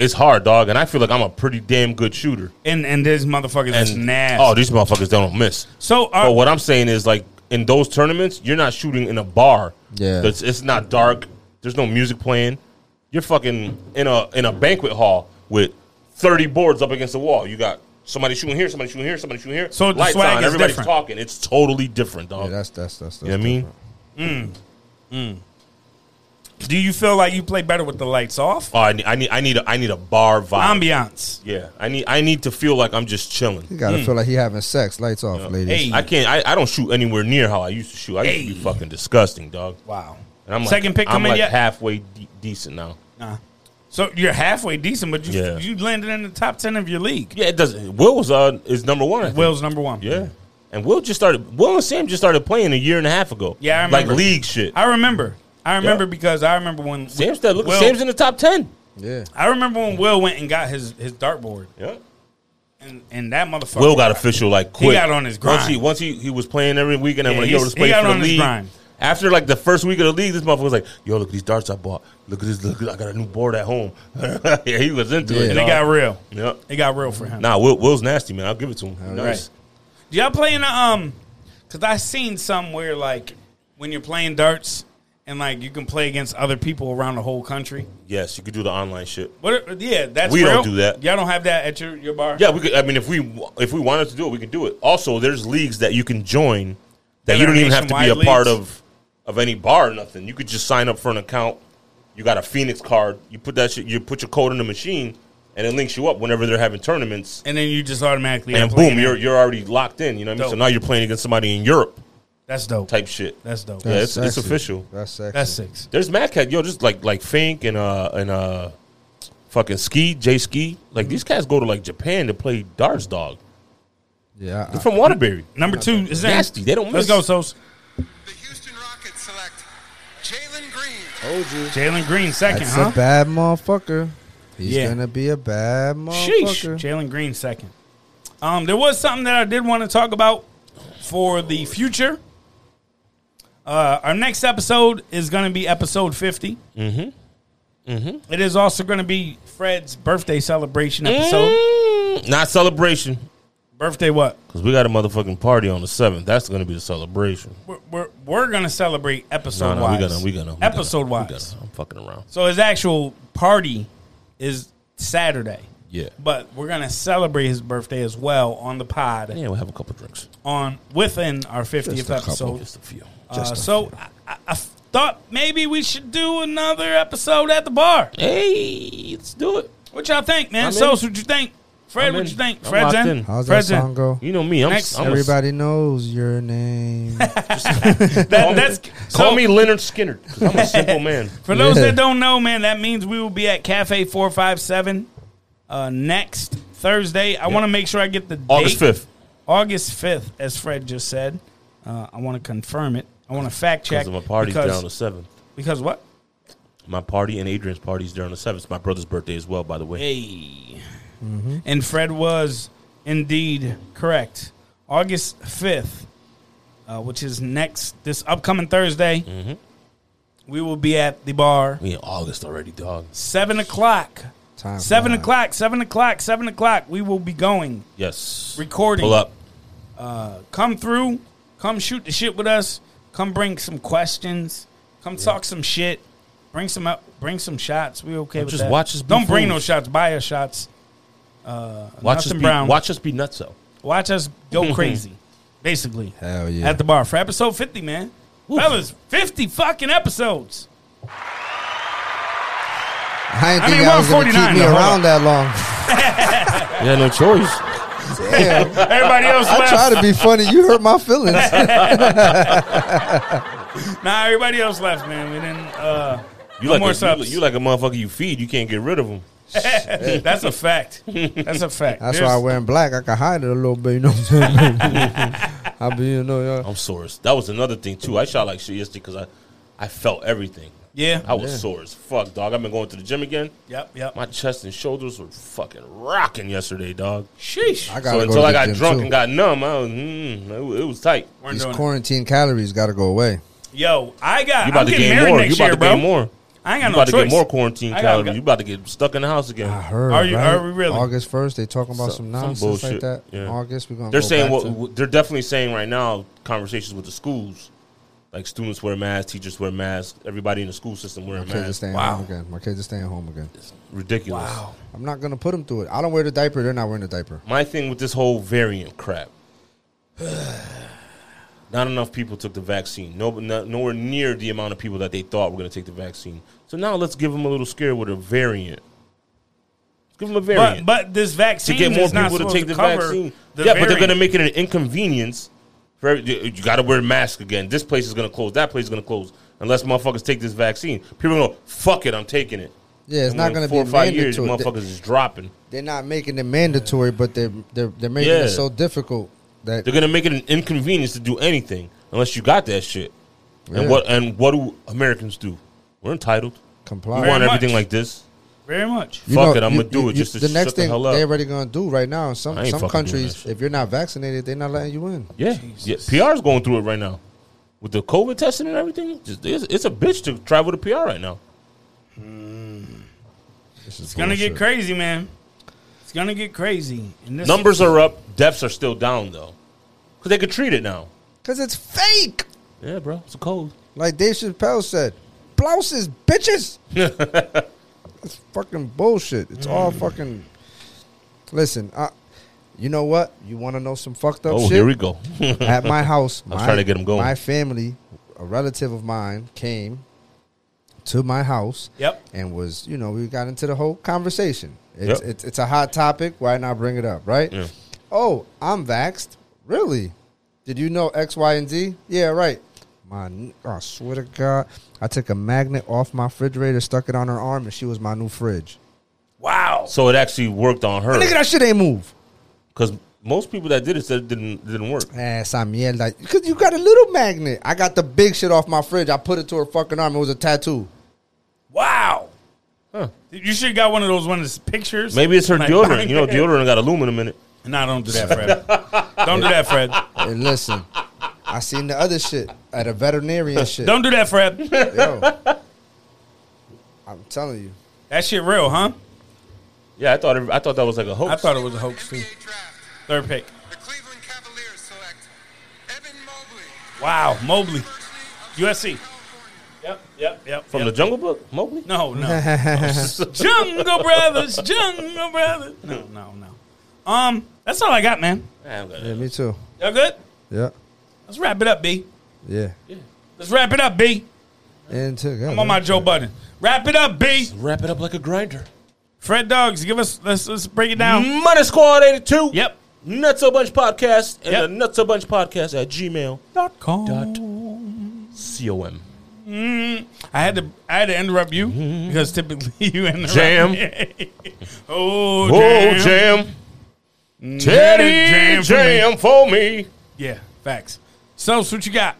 [SPEAKER 2] it's hard, dog, and I feel like I'm a pretty damn good shooter.
[SPEAKER 1] And and there's motherfuckers that's
[SPEAKER 2] And
[SPEAKER 1] nasty.
[SPEAKER 2] oh, these motherfuckers don't miss.
[SPEAKER 1] so uh,
[SPEAKER 2] But what I'm saying is like in those tournaments, you're not shooting in a bar.
[SPEAKER 3] Yeah.
[SPEAKER 2] it's, it's not dark. There's no music playing. You're fucking in a in a banquet hall with 30 boards up against the wall. You got somebody shooting here, somebody shooting here, somebody shooting here.
[SPEAKER 1] So the swag is
[SPEAKER 2] everybody's
[SPEAKER 1] different.
[SPEAKER 2] talking. It's totally different, dog.
[SPEAKER 3] Yeah, that's that's that's. that's
[SPEAKER 2] you know what I mean?
[SPEAKER 3] different.
[SPEAKER 1] do you feel like you play better with the lights off?
[SPEAKER 2] Oh, I need I need I need a, I need a bar vibe.
[SPEAKER 1] Ambiance.
[SPEAKER 2] Yeah, I need I need to feel like I'm just chilling.
[SPEAKER 3] You gotta feel like he having sex. Lights off, ladies.
[SPEAKER 1] Mm. Hey.
[SPEAKER 2] I can't. I, I don't shoot anywhere near how I used to shoot. I used to be
[SPEAKER 1] Hey.
[SPEAKER 2] fucking disgusting, dog.
[SPEAKER 1] Wow.
[SPEAKER 2] And I'm like,
[SPEAKER 1] Second pick
[SPEAKER 2] I'm
[SPEAKER 1] come in
[SPEAKER 2] like
[SPEAKER 1] yet?
[SPEAKER 2] halfway de- decent now.
[SPEAKER 1] Nah. So you're halfway decent, but you
[SPEAKER 2] Yeah.
[SPEAKER 1] you landed in the top ten of your league.
[SPEAKER 2] Yeah, it doesn't. Will was uh is number one. I think.
[SPEAKER 1] Will's number one.
[SPEAKER 2] yeah, and Will just started. Will and Sam just started playing a year and a half ago.
[SPEAKER 1] Yeah, I
[SPEAKER 2] like
[SPEAKER 1] remember.
[SPEAKER 2] league shit.
[SPEAKER 1] I remember. I remember because I remember when
[SPEAKER 2] Sam's that look.
[SPEAKER 1] Will-
[SPEAKER 2] Sam's in the top ten.
[SPEAKER 3] Yeah,
[SPEAKER 1] I remember when Will went and got his his dartboard,
[SPEAKER 2] Yeah.
[SPEAKER 1] and and that motherfucker
[SPEAKER 2] Will got official like quick.
[SPEAKER 1] got on his grind.
[SPEAKER 2] Once he once he, he was playing every weekend, and
[SPEAKER 1] Yeah,
[SPEAKER 2] when he
[SPEAKER 1] he's-
[SPEAKER 2] was
[SPEAKER 1] he
[SPEAKER 2] playing
[SPEAKER 1] got
[SPEAKER 2] for the
[SPEAKER 1] on his
[SPEAKER 2] league,
[SPEAKER 1] grind.
[SPEAKER 2] After like the first week of the league, this motherfucker was like, "Yo, look at these darts I bought. Look at this. Look, I got a new board at home." yeah, he was into it.
[SPEAKER 1] And it
[SPEAKER 2] dog.
[SPEAKER 1] got real.
[SPEAKER 2] Yep.
[SPEAKER 1] It got real for him.
[SPEAKER 2] Nah, Will, Will's nasty, man. I'll give it to him. Nice.
[SPEAKER 1] right.
[SPEAKER 6] Do y'all play in the um? Cause I seen somewhere like when you're playing darts and like you can play against other people around the whole country.
[SPEAKER 2] Yes, you could do the online shit.
[SPEAKER 6] What? are- yeah, that's
[SPEAKER 2] We don't
[SPEAKER 6] real?
[SPEAKER 2] do that.
[SPEAKER 6] Y'all don't have that at your your bar.
[SPEAKER 2] Yeah, we could. I mean, if we if we wanted to do it, we could do it. Also, there's leagues that you can join that
[SPEAKER 6] That
[SPEAKER 2] you
[SPEAKER 6] are
[SPEAKER 2] don't even have to be a
[SPEAKER 6] nationwide
[SPEAKER 2] part
[SPEAKER 6] leagues?
[SPEAKER 2] of of any bar or nothing. You could just sign up for an account. You got a Phoenix card. You put that shit. You put your code in the machine, and it links you up whenever they're having tournaments.
[SPEAKER 6] And then you just automatically
[SPEAKER 2] And
[SPEAKER 6] are playing
[SPEAKER 2] boom,
[SPEAKER 6] it.
[SPEAKER 2] you're you're already locked in. You know what I mean? So
[SPEAKER 6] Dope.
[SPEAKER 2] now you're playing against somebody in Europe
[SPEAKER 1] That's dope.
[SPEAKER 2] type shit.
[SPEAKER 1] That's dope.
[SPEAKER 2] yeah, it's,
[SPEAKER 3] That's
[SPEAKER 2] it's
[SPEAKER 3] sexy.
[SPEAKER 2] official.
[SPEAKER 3] That's sexy.
[SPEAKER 1] That's six.
[SPEAKER 2] There's Mad Cat, yo, just like like Fink and uh and uh fucking Ski, J Ski. Like these cats go to like Japan to play darts dog.
[SPEAKER 3] yeah. I-
[SPEAKER 2] They're from Waterbury.
[SPEAKER 1] Number two is that
[SPEAKER 2] Nasty. They don't
[SPEAKER 1] Let's
[SPEAKER 2] miss.
[SPEAKER 1] go, Sos.
[SPEAKER 5] The Houston Rockets select Jalen Green.
[SPEAKER 1] Jalen Green second,
[SPEAKER 3] That's
[SPEAKER 1] huh?
[SPEAKER 3] a bad motherfucker. He's
[SPEAKER 1] Yeah.
[SPEAKER 3] gonna be a bad
[SPEAKER 1] Sheesh.
[SPEAKER 3] motherfucker.
[SPEAKER 1] Jalen Green second. Um, there was something that I did want to talk about for the future. Uh, our next episode is going to be episode 50. Mm-hmm. Mm-hmm. is also going to be Fred's birthday celebration episode.
[SPEAKER 2] Mm, not celebration.
[SPEAKER 1] Birthday what?
[SPEAKER 2] Cause we got a motherfucking party on the seventh. That's gonna be the celebration.
[SPEAKER 1] We're, we're, we're going to celebrate episode
[SPEAKER 2] No, no, we
[SPEAKER 1] wise.
[SPEAKER 2] gonna we gonna we
[SPEAKER 1] Episode
[SPEAKER 2] gonna,
[SPEAKER 1] wise.
[SPEAKER 2] We gonna, I'm fucking around.
[SPEAKER 1] So his actual party is Saturday.
[SPEAKER 2] Yeah.
[SPEAKER 1] But we're gonna celebrate his birthday as well on the pod
[SPEAKER 2] Yeah, we'll have a couple drinks.
[SPEAKER 1] on within our fiftieth
[SPEAKER 3] Just a couple.
[SPEAKER 1] episode.
[SPEAKER 2] Just a few.
[SPEAKER 1] Uh, so I, I, I thought maybe we should do another episode at the bar.
[SPEAKER 2] Hey, let's do it.
[SPEAKER 1] What y'all think, man?
[SPEAKER 2] I'm
[SPEAKER 1] So,
[SPEAKER 2] in.
[SPEAKER 1] what you think, Fred?
[SPEAKER 2] I'm
[SPEAKER 1] What
[SPEAKER 2] in.
[SPEAKER 1] you think,
[SPEAKER 2] I'm
[SPEAKER 1] Fred's
[SPEAKER 2] locked
[SPEAKER 1] in.
[SPEAKER 2] in.
[SPEAKER 3] How's
[SPEAKER 1] Fred's
[SPEAKER 3] that
[SPEAKER 1] in.
[SPEAKER 3] song go?
[SPEAKER 2] You know me. I'm,
[SPEAKER 1] Next,
[SPEAKER 2] I'm a-
[SPEAKER 3] Everybody knows your name.
[SPEAKER 1] That, that's
[SPEAKER 2] call
[SPEAKER 1] so,
[SPEAKER 2] me Leonard Skinner. 'cause I'm a simple man.
[SPEAKER 1] For those
[SPEAKER 3] Yeah.
[SPEAKER 1] that don't know, man, that means we will be at Cafe Four Five Seven uh, next Thursday. I want to make sure I get the date.
[SPEAKER 2] August fifth.
[SPEAKER 1] August 5th, as Fred just said. Uh, I want to confirm it. I want to fact check.
[SPEAKER 2] Because of my party
[SPEAKER 1] because,
[SPEAKER 2] down the seventh.
[SPEAKER 1] because what?
[SPEAKER 2] My party and Adrian's parties during the seventh. It's my brother's birthday as well, by the way. Hey.
[SPEAKER 1] And Fred was indeed correct. August 5th, uh, which is next, this upcoming Thursday,
[SPEAKER 2] Mm-hmm.
[SPEAKER 1] we will be at the bar.
[SPEAKER 2] We in August already, dog.
[SPEAKER 1] 7 o'clock.
[SPEAKER 2] Oh,
[SPEAKER 3] Time
[SPEAKER 1] 7
[SPEAKER 3] flies.
[SPEAKER 1] o'clock, 7 o'clock, 7 o'clock. We will be going.
[SPEAKER 2] Yes.
[SPEAKER 1] Recording.
[SPEAKER 2] Pull up.
[SPEAKER 1] Come through. Come shoot the shit with us. Come bring some questions. Come talk some shit. Bring some up. Bring some shots. We okay with
[SPEAKER 2] just
[SPEAKER 1] that.
[SPEAKER 2] watch us be
[SPEAKER 1] Don't bring no
[SPEAKER 2] fools.
[SPEAKER 1] shots. Buy us shots.
[SPEAKER 2] Watch us
[SPEAKER 1] Nothing
[SPEAKER 2] be
[SPEAKER 1] brown.
[SPEAKER 2] watch us be nutso.
[SPEAKER 1] Watch us go crazy. Basically,
[SPEAKER 3] Hell yeah.
[SPEAKER 1] at the bar for episode fifty, man. Fellas, fifty fucking episodes.
[SPEAKER 3] I didn't
[SPEAKER 1] I
[SPEAKER 3] think
[SPEAKER 1] mean,
[SPEAKER 3] I was gonna
[SPEAKER 1] 149
[SPEAKER 3] keep me
[SPEAKER 1] though, hold
[SPEAKER 3] around
[SPEAKER 1] on.
[SPEAKER 3] that long.
[SPEAKER 2] You had no choice.
[SPEAKER 3] Damn,
[SPEAKER 1] Everybody else
[SPEAKER 3] I
[SPEAKER 1] left.
[SPEAKER 3] try to be funny. You hurt my feelings.
[SPEAKER 1] Nah, everybody else left, man. We didn't. Uh,
[SPEAKER 2] You
[SPEAKER 1] No
[SPEAKER 2] like
[SPEAKER 1] more
[SPEAKER 2] a, you,
[SPEAKER 1] subs.
[SPEAKER 2] you like a motherfucker you feed, you can't get rid of them.
[SPEAKER 1] that's a fact. That's a fact.
[SPEAKER 3] That's
[SPEAKER 1] There's-
[SPEAKER 3] why I wear black. I can hide it a little bit. You know what I'm saying? I be, you know, yeah.
[SPEAKER 2] I'm sore. as- That was another thing too. I shot like shit yesterday because I, I felt everything.
[SPEAKER 1] Yeah.
[SPEAKER 2] I was sore as fuck, dog. I've been going to the gym again.
[SPEAKER 1] Yep. Yep.
[SPEAKER 2] My chest and shoulders were fucking rocking yesterday, dog.
[SPEAKER 1] Sheesh.
[SPEAKER 2] So
[SPEAKER 3] I gotta go
[SPEAKER 2] until
[SPEAKER 3] to
[SPEAKER 2] I
[SPEAKER 3] the
[SPEAKER 2] got
[SPEAKER 3] gym,
[SPEAKER 2] drunk
[SPEAKER 3] too.
[SPEAKER 2] and got numb, I was, mm, it, wa- it was tight.
[SPEAKER 1] We're
[SPEAKER 3] These
[SPEAKER 1] doing. it.
[SPEAKER 3] quarantine calories got to go away.
[SPEAKER 1] Yo, I got.
[SPEAKER 2] You about
[SPEAKER 1] I'm
[SPEAKER 2] to
[SPEAKER 1] getting
[SPEAKER 2] gain
[SPEAKER 1] married
[SPEAKER 2] more. You
[SPEAKER 1] next
[SPEAKER 2] about
[SPEAKER 1] year,
[SPEAKER 2] to
[SPEAKER 1] bro.
[SPEAKER 2] gain more.
[SPEAKER 1] I ain't
[SPEAKER 2] You
[SPEAKER 1] got no
[SPEAKER 2] about to
[SPEAKER 1] choice.
[SPEAKER 2] get more quarantine
[SPEAKER 1] I gotta
[SPEAKER 2] calories.
[SPEAKER 1] go- Ah.
[SPEAKER 2] You about to get stuck in the house
[SPEAKER 3] I
[SPEAKER 2] again.
[SPEAKER 3] heard.
[SPEAKER 1] Are you-
[SPEAKER 3] right?
[SPEAKER 1] are we really?
[SPEAKER 3] August first, they talking about some, nonsense like
[SPEAKER 2] bullshit,
[SPEAKER 3] that.
[SPEAKER 2] yeah.
[SPEAKER 3] August, we're gonna.
[SPEAKER 2] They're
[SPEAKER 3] go
[SPEAKER 2] saying
[SPEAKER 3] back
[SPEAKER 2] what
[SPEAKER 3] to-
[SPEAKER 2] what- they're definitely saying right now. Conversations with the schools, like students wear masks, teachers wear masks, everybody in the school system wearing
[SPEAKER 3] my kids are
[SPEAKER 2] masks.
[SPEAKER 3] staying
[SPEAKER 1] Wow.
[SPEAKER 3] home again. My kids are staying home again.
[SPEAKER 2] Ridiculous.
[SPEAKER 3] I'm not gonna put them through it. I don't wear the diaper. They're not wearing the diaper.
[SPEAKER 2] My thing with this whole variant crap. Not enough people took the vaccine. No, no, nowhere near the amount of people that they thought were going to take the vaccine. So now let's give them a little scare with a variant. Let's give them a
[SPEAKER 1] But
[SPEAKER 2] variant
[SPEAKER 1] but this vaccine
[SPEAKER 2] to get more
[SPEAKER 1] is not
[SPEAKER 2] people to
[SPEAKER 1] supposed
[SPEAKER 2] take the
[SPEAKER 1] cover
[SPEAKER 2] vaccine.
[SPEAKER 1] the
[SPEAKER 2] yeah, but they're
[SPEAKER 1] variant.
[SPEAKER 2] going to make it an inconvenience. For every, you- you got to wear a mask again. This place is going to close. That place is going to close unless motherfuckers take this vaccine. People are going to fuck it. I'm taking it.
[SPEAKER 3] Yeah, it's
[SPEAKER 2] And
[SPEAKER 3] not
[SPEAKER 2] within
[SPEAKER 3] gonna be
[SPEAKER 2] four or five years.
[SPEAKER 3] mandatory. They-
[SPEAKER 2] Motherfuckers is dropping.
[SPEAKER 3] They're not making it mandatory, but they're they're, they're making
[SPEAKER 2] Yeah.
[SPEAKER 3] it so difficult that
[SPEAKER 2] They're gonna make it an inconvenience to do anything unless you got that shit.
[SPEAKER 3] Yeah.
[SPEAKER 2] And what and what do Americans do? We're entitled.
[SPEAKER 3] comply.
[SPEAKER 2] We want
[SPEAKER 1] much.
[SPEAKER 2] everything like this.
[SPEAKER 1] very much.
[SPEAKER 3] You
[SPEAKER 2] Fuck it, I'ma do it just to
[SPEAKER 3] the next
[SPEAKER 2] shut the
[SPEAKER 3] thing
[SPEAKER 2] hell up.
[SPEAKER 3] they already gonna do right now. in Some
[SPEAKER 2] I ain't
[SPEAKER 3] some
[SPEAKER 2] fucking doing that
[SPEAKER 3] countries,
[SPEAKER 2] shit.
[SPEAKER 3] if you're not vaccinated, they're not letting you in.
[SPEAKER 2] Yeah. yeah. PR's going through it right now. with the COVID testing and everything, just, it's, it's a bitch to travel to PR right now.
[SPEAKER 1] It's gonna get crazy, man. It's gonna get crazy. And this
[SPEAKER 2] Numbers are up, deaths are still down though, because they could treat it now.
[SPEAKER 3] Because it's fake.
[SPEAKER 2] Yeah, bro, it's a cold.
[SPEAKER 3] Like Dave Chappelle said, blouses, bitches. it's fucking bullshit. It's
[SPEAKER 2] Mm.
[SPEAKER 3] all fucking. Listen, I, you know what? You want to know some fucked up
[SPEAKER 2] Oh,
[SPEAKER 3] shit?
[SPEAKER 2] here we go.
[SPEAKER 3] At my house,
[SPEAKER 2] I was trying to get 'em going.
[SPEAKER 3] My family, a relative of mine, came to my house.
[SPEAKER 1] Yep.
[SPEAKER 3] And was you know we got into the whole conversation. It's
[SPEAKER 2] Yep.
[SPEAKER 3] it's, it's a hot topic. Why not bring it up, right?
[SPEAKER 2] Yeah.
[SPEAKER 3] Oh, I'm vaxxed. Really? Did you know X, Y, and Z? Yeah, right. My, n- oh, I swear to God, I took a magnet off my refrigerator, stuck it on her arm, and she was my new fridge.
[SPEAKER 1] wow.
[SPEAKER 2] so it actually worked on her
[SPEAKER 3] Nigga, that shit ain't move.
[SPEAKER 2] because most people that did it said it didn't didn't work.
[SPEAKER 3] Esa mierda. Because you got a little magnet. I got the big shit off my fridge. I put it to her fucking arm. It was a tattoo.
[SPEAKER 1] Wow. You should have got one of those one of those pictures.
[SPEAKER 2] Maybe it's her
[SPEAKER 1] Like,
[SPEAKER 2] deodorant. You know, deodorant got aluminum in it.
[SPEAKER 1] Nah, don't do that, Fred. don't do that, Fred.
[SPEAKER 3] And listen, I seen the other shit at a veterinarian shit.
[SPEAKER 1] Don't do that, Fred.
[SPEAKER 3] Yo. I'm telling you.
[SPEAKER 1] That shit real, huh?
[SPEAKER 2] Yeah, I thought it, I thought that was like a hoax.
[SPEAKER 1] I thought it was a hoax too.
[SPEAKER 5] NBA draft.
[SPEAKER 1] Third pick.
[SPEAKER 5] The Cleveland Cavaliers select Evan Mobley.
[SPEAKER 1] Wow, Mobley.
[SPEAKER 5] University
[SPEAKER 1] USC.
[SPEAKER 5] of California.
[SPEAKER 1] Yep, yep, yep.
[SPEAKER 2] from the Jungle Book, Mobley.
[SPEAKER 1] No, no. Jungle Brothers, Jungle Brothers. No, no, no. Um, that's all I got, man.
[SPEAKER 2] Nah, I'm good.
[SPEAKER 3] Yeah, me too.
[SPEAKER 1] Y'all good?
[SPEAKER 3] Yeah.
[SPEAKER 1] Let's wrap it up, B.
[SPEAKER 3] Yeah.
[SPEAKER 1] Let's wrap it up, B.
[SPEAKER 3] And together.
[SPEAKER 1] I'm on my Joe Budden. Wrap it up, B.
[SPEAKER 2] Wrap it up like a grinder.
[SPEAKER 1] Fred Dogs, give us let's let's break it down.
[SPEAKER 2] Money Squad 82.
[SPEAKER 1] Yep.
[SPEAKER 2] Nuts a Bunch Podcast and
[SPEAKER 1] Yep.
[SPEAKER 2] the Nuts a Bunch Podcast at gmail.com.
[SPEAKER 1] Dot com. I had to I had to interrupt you because typically you interrupt
[SPEAKER 2] Mm-hmm. Jam.
[SPEAKER 1] me. oh,
[SPEAKER 2] Oh,
[SPEAKER 1] jam.
[SPEAKER 2] jam.
[SPEAKER 1] Teddy, jam
[SPEAKER 2] Teddy,
[SPEAKER 1] for me.
[SPEAKER 2] jam for me.
[SPEAKER 1] Yeah, facts. So, what you got?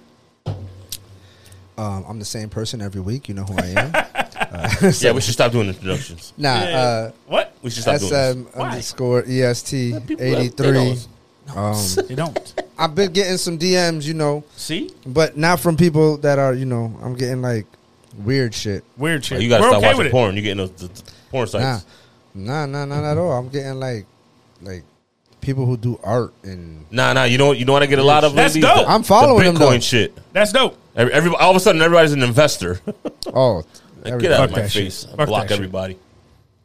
[SPEAKER 3] Um, I'm the same person every week. You know who I am.
[SPEAKER 2] Yeah, we should stop doing introductions.
[SPEAKER 3] Nah, uh,
[SPEAKER 1] What?
[SPEAKER 2] We should stop doing this.
[SPEAKER 3] SM underscore E EST
[SPEAKER 2] people-
[SPEAKER 3] eighty
[SPEAKER 2] they know
[SPEAKER 3] three.
[SPEAKER 2] us.
[SPEAKER 3] Um,
[SPEAKER 1] You don't
[SPEAKER 3] I've been getting some DMs, you know,
[SPEAKER 1] see
[SPEAKER 3] but not from people that are, you know, I'm getting like weird shit.
[SPEAKER 1] weird shit.
[SPEAKER 2] Oh, You got to
[SPEAKER 1] We're
[SPEAKER 2] stop
[SPEAKER 1] okay with
[SPEAKER 2] watching
[SPEAKER 1] it.
[SPEAKER 2] porn. You're getting those th- th- porn
[SPEAKER 3] Nah,
[SPEAKER 2] sites.
[SPEAKER 3] nah, nah, not at all. I'm getting like, like people who do art and
[SPEAKER 2] Nah, nah. You know what? You know what I get a lot of.
[SPEAKER 1] That's
[SPEAKER 2] lately?
[SPEAKER 1] dope.
[SPEAKER 2] The-
[SPEAKER 3] I'm following
[SPEAKER 2] the
[SPEAKER 3] them, though.
[SPEAKER 2] Bitcoin shit.
[SPEAKER 1] That's dope.
[SPEAKER 2] Every, every, all of a sudden, everybody's an investor.
[SPEAKER 3] oh,
[SPEAKER 2] Get out of
[SPEAKER 1] Fuck
[SPEAKER 2] my
[SPEAKER 1] that shit.
[SPEAKER 2] face. I
[SPEAKER 1] Fuck that
[SPEAKER 2] block
[SPEAKER 1] shit.
[SPEAKER 2] everybody.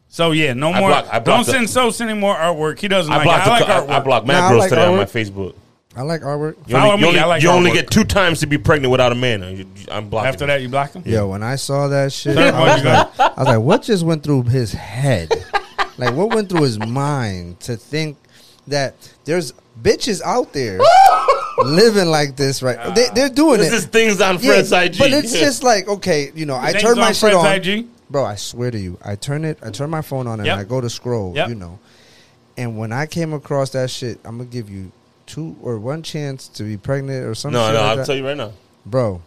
[SPEAKER 1] So yeah, no
[SPEAKER 2] I
[SPEAKER 1] more.
[SPEAKER 2] block- I block
[SPEAKER 1] don't
[SPEAKER 2] the-
[SPEAKER 1] send Sos any more artwork. He doesn't
[SPEAKER 2] I
[SPEAKER 1] like.
[SPEAKER 2] block.
[SPEAKER 1] it. I like
[SPEAKER 2] the,
[SPEAKER 1] artwork.
[SPEAKER 2] I, I block mad
[SPEAKER 3] Nah, I
[SPEAKER 2] girls
[SPEAKER 3] like
[SPEAKER 2] today on my
[SPEAKER 3] artwork.
[SPEAKER 2] Facebook.
[SPEAKER 3] I like artwork.
[SPEAKER 2] You only,
[SPEAKER 1] Follow
[SPEAKER 2] you
[SPEAKER 1] me,
[SPEAKER 2] only-
[SPEAKER 1] I like
[SPEAKER 2] you only
[SPEAKER 1] artwork.
[SPEAKER 2] get two times to be pregnant without a man. You- you- I'm blocking.
[SPEAKER 1] After that, you block him.
[SPEAKER 3] Yo, when I saw that shit,
[SPEAKER 1] Third
[SPEAKER 3] I
[SPEAKER 1] one
[SPEAKER 3] was,
[SPEAKER 1] you got.
[SPEAKER 3] like, I was like, what just went through his head? like, what went through his mind to think that there's bitches out there living like this, right? They, they're doing
[SPEAKER 2] This
[SPEAKER 3] it.
[SPEAKER 2] is things on
[SPEAKER 3] Yeah,
[SPEAKER 2] Fred's IG.
[SPEAKER 3] But it's just like, okay, you know, I
[SPEAKER 1] Things
[SPEAKER 3] turn my
[SPEAKER 1] on
[SPEAKER 3] shit
[SPEAKER 1] Fred's
[SPEAKER 3] on.
[SPEAKER 1] IG?
[SPEAKER 3] Bro, I swear to you, I turn it, I turn my phone on and
[SPEAKER 1] Yep.
[SPEAKER 3] I go to scroll,
[SPEAKER 1] Yep.
[SPEAKER 3] you know. And when I came across that shit, I'm gonna give you two or one chance to be pregnant or something.
[SPEAKER 2] no, no.
[SPEAKER 3] like
[SPEAKER 2] I'll
[SPEAKER 3] that.
[SPEAKER 2] tell you right now.
[SPEAKER 3] bro,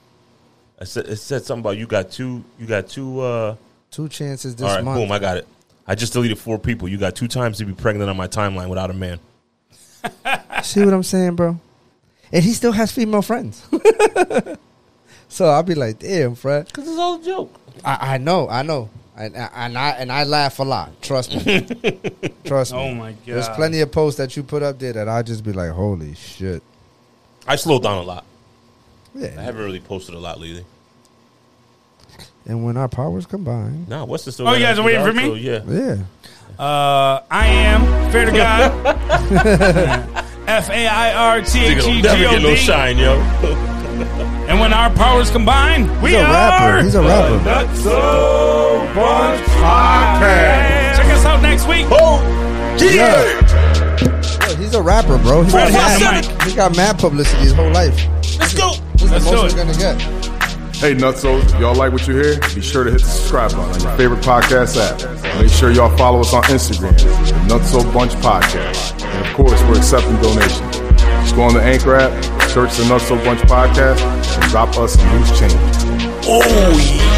[SPEAKER 2] I said, it said something about you got two. You got two. Uh,
[SPEAKER 3] two chances this
[SPEAKER 2] all right,
[SPEAKER 3] month.
[SPEAKER 2] boom. I got it. I just deleted four people. You got two times to be pregnant on my timeline without a man.
[SPEAKER 3] See what I'm saying, bro? And he still has female friends. so I'll be like, damn, Fred.
[SPEAKER 2] Because it's all a joke.
[SPEAKER 3] I, I know, I know. And, I- and I and I laugh a lot. Trust me. Trust me.
[SPEAKER 1] Oh my god.
[SPEAKER 3] There's plenty of posts that you put up there that I just be like, holy shit.
[SPEAKER 2] I slowed down a lot. I
[SPEAKER 3] Yeah.
[SPEAKER 2] haven't really posted a lot lately.
[SPEAKER 3] And when our powers combine,
[SPEAKER 2] Nah, what's the
[SPEAKER 1] Oh, you guys are waiting for me?
[SPEAKER 2] Yeah.
[SPEAKER 3] yeah.
[SPEAKER 1] Uh, I am fear to God. F A I R T H E
[SPEAKER 2] Nigga
[SPEAKER 1] G
[SPEAKER 2] don't never
[SPEAKER 1] O
[SPEAKER 2] get no
[SPEAKER 1] D.
[SPEAKER 2] shine, yo.
[SPEAKER 1] And when our powers combine, we
[SPEAKER 3] He's a
[SPEAKER 1] are.
[SPEAKER 3] rapper. He's a rapper.
[SPEAKER 1] That's so much podcast. Check us out next week.
[SPEAKER 2] Oh,
[SPEAKER 3] Yeah. Yeah, He's a rapper, bro. He got,
[SPEAKER 1] Fred has
[SPEAKER 3] mad,
[SPEAKER 1] the
[SPEAKER 3] he got mad publicity his whole life.
[SPEAKER 1] Let's go.
[SPEAKER 3] This is
[SPEAKER 1] Let's
[SPEAKER 3] the
[SPEAKER 1] do
[SPEAKER 3] most we're
[SPEAKER 1] it.
[SPEAKER 3] gonna get.
[SPEAKER 7] Hey, Nutsos, y'all like what you hear? Be sure to hit the subscribe button on your favorite podcast app. Make sure y'all follow us on Instagram, the Nutso Bunch Podcast. And of course, we're accepting donations. Just go on the Anchor app, search the Nutso Bunch Podcast, and drop us some loose change.
[SPEAKER 2] oh, yeah.